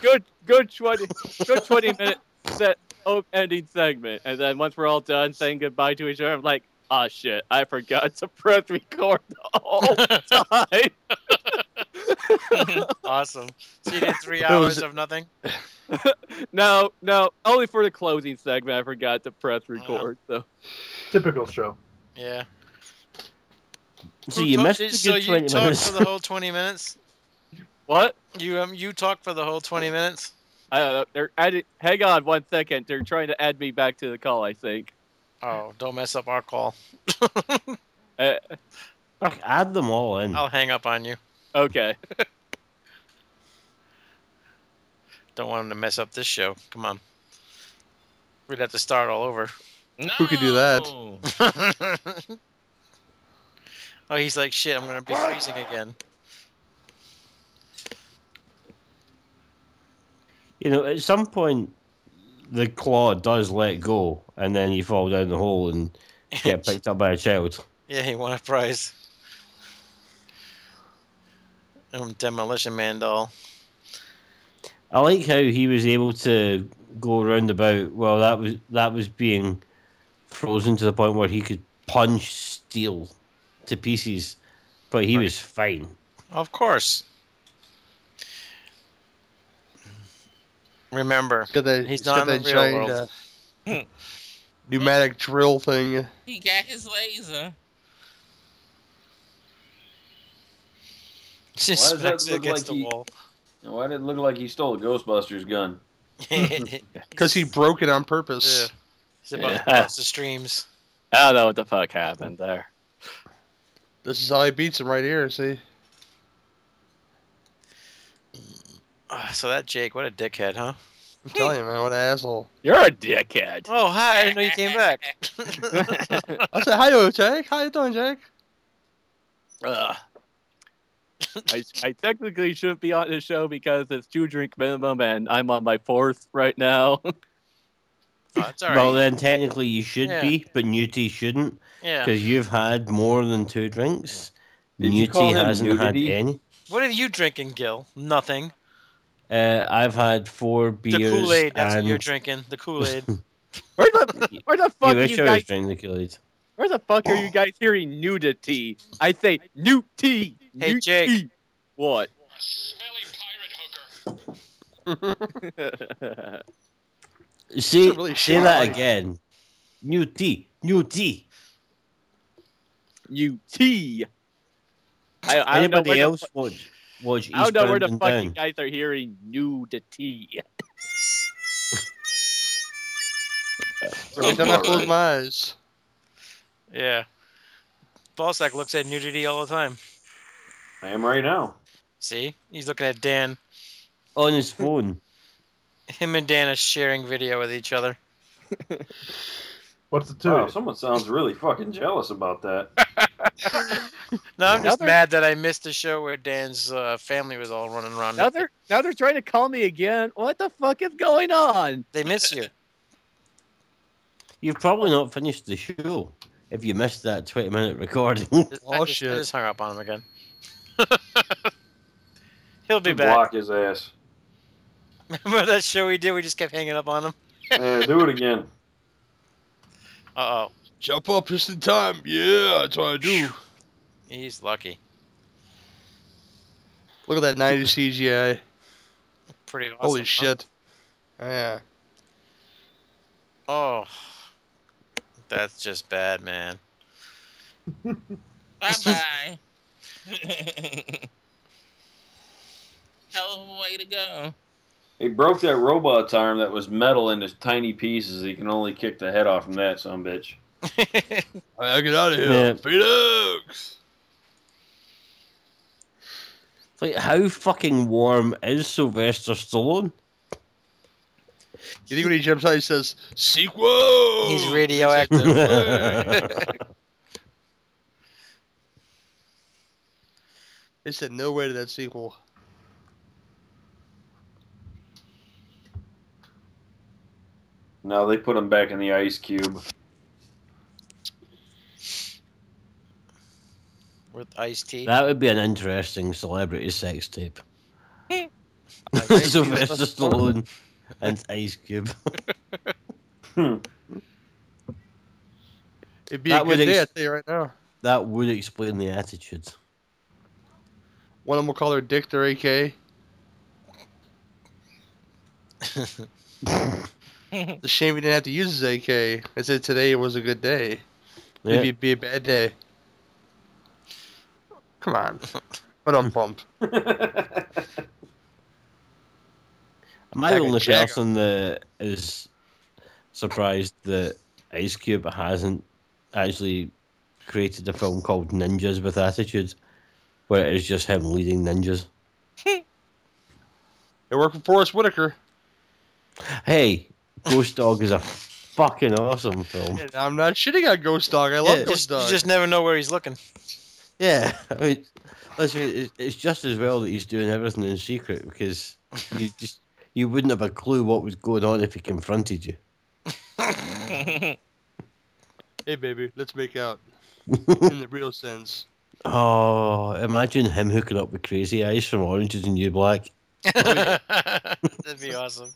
I: good good 20 good 20 minute set op- ending segment. And then once we're all done saying goodbye to each other, I'm like, ah, shit, I forgot to press record the whole
E: Oh.
I: time.
D: Awesome. So you did three
A: That was-
D: hours of nothing?
I: No, no, only for the closing segment. I forgot to press record. So
C: Typical show.
D: Yeah.
E: So you
D: So-
E: missed a good
D: So you
E: 20
D: talked for
E: minutes.
D: the whole 20 minutes?
I: what?
D: You um, you talked for the whole 20 minutes?
I: I don't know. They're adding, hang on one second. They're trying to add me back to the call. I think.
D: Oh, don't mess up our call.
E: Fuck, add them all in.
D: I'll hang up on you.
I: Okay.
D: Don't want him to mess up this show. Come on. We'd have to start all over.
A: Who could do that?
B: No.
D: oh, he's like, shit, I'm going to be freezing again.
E: You know, at some point, the claw does let go, and then you fall down the hole and get picked up by a child.
D: Yeah, he won a prize. Um, Demolition Man doll.
E: I like how he was able to go round about. Well, that was that was being frozen to the point where he could punch steel to pieces, but he was fine.
D: Of course. Remember,
A: Got that,
D: He's
A: got
D: not
A: that
D: in the real
A: giant
D: world.
A: uh, pneumatic drill thing.
B: He got his laser.
D: just
F: does that
D: smacks it
F: look
D: against
F: like he- Why did it look like he stole a Ghostbusters gun?
D: the wall.
A: Because he broke it on purpose.
D: Yeah. He's about to
I: Yeah.
D: cross the streams.
I: I don't know what the fuck happened there.
A: This is how he beats him right here, see?
D: Ah, so that Jake, what a dickhead, huh?
A: I'm telling you, man, what an asshole.
I: You're a dickhead.
D: Oh, hi! I didn't know you came back. Oh,
A: I said, how you, Jake? How you doing, Jake?
I: Ugh. I, I technically shouldn't be on this show because it's two drink minimum, and I'm on my fourth right now.
D: Oh, it's all right.
E: Well, then technically you should
D: Yeah.
E: be, but Nudie shouldn't
D: yeah.
E: because you've had more than two drinks.
F: Did you call
E: Nudie
F: him
E: hasn't had
F: nudity?
E: any.
D: What are you drinking, Gil? Nothing.
E: Uh, I've had four beers.
D: the Kool Aid. That's
E: and
D: what you're drinking. The Kool Aid.
I: Where the where the fuck
E: Yeah, I
I: are you
E: sure was
I: guys?
E: drinking the Kool-Aid.
I: Where the fuck are you guys hearing nudity? I say nudity.
D: Hey, Jake.
I: nudity. What?
G: Smelly pirate
E: Say,
G: hooker.
A: It's a really
E: say
A: short
E: that
A: life.
E: again. New tea. New tea.
I: U T. I, I don't know where
E: Anybody
I: the
E: else
I: fu-
E: watch, watch
I: I
E: Eastbound
I: don't know where the
E: and
I: fuck
E: Down?
I: you guys are hearing nudity.
A: Every time I close my eyes.
D: yeah. Ballsack looks at nudity all the time.
F: I am right now.
D: See, he's looking at Dan.
E: On his phone.
D: Him and Dan are sharing video with each other.
C: What's the two?
F: Wow, someone sounds really fucking jealous about that.
D: No, I'm just
I: Another-
D: mad that I missed the show where Dan's uh, family was all running around.
I: Now they're now they're trying to call me again. What the fuck is going on?
D: They miss you.
E: You've probably not finished the show if you missed that 20 minute recording.
D: Just-
A: Oh,
D: I just, I
A: shit.
D: just hung up on him again. He'll be
F: You
D: back.
F: Block his ass.
D: Remember that show we did? We just kept hanging up on him.
F: Yeah, do it again.
D: Uh oh.
A: Jump up just in time. Yeah, that's what I do.
D: He's lucky.
A: Look at that 90s CGI.
D: Pretty awesome.
A: Holy
D: huh?
A: shit. Yeah.
D: Oh. That's just bad, man.
B: Bye bye. Hell of a way to go.
F: He broke that robot's arm that was metal into tiny pieces. He can only kick the head off from that, some bitch.
A: I gotta get out of here.
E: Yeah.
A: Felix!
E: It's like, how fucking warm is Sylvester Stallone?
A: You think when he jumps out, he says, Sequel!
D: He's radioactive.
A: They said no way to that sequel.
F: No, they put him back in the ice cube.
D: With iced tea.
E: that would be an interesting celebrity sex tape. Sylvester Stallone and Ice Cube.
F: Hmm.
A: It'd be
E: That
A: a good
E: would
A: day,
E: ex-
A: I tell you right now.
E: That would explain the attitude.
A: One of them will call her Dick their AK. the shame he didn't have to use his AK. I said today was a good day.
E: Yeah.
A: Maybe it'd be a bad day. Come on. Put on pump.
D: Oh,
E: Am I the
A: Like a
E: only
A: jagger.
E: person that is surprised that Ice Cube hasn't actually created a film called Ninjas with Attitude, where it is just him leading ninjas?
A: It worked for Forrest Whitaker.
E: Hey, Ghost Dog is a fucking awesome film.
A: And I'm not shitting on Ghost Dog. I love
E: Yeah,
A: Ghost
D: Just,
A: Dog.
D: you just never know where he's looking.
E: Yeah, I mean, listen, it's, it's just as well that he's doing everything in secret because you just you wouldn't have a clue what was going on if he confronted you.
A: Hey, baby, let's make out. In the real sense.
E: Oh, imagine him hooking up with Crazy Eyes from Orange Is the New Black.
D: That'd be awesome.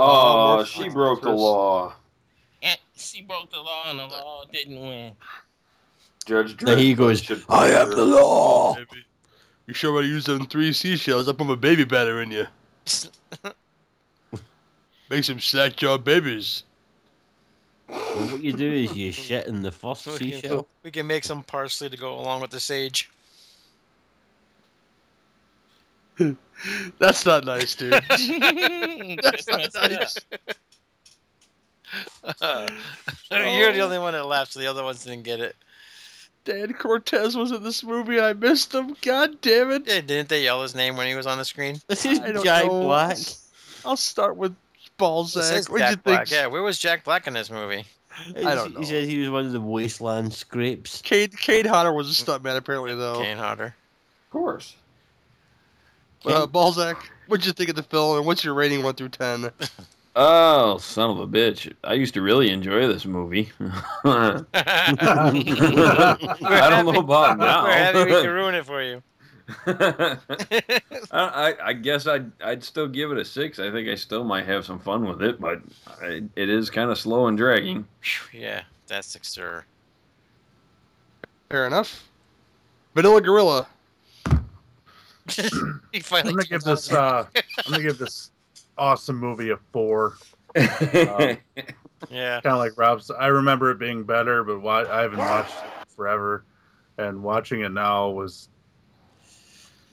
F: Oh,
A: Oh,
F: she broke the
A: Chris.
F: law.
B: And she broke the law and the law didn't win.
F: Judge
E: There he
F: Dredd
E: goes,
F: should-
E: I am the law.
A: Baby. You sure want to use them three seashells? I put my baby batter in you. Make some snack jar babies.
E: Well, what you do is you shit in the first
D: We
E: seashell.
D: can, we can make some parsley to go along with the sage.
A: That's not nice, dude.
B: That's messed up.
D: You're the only one that laughed, so the other ones didn't get it.
A: Dan Cortez was in this movie and I missed him. God damn it.
D: Yeah, didn't they yell his name when he was on the screen?
E: This is
A: I don't
E: Jack
A: know.
E: Black.
A: I'll start with
D: It says
A: Balzac. What do you
D: Jack Black.
A: think?
D: Yeah, where was Jack Black in this movie?
A: I don't know.
E: He said he was one of the wasteland scrapes.
A: Cade, Cade Hodder was a stuntman, apparently, though.
D: Kane Hodder.
F: Of course.
A: Uh, Balzac, what'd you think of the film and what's your rating 1 through 10?
F: Oh, son of a bitch. I used to really enjoy this movie. I don't know about now.
D: We're happy we can ruin it for you.
F: I, I, I guess I'd I'd still give it a six. I think I still might have some fun with it, but I, it is kind of slow and dragging.
D: yeah, that's six sir.
A: Fair enough. Vanilla Gorilla.
D: He finally
C: I'm gonna give this. Uh, I'm gonna give this awesome movie a four.
D: Yeah.
C: Kind of like Rob's. I remember it being better, but why I haven't watched it forever, and watching it now was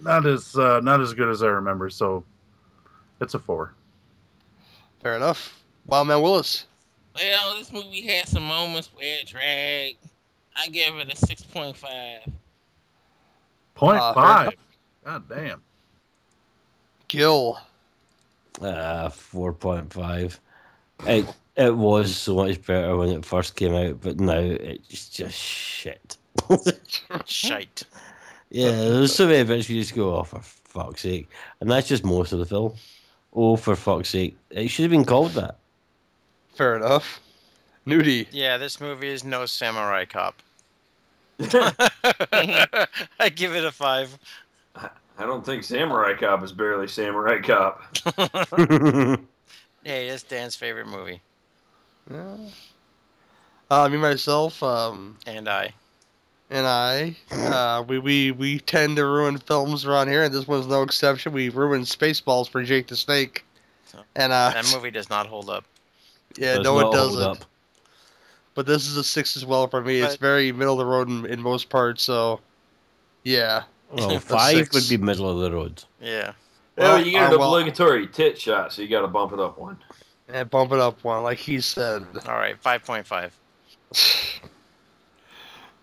C: not as uh, not as good as I remember. So it's a four.
A: Fair enough. Wildman Willis.
B: Well, this movie had some moments where it dragged. I give it a 6.5.
C: Point
A: Uh, fair
C: five. God damn.
A: Gil.
E: Ah, four point five. It it was so much better when it first came out, but now it's just shit.
D: Shite.
E: Yeah, there's so many bits you just go, oh, for fuck's sake. And that's just most of the film. Oh, for fuck's sake. It should have been called that.
A: Fair enough. Nudie.
D: Yeah, this movie is no samurai cop. I give it a five.
F: I don't think Samurai Cop is barely Samurai Cop.
D: hey, it's Dan's favorite movie,
A: Yeah. Uh, me myself um,
D: and I.
A: and I, uh, we, we we tend to ruin films around here, and this one's no exception. We ruined Spaceballs for Jake the Snake, and uh,
D: That movie does not hold up.
A: yeah,
E: Does
A: no,
E: not
A: it
E: hold
A: doesn't.
E: up.
A: But this is a six as well for me. It's
D: But-
A: very middle of the road in, in most parts, so yeah.
E: Well,
A: A
E: five
A: six.
E: would be middle of the road.
D: Yeah.
F: Well,
A: Well,
F: you get an
A: uh, well-
F: obligatory tit shot, so you got to bump it up one.
A: And bump it up one, like he said.
D: All right, five point five.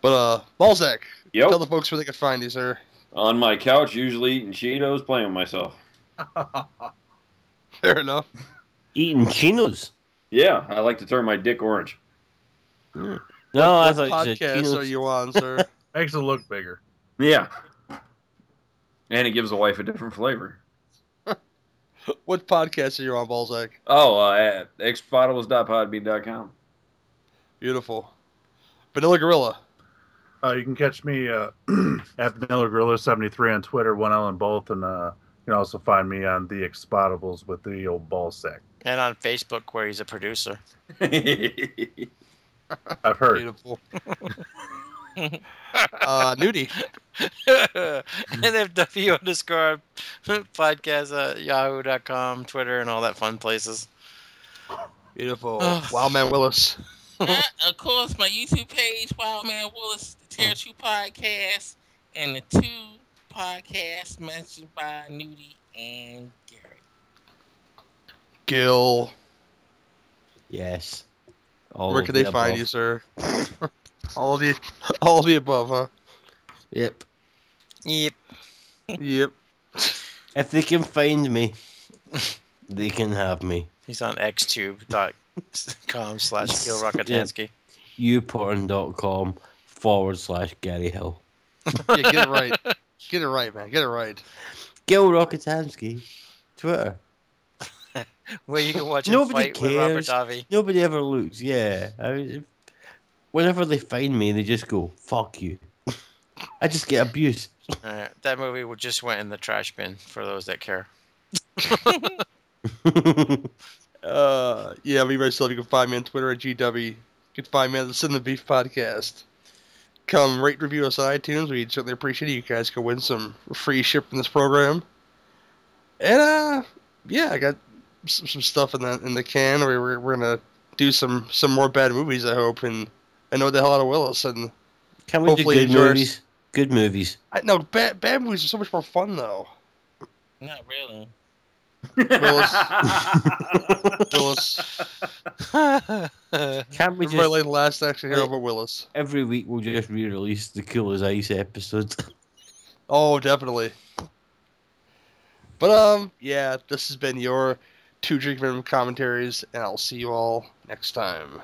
A: But uh, Balzac, tell
F: Yep.
A: the folks where they can find you, sir.
F: On my couch, usually eating Cheetos, playing with myself.
A: Fair enough.
E: Eating chinos.
F: Yeah, I like to turn my dick orange.
E: No, Oh, I
A: What
E: thought you said
A: podcast are
E: chinos.
A: you on, sir?
C: Makes it look bigger.
F: Yeah. And it gives the wife a different flavor.
A: what podcast are you on, Balzac?
F: Oh, uh, at xbottles.podbean.com.
A: Beautiful. Vanilla Gorilla.
C: Uh, you can catch me uh, at Vanilla Gorilla seventy three on Twitter, one L and both, and uh, you can also find me on the Expotables with the old ball sack.
D: And on Facebook, where he's a producer.
C: I've heard.
A: Beautiful. uh, nudie.
D: NFW underscore podcast at yahoo.com, Twitter, and all that fun places.
A: Beautiful.
D: Ugh.
A: Wildman Willis.
B: Uh, of course, my YouTube page, Wild Man Willis, the Terror True Podcast, and the two podcasts mentioned by Nudie and Gary.
A: Gil.
E: Yes. All
A: Where
E: of
A: can
E: the
A: they find
E: above.
A: you, sir? all of the all of the above, huh?
E: Yep.
D: Yep.
A: Yep.
E: If they can find me, they can have me.
D: He's on xtube.com slash Gil Rockatansky.
E: Uporn.com forward slash Gary Hill.
A: Yeah, get it right. Get it right, man. Get it right.
E: Gil Rokotansky. Twitter.
D: Where you can watch him
E: Nobody
D: fight with Robert
E: cares.
D: Davi.
E: Nobody ever looks. Yeah. I mean, whenever they find me, they just go, fuck you. I just get abuse.
D: Alright, that movie would- just went in the trash bin for those that care.
A: Uh, yeah, me myself. You can find me on Twitter at GW. You can find me on the Sin the Beef podcast. Come rate and review us on iTunes. We'd certainly appreciate it. You guys can win some free shit from this program. And uh, yeah, I got some, some stuff in the in the can. We we're, we're gonna do some some more bad movies. I hope and I know the hell out of Willis and
E: Can we
A: Hopefully
E: do good
A: yours-
E: movies? Good movies.
A: I no bad bad movies are so much more fun though.
B: Not really.
A: Willis,
E: Can
A: everybody
E: we just
A: like the last action hero,
E: Wait.
A: but Willis.
E: every week we'll just re-release the Cool as Ice episode?
A: Oh, definitely. But um, yeah, this has been your two drink minimum commentaries, and I'll see you all next time.